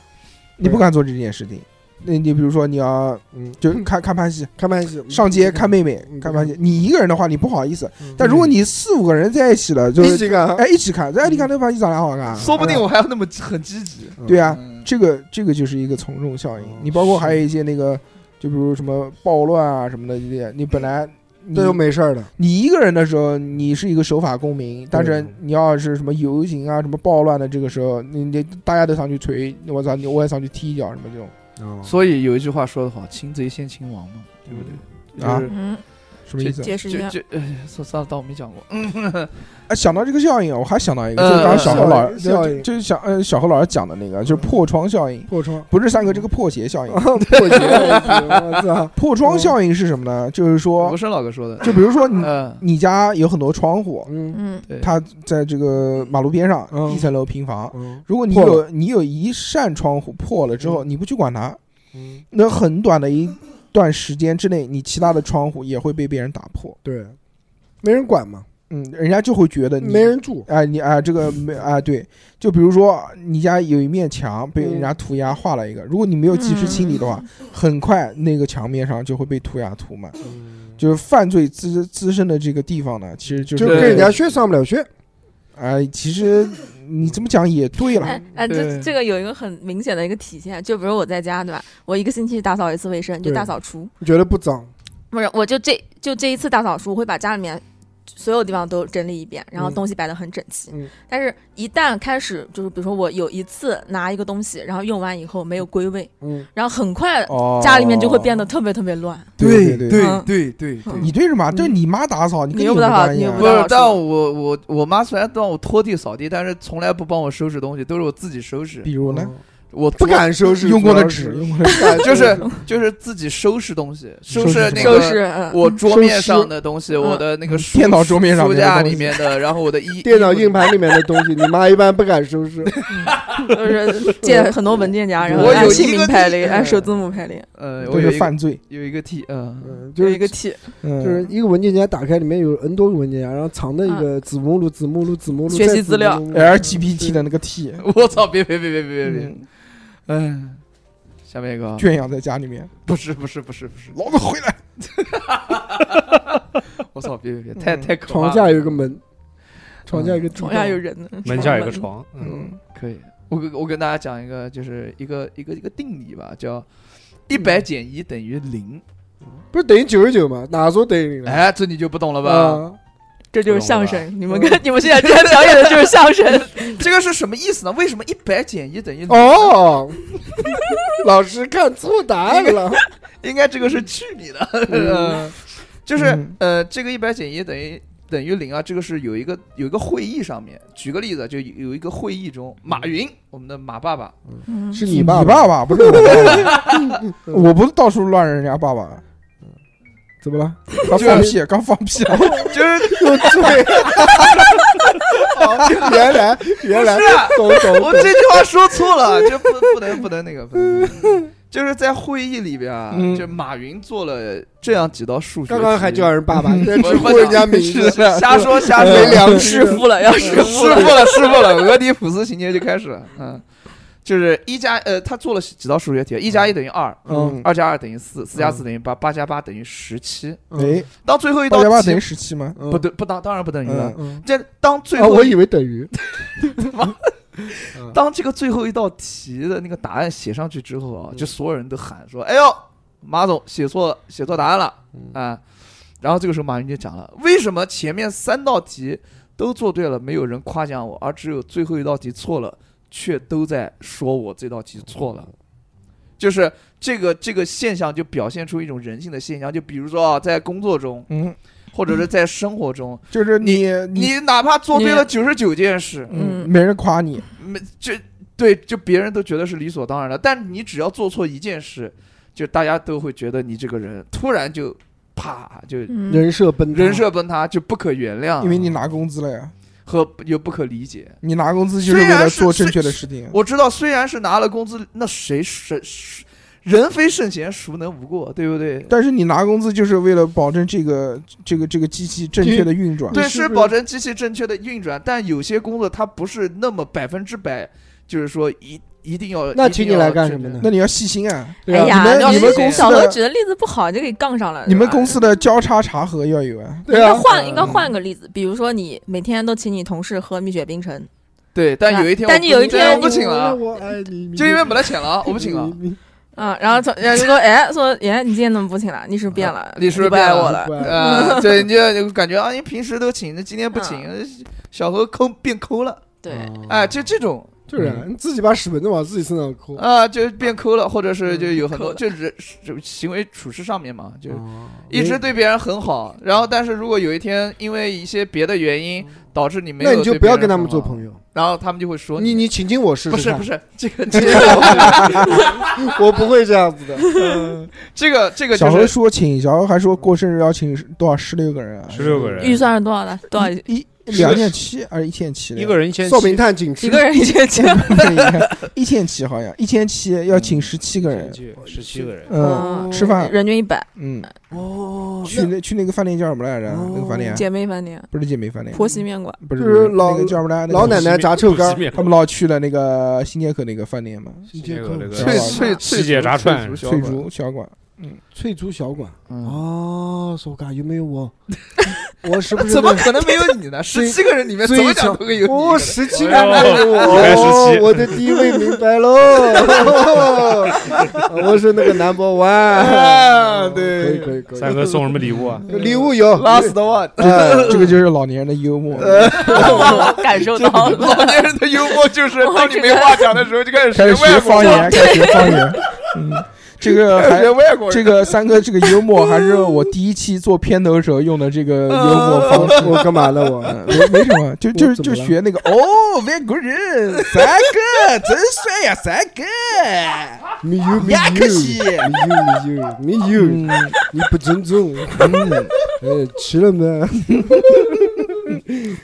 A: 你不敢做这件事情。那你比如说你要
D: 嗯，
A: 就看看拍戏，
D: 看拍戏，
A: 上街看妹妹
D: 嗯，
A: 看
D: 不
A: 拍
D: 看
A: 戏。你一个人的话，你不好意思。
D: 嗯，
A: 但如果你四五个人在一起了，就
D: 一
A: 是
D: 起看，
A: 哎一起看，哎你看那拍戏长得好看，
C: 嗯说不定我还要那么很积极。
A: 对啊，
C: 嗯
A: 这个这个就是一个从众效应
D: 哦。
A: 你包括还有一些那个，就比如什么暴乱啊什么的这些，你本来你
D: 都有没事儿的，
A: 你一个人的时候，你是一个守法公民，但是你要是什么游行啊、什么暴乱的这个时候，你你大家都上去锤，我操，你我也上去踢一脚什么这种，
D: 哦
C: 所以有一句话说得好，“擒贼先擒王”嘛，对不对？
A: 啊
C: 就是
G: 嗯，
A: 什么意思？
G: 解释一
C: 就
G: 下。
C: 就哎，算算了，当我没讲过。
A: 啊，想到这个效应啊，我还想到一个，
C: 呃
A: 就是刚刚小何老师
D: 效应
A: 就是小呃小何老师讲的那个，就是破窗效应，
D: 破窗
A: 不是三个这个破鞋效应。
D: 破鞋，我操，
A: 破窗效应是什么呢？就是
C: 吴
A: 说，
C: 声老哥说的，
A: 就比如说你
C: 嗯，
A: 你家有很多窗户，
D: 嗯
G: 嗯，
C: 对
A: 它在这个马路边上
D: 嗯
A: 一层楼平房，
D: 嗯
A: 如果你
D: 破了
A: 有你有一扇窗户破了之后，你不去管它，
D: 嗯，
A: 那很短的一段时间之内，你其他的窗户也会被别人打破。
D: 对，没人管嘛，
A: 嗯，人家就会觉得你
D: 没人住，
A: 哎，你哎，这个没哎，对，就比如说你家有一面墙被
D: 嗯
A: 人家涂鸦画了一个，如果你没有及时清理的话，
B: 嗯
A: 很快那个墙面上就会被涂鸦涂满。就是犯罪滋滋生的这个地方呢，其实就
D: 就是跟人家学上不了学，
A: 哎，其实你这么讲也对了，
B: 哎哎，这
C: 对
B: 这个有一个很明显的一个体现，就比如我在家对吧？我一个星期打扫一次卫生，就
D: 对
B: 大扫除，
D: 你觉得不脏？
B: 不是，我就这就这一次大扫除，我会把家里面所有地方都整理一遍，然后
D: 嗯
B: 东西摆得很整齐。
D: 嗯
B: 但是，一旦开始就是比如说我有一次拿一个东西，然后用完以后没有归位，
D: 嗯，
B: 然后很快
A: 哦，
B: 家里面就会变得特别特别乱。
A: 对
C: 对
A: 对，
B: 嗯
C: 对对
B: 嗯
A: 你对什么？对你妈打扫，你跟
B: 你又不
A: 有什么
B: 打扫
A: 关系
B: 你又
A: 啊
B: 不
C: 不
B: 打
C: 是
B: 扫，
C: 但我我我妈虽然让我拖地扫地，但是从来不帮我收拾东西，都是我自己收拾。
A: 比如呢，
C: 我
D: 不敢收拾
A: 用过的
D: 主要
A: 纸，
D: 嗯是
A: 用 过的纸，
C: 我，就是就是自己收拾东西，收拾 那
B: 收
C: 个
B: 拾，嗯，
C: 我桌
A: 收
C: 面上
A: 拾嗯
C: 的东西，我的那个书
A: 电脑桌面上
C: 书
A: 面的
C: 架
A: 东
C: 里
A: 西
C: 面的，然后我 的衣
D: 电脑
C: 衣服
D: 硬盘里面的东西，你妈一般不敢收拾。
B: 嗯 就是建很多文件夹，然后
D: 我有
B: 按
D: 一
B: 姓名
C: 个
B: 排
C: 地址
B: 列，按首字母排列，
C: 呃，
A: 都
C: 我有
A: 是
C: 一个
A: 犯罪，
C: 有一个 T，嗯，
D: 嗯，就
B: 有
D: 是
B: 一个 T
A: 嗯，
D: 就是一个文件夹打开，里面有 N 多个文件夹，然后藏的一个子目录、子目录、子目
B: 嗯
D: 录
B: 学习
D: 再子目录
B: 资料
A: LGBT 的那个 T，
C: 我操，别别别别别别别，
A: 嗯
C: 哎，下面一个啊，
A: 圈养在家里面，
C: 不是不是不是不是，
A: 老子回来，
C: 我操，别别别，太
A: 嗯
C: 太可怕
D: 床
C: 了，
D: 下有一个门，床下有一个
B: 嗯床下有
D: 人，
B: 人，
E: 门下有个床，嗯，
A: 嗯，
C: 可以，我跟我跟大家讲一个，就是一个一个一个定理吧，叫一百减一等于零，
D: 不是等于九十九吗？哪说等于零了？
C: 哎，这你就不懂了吧？
D: 啊，
B: 这就是相
E: 不
B: 声。你们跟你们现在正在表演的就是相声，
C: 这个是什么意思呢？为什么一百减一等于零？
D: 嗯哦， 老师看错答案了，
C: 应该这个是去你的，呃就是、
A: 嗯
C: 呃，这个一百减一等于等于零啊，这个是有一个有一个会议上面，举个例子，就有有一个会议中，马云，
D: 嗯
C: 我们的马爸爸，
D: 是
A: 你
D: 你爸
A: 爸
D: 爸？
A: 爸不是我爸爸， 我不是到处乱人家爸爸，
D: 怎么了？
A: 刚放屁，刚放屁，啊
C: 就是
D: 又醉。原来原来
C: 不是啊
D: 懂懂懂，
C: 我这句话说错 了，就不不能不能那个，不能那个就是在会议里边啊，
A: 嗯
C: 就马云做了这样几道数学题，
D: 刚刚还叫人爸爸，
A: 嗯
D: 现在
C: 我
D: 直呼人家名字，
C: 瞎说瞎说，
D: 没良
B: 弑
D: 知。
B: 父了，要
A: 嗯
B: 弑
C: 师傅了，师傅了，俄狄浦斯情节就开始了。嗯，就是一加呃，他做了几道数学题，一加一等于二，
A: 嗯，
C: 二加二等于四，四加四等于八，八加八等于十七。
A: 哎，
C: 当最后一
A: 大
C: 道
A: 家爸等于
C: 题
A: 十七吗？
D: 嗯
C: 不对，不当当然不等于了。
D: 嗯
C: 这当最
A: 哦
D: 啊，
C: 后
D: 我
C: 一
D: 以为等于
C: 当这个最后一道题的那个答案写上去之后啊，
A: 嗯
C: 就所有人都喊说：“哎呦，马总写错了，写错答案了
A: 嗯
C: 啊！”然后这个时候马云就讲了，为什么前面三道题都做对了，没有人夸奖我，而只有最后一道题错了，却都在说我这道题错
A: 嗯
C: 了。就是这个这个现象，就表现出一种人性的现象。就比如说啊，在工作中，
A: 嗯，
C: 或者是在生活中，
A: 就是你你
C: 你哪怕做对了
B: 你
C: 九十九件事，
A: 嗯，没人夸你，
C: 没就对，就别人都觉得是理所当然的，但你只要做错一件事，就大家都会觉得你这个人突然就啪就
B: 嗯，
D: 人设崩塌，
C: 人设崩塌，就不可原谅，
A: 因为你拿工资了呀，
C: 和又不可理解。
A: 你拿工资就是为了做正确的事情。啊
C: 我知道，虽然是拿了工资，那谁谁谁人非圣贤，孰能无过，对不对？
A: 但是你拿工资就是为了保证这个这个这个机器正确的运转，
C: 对，
D: 是
C: 是
D: 不是
C: 保证机器正确的运转，但有些工作它不是那么百分之百，就是说一一定要。
D: 那
C: 一定
D: 请你
C: 要
D: 来干
C: 正
D: 什么
C: 确
D: 呢
A: 那你要细心啊！
D: 对啊
B: 哎呀
A: 你
B: 要
A: 们你们
B: 是
A: 公司
B: 小何
A: 的
B: 举的例子不好，就给杠上了。
A: 你们
B: 对吧
A: 公 司的交叉查核要有啊，
D: 对
B: 应该
D: 啊，
B: 换应该换个例子，比如说你每天都请你同事喝蜜雪冰城，
C: 对，但有一天我
B: 但
C: 不，
B: 你有一天
C: 我不请了啊，
D: 我爱你，
C: 就因为没得请了啊，我不请了。
B: 嗯，然后从人家就说，哎，说，哎，你今天怎么不请了？你是不是变
A: 嗯
B: 了，
C: 你是不是
B: 不爱
C: 变了
B: 我了？
D: 了。
C: 呃，对，你就就感觉啊，你平时都请，那今天不请，小何抠变抠了，
B: 对，
A: 嗯
D: 嗯
C: 哎、就这种
D: 就是啊你自己把屎盆子往自己身上抠，
C: 啊、就变抠了，或者是就有很
B: 抠
C: 多，
B: 了
C: 就人就行为处事上面嘛，就
D: 哦
C: 一直对别人很好，然后但是如果有一天因为一些别的原因导致你没有，
D: 那你就不要跟他们做朋，友。
C: 然后他们就会说
D: 你你请进我试
C: 不
D: 试
C: 是
D: 看
C: 不，是这个这个
D: 我不会这样子的。
C: 这个这个
A: 小
C: 就
A: 何
C: 是
A: 说请，小何还说过生日要请多少十六个人啊，
E: 十六个人
B: 预算是多少呢？多少一
A: 一一两千七还是一千七？
E: 一个人一千
D: 少平探景区
B: 个 人一千七？
A: 一千七好像一千七要请十七个人，
E: 十七个人，
A: 嗯，
B: 嗯
A: 吃饭
B: 人均一百，
A: 嗯，
D: 哦
A: 去那去那个饭店叫什么来着？那个饭店啊
B: 哦
A: 嗯
B: 姐妹饭店，
A: 不是姐妹饭店，
B: 婆媳 面馆，
A: 不是
D: 就
A: 不
D: 是老
A: 那个叫什么来着？
D: 老奶奶炸臭干儿，
A: 他们老去了那个新街口那个饭店嘛，
D: 新街口
E: 那个那
A: 脆
E: 个
C: 脆脆
E: 西姐炸串
C: 脆
A: 翠
C: 脆
A: 竹小馆，
D: 翠竹小馆
C: 嗯，
D: 啊，手嘎有没有 我？我是不是
C: 怎么可能没有你呢？
D: 最
C: 十七个人里面怎么讲都会有你
D: 哦，
C: 的。
D: 十七
E: 哎
D: 个人，
E: 呦一开始
D: 哦
E: 17，
D: 我的地位明白 喽，我是那个 number
C: 啊
D: one，对，可以 可以可
E: 三哥送什么礼物啊？
D: 以，礼物有
C: Last one，
D: 哎
A: 这个就是老年人的幽默，
I: 感受到了。
C: 老年人的幽默就是
I: 我
C: 当你
I: 觉
C: 没
I: 得
C: 话讲的时候就开始
A: 开始
C: 学
A: 学
C: 外国
A: 方
C: 人，
A: 言，开始学方言。嗯，这个还
C: 学外国人。
A: 这个三哥这个幽默还是我第一期做片头时候用的这个幽默方 式。
D: 我我干嘛了我？
A: 嗯没没什么，就就是
D: 我怎
A: 就
D: 么了
A: 学那个哦，外国人，三哥真帅呀，三哥，
D: 没有 没有，
A: 呀可惜
D: 没有没有没有，
A: 嗯，
D: 你不尊重，哎，吃了没？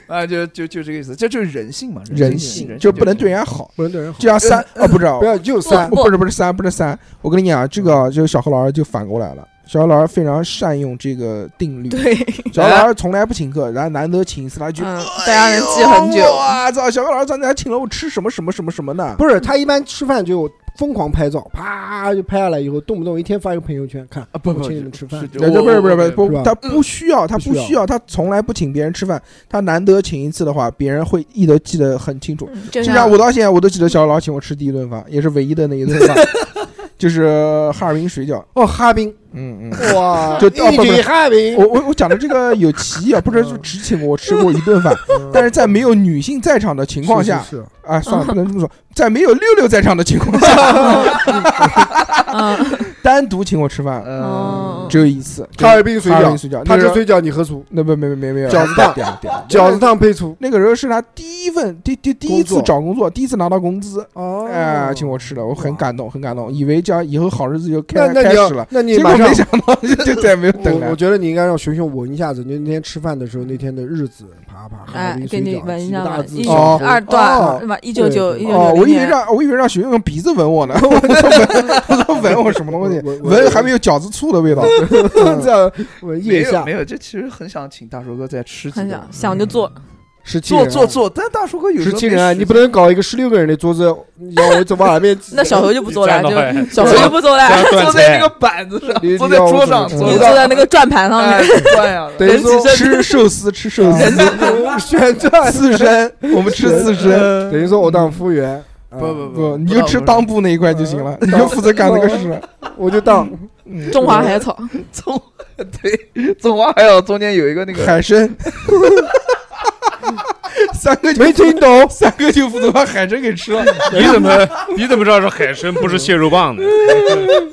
C: 啊，就就就这个意思，这就是人性嘛，
A: 人
C: 性
A: 性
C: 人
A: 就不能对人家好，
D: 不能对人好，
A: 就像三啊，不是啊
D: 不要就三
A: 不是不是三不是三，我跟你讲，这个就小何老师就反过来了，小何老师非常善用这个定律，
B: 对，
A: 小何老师从来不请客，然后难得请一次，他就哎
B: 嗯，大家能记很久。
A: 我操，小何老师咱俩请了我吃什么什么什么什么呢？
D: 不是他一般吃饭就疯狂拍照，啪就拍下来以后，动不动一天发一个朋友圈，看
C: 啊，不
D: 我
C: 不，
D: 请你们吃饭
C: 是
A: 对对，不是不是不是
D: 是吧
A: 不，
B: 嗯
A: 他不需要，他
D: 不需
A: 不
D: 要
A: 需要，他从来不请别人吃饭，他难得请一次的话，别人会一都记得很清楚。
B: 嗯就
A: 就像
B: 像
A: 我到现在我都记得小老请我吃第一顿饭，也是唯一的那一顿 饭，就是哈尔滨水饺。
D: 哦，哈滨
A: 嗯嗯，
D: 哇，
A: 就哦
D: 一
A: 不不
D: 起哈滨，
A: 我我我讲的这个有歧义啊，不是
D: 嗯
A: 说只请我吃过一顿饭，但是在没有女性在场的情况下，
D: 是是是
A: 啊，算了，不能这么 说，在没有六六在场的情况下，
B: 嗯
A: 单独请我吃饭
B: 嗯，
A: 只有一次，
D: 哈尔滨水
A: 哈尔滨
D: 饺，
A: 水饺，
D: 他
A: 那
D: 吃
A: 是
D: 水饺你喝醋，
A: 那不没没没没有
D: 饺子烫
A: 点了点了
D: 饺子烫配醋，
A: 那个时候是他第一份第第第一
D: 工
A: 次
D: 作
A: 找工作，第一次拿到工资，
D: 哦
A: 哎，请我吃了，我很
D: 哇
A: 感动，很感动，以为这样以后好日子就
D: 那
A: 开
D: 那
A: 开
D: 你要
A: 始了，，
D: 那你
A: 结果
D: 马上
A: 没。想到 就再也没有等啊
D: 我我
A: 来。
D: 觉得你应该让熊熊闻一下子，就那天吃饭的时候那天的日子，啪啪哈尔
B: 哎
D: 滨，水
B: 给你
A: 啊
D: 饺，
B: 闻一
D: 几个
B: 下
D: 大
B: 吧，
D: 字
B: 一
D: 小
A: 哦
D: 猴
B: 二
A: 哦
B: 段是吧？一九九一
D: 对
B: 九
A: 哦，
B: 九
A: 我以为让我以为让学生用鼻子闻我呢， 我都闻 我什么东西，
D: 闻闻
A: 闻还没有饺子醋的味道。
D: 这样我
C: 没
D: 腋
C: 有
D: 下
C: 没有，这其实很想请大叔哥再吃几
B: 很
C: 顿
A: 嗯
B: 想，想就做，
D: 十七
C: 做做做，但大叔哥有时
D: 十
C: 候
D: 七
C: 没
D: 人啊，
C: 时
D: 你不
C: 间
D: 能搞一个十六个人的桌子，要我走往哪边挤？
B: 那小何就不做了，
E: 站到
B: 就
E: 外面
B: 小何就不做 了，
E: 断
C: 坐在
E: 财
C: 那个板子上
D: 你，
C: 坐在
D: 你要
C: 桌
D: 我
C: 上，
D: 怎
B: 你
D: 么
C: 坐
B: 坐在那个转盘上面
C: 哎，转呀，
D: 等于说
A: 吃寿司，吃寿司，
D: 旋转，
A: 刺身，我们吃刺身。
D: 等于说我当服务员，啊
C: 不不
A: 嗯不，
C: 不，
A: 你就吃裆部那一块就行了，你就负责干那个事了。
D: 我就当
A: 嗯
B: 中华海草，
C: 中，对，中华还有中间有一个那个，
A: 海参， 三哥就，
D: 没听懂
A: 三哥就负责把海参给吃了。
E: 你怎么你怎么知道是海参不是蟹肉棒呢？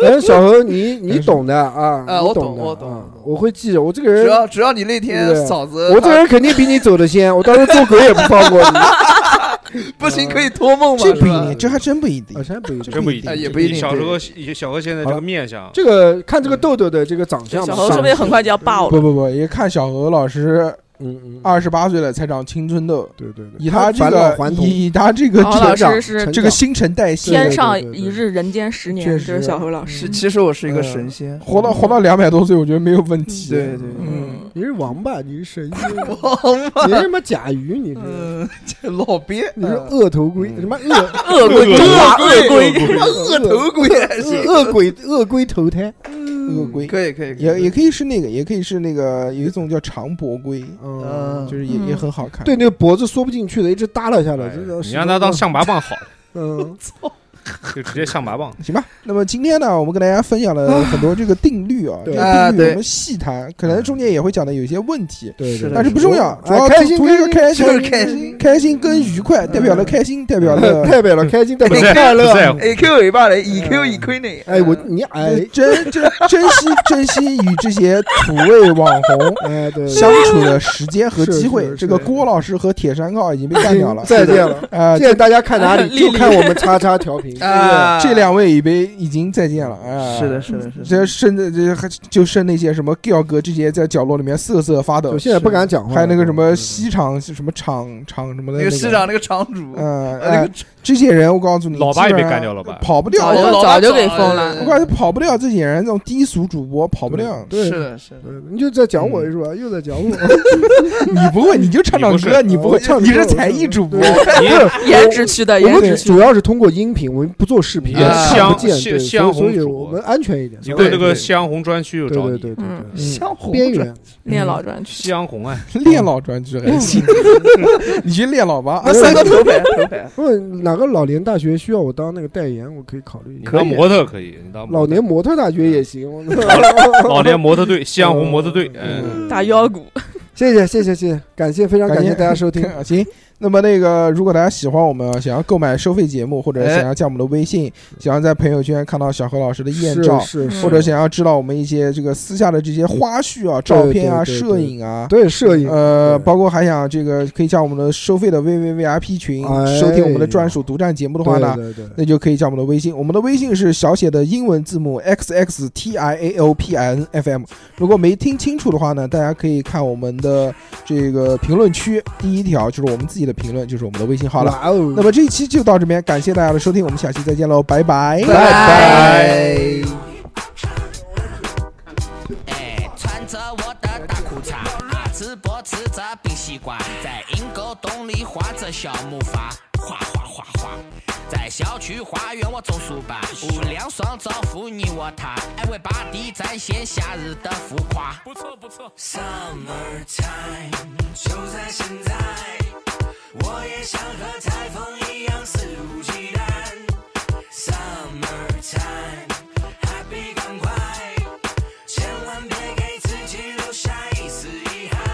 D: 哎，小何， 你你懂的啊，
C: 啊
D: 你
C: 我懂
D: 的，
C: 我懂
D: 啊
C: 我懂
D: 我会记着，我这个
C: 只
D: 人。
C: 要只要你那天
D: 对不对
C: 嫂子，
D: 我这个人肯定比你走的先，我到时候做鬼也不放过 你。啊，
C: 不行可以托梦嘛，
A: 这不
C: 是
A: 一
C: 吧
A: 定，这还真不一定。
D: 真不一定，
E: 真不一定
C: 哎，也不一定
E: 小时候小何现在这个面相，
D: 这个看这个豆豆的这个长相吧。
B: 小何说不定很快就要爆了。
A: 不不不，也看小何老师
D: 嗯嗯，
A: 二十八岁了才长青春痘，
D: 对对对，
A: 以他这
D: 返老
A: 个
D: 还童，
A: 以他这个
B: 小何
A: 这
B: 哦老
A: 个
D: 长
B: 师是
D: 成
A: 这个新陈代谢
B: 天
D: 对
B: 上
D: 对对对
B: 一日，人间十年，
A: 确
B: 这
A: 实
B: 是小何老师
C: 是，。其实我是一个神仙，
A: 活到活到两百多岁，我觉得没有问题。
C: 嗯对对
A: 嗯，
D: 你是王八，你是神仙， 啊
C: 王八，
D: 你是什么甲鱼，你是
C: 嗯， 这老
A: 呃
C: 鳖，
D: 你是鳄头龟，
A: 嗯
D: 什么鳄
B: 恶 鬼，中华恶鬼，
D: 鳄
C: 头龟还行
D: 鳄鳄龟鳄龟投胎，
A: 鳄龟
C: 可以可以，可以
A: 嗯也也可以是那个，也可以是那个有一种叫长脖龟，
D: 嗯
C: 嗯，
A: 就是也
B: 嗯
A: 也很好看。
D: 对，那个脖子缩不进去的，一直耷拉下来，
E: 哎
D: 真的。
E: 你让他当象拔蚌好了，
D: 嗯，
E: 就直接象拔蚌。
A: 行吧，那么今天呢，我们跟大家分享了很多这个定律啊，这
D: 对
A: 个
C: 啊
A: 定律我
C: 对
A: 们细谈，可能中间也会讲的有些问题，
D: 对，
C: 是的
A: 但是不重要，主
D: 哎
A: 要
D: 开心
A: 图图一个开心，
C: 就是开心嗯
A: 开心跟愉快，代表了开心，代表 了
D: 代呃表了开心，代
E: 不
D: 表了
E: 在
D: 快
E: 不
D: 乐。
E: 在乎，
C: ，A Q 尾巴嘞，E Q 一亏呢，
D: 哎，我你 哎
A: 珍珍珍惜珍惜与这些土味网红
D: 哎，对，
A: 相处的时间和机
D: 是
A: 会。
D: 是
A: 这个
D: 是
A: 郭老师和铁山靠已经被干 掉了，
D: 再见了。
A: 啊，
D: 现在大家看 哪里，
B: 丽
D: 就
B: 丽
D: 看我们叉叉调频。
C: 啊，
A: 这两位已被已经再见了，啊，
C: 嗯是的，。是的，是
A: 这
C: 的，
A: 剩的这还就剩那些什么 Giao 哥这些在角落里面瑟瑟发抖
D: 就，现在不敢嗯讲话了。
A: 还有那个什么
D: 对
A: 西厂什么厂厂什么的那
C: 那个
A: 个
C: 市长那个厂主，
A: 嗯，
C: 呃那
A: 哎
C: 个
A: 这些人我告诉你，
E: 老八也被
A: 基本上
E: 干掉了吧
A: 跑不掉
B: 早
A: 的。
B: 就
C: 老
B: 早
C: 大
B: 就给
C: 早
B: 封了
A: 我感觉跑不掉这些人，这种低俗主播跑不嗯掉。
D: 对，
C: 是的，是的。
D: 对你就在讲我是吧？又在讲我，
A: 你不会，你就唱唱歌，你不会
D: 我唱，
A: 你是
D: 歌
A: 才艺主播。
B: 颜值区的
D: 我
B: 颜值
D: 们
B: 区
D: 主要是通过音频，我们不做视频，
C: 也
D: 看
E: 香
D: 不见，
E: 香
D: 对，所
E: 香
D: 以所
E: 红
D: 以
E: 主播
D: 我们安全一点。
E: 以后那
C: 对
E: 个夕阳红专区有
D: 对
E: 找
D: 对
E: 你，
D: 对对
B: 嗯
D: 对，
C: 像红
D: 边缘
B: 练老专区，
E: 夕阳红哎，
A: 练老专区还行，你去练老吧。啊
C: 那三个头牌，头牌，
D: 问哪个老年大学需要我当那个代言，我可以考虑一
E: 你
D: 下。
E: 当模特可以，你当模特
D: 老年模特大学也行。我
E: 老年模特队，夕阳红模特队，嗯，
B: 打腰鼓，
D: 谢谢谢谢谢谢，感谢非常感谢大家收 听。
A: 啊行，那么那个，如果大家喜欢我们，想要购买收费节目，或者
C: 哎
A: 想要加我们的微信，想要在朋友圈看到小何老师的艳
D: 是
A: 照，
D: 是是，
A: 或者想要知道我们一些这个私下的这些花絮啊、照片啊、
D: 对对
A: 摄影啊。
D: 对摄影，
A: 呃，
D: 对
A: 包括还想这个可以加我们的收费的 VVVIP 群，
D: 哎
A: 收听我们的专属独占节目的话呢，
D: 对对对，
A: 那就可以加我们的微信，我们的微信是小写的英文字母 x x t i a o p i n f m。如果没听清楚的话呢，大家可以看我们的这个评论区，第一条就是我们自己的评论，就是我们的微信号了。
D: 哇哦
A: 那么这一期就到这边，感谢大家的收听，我们下期再见喽，拜拜。
C: 拜拜。
J: 哎，穿着我的大裤衩，直播吃着冰西瓜，在阴沟洞里划着小木筏，划划划划，在小区花园我种树吧，五凉爽造福你我他，哎为巴地展现夏日的浮夸。不错不错，Summer time，就在现在，我也想和台风一样肆无忌惮。Summer time，happy 赶快。千万别给自己留下一丝遗憾。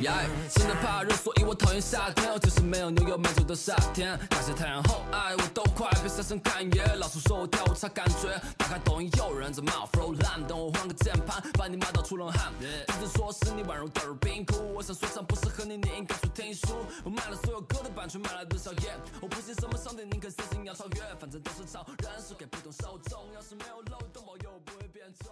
J: 耶、真的怕热，所以我讨厌夏天。我就是没有牛油满足的夏天。感谢太阳后爱我都快被晒成干爷。老师说我跳舞差感觉，打开抖音又人在骂我 flow lam，等我换个键盘，把你骂到出冷汗。一直说是你宛如掉入冰窟，我想说唱不适合你，你应该去听书。我卖了所有歌的版权，买来的宵夜。我不信什么上帝，宁可相信要超越，反正都是超人，输给不懂受众。要是没有漏洞，保佑我不会变丑。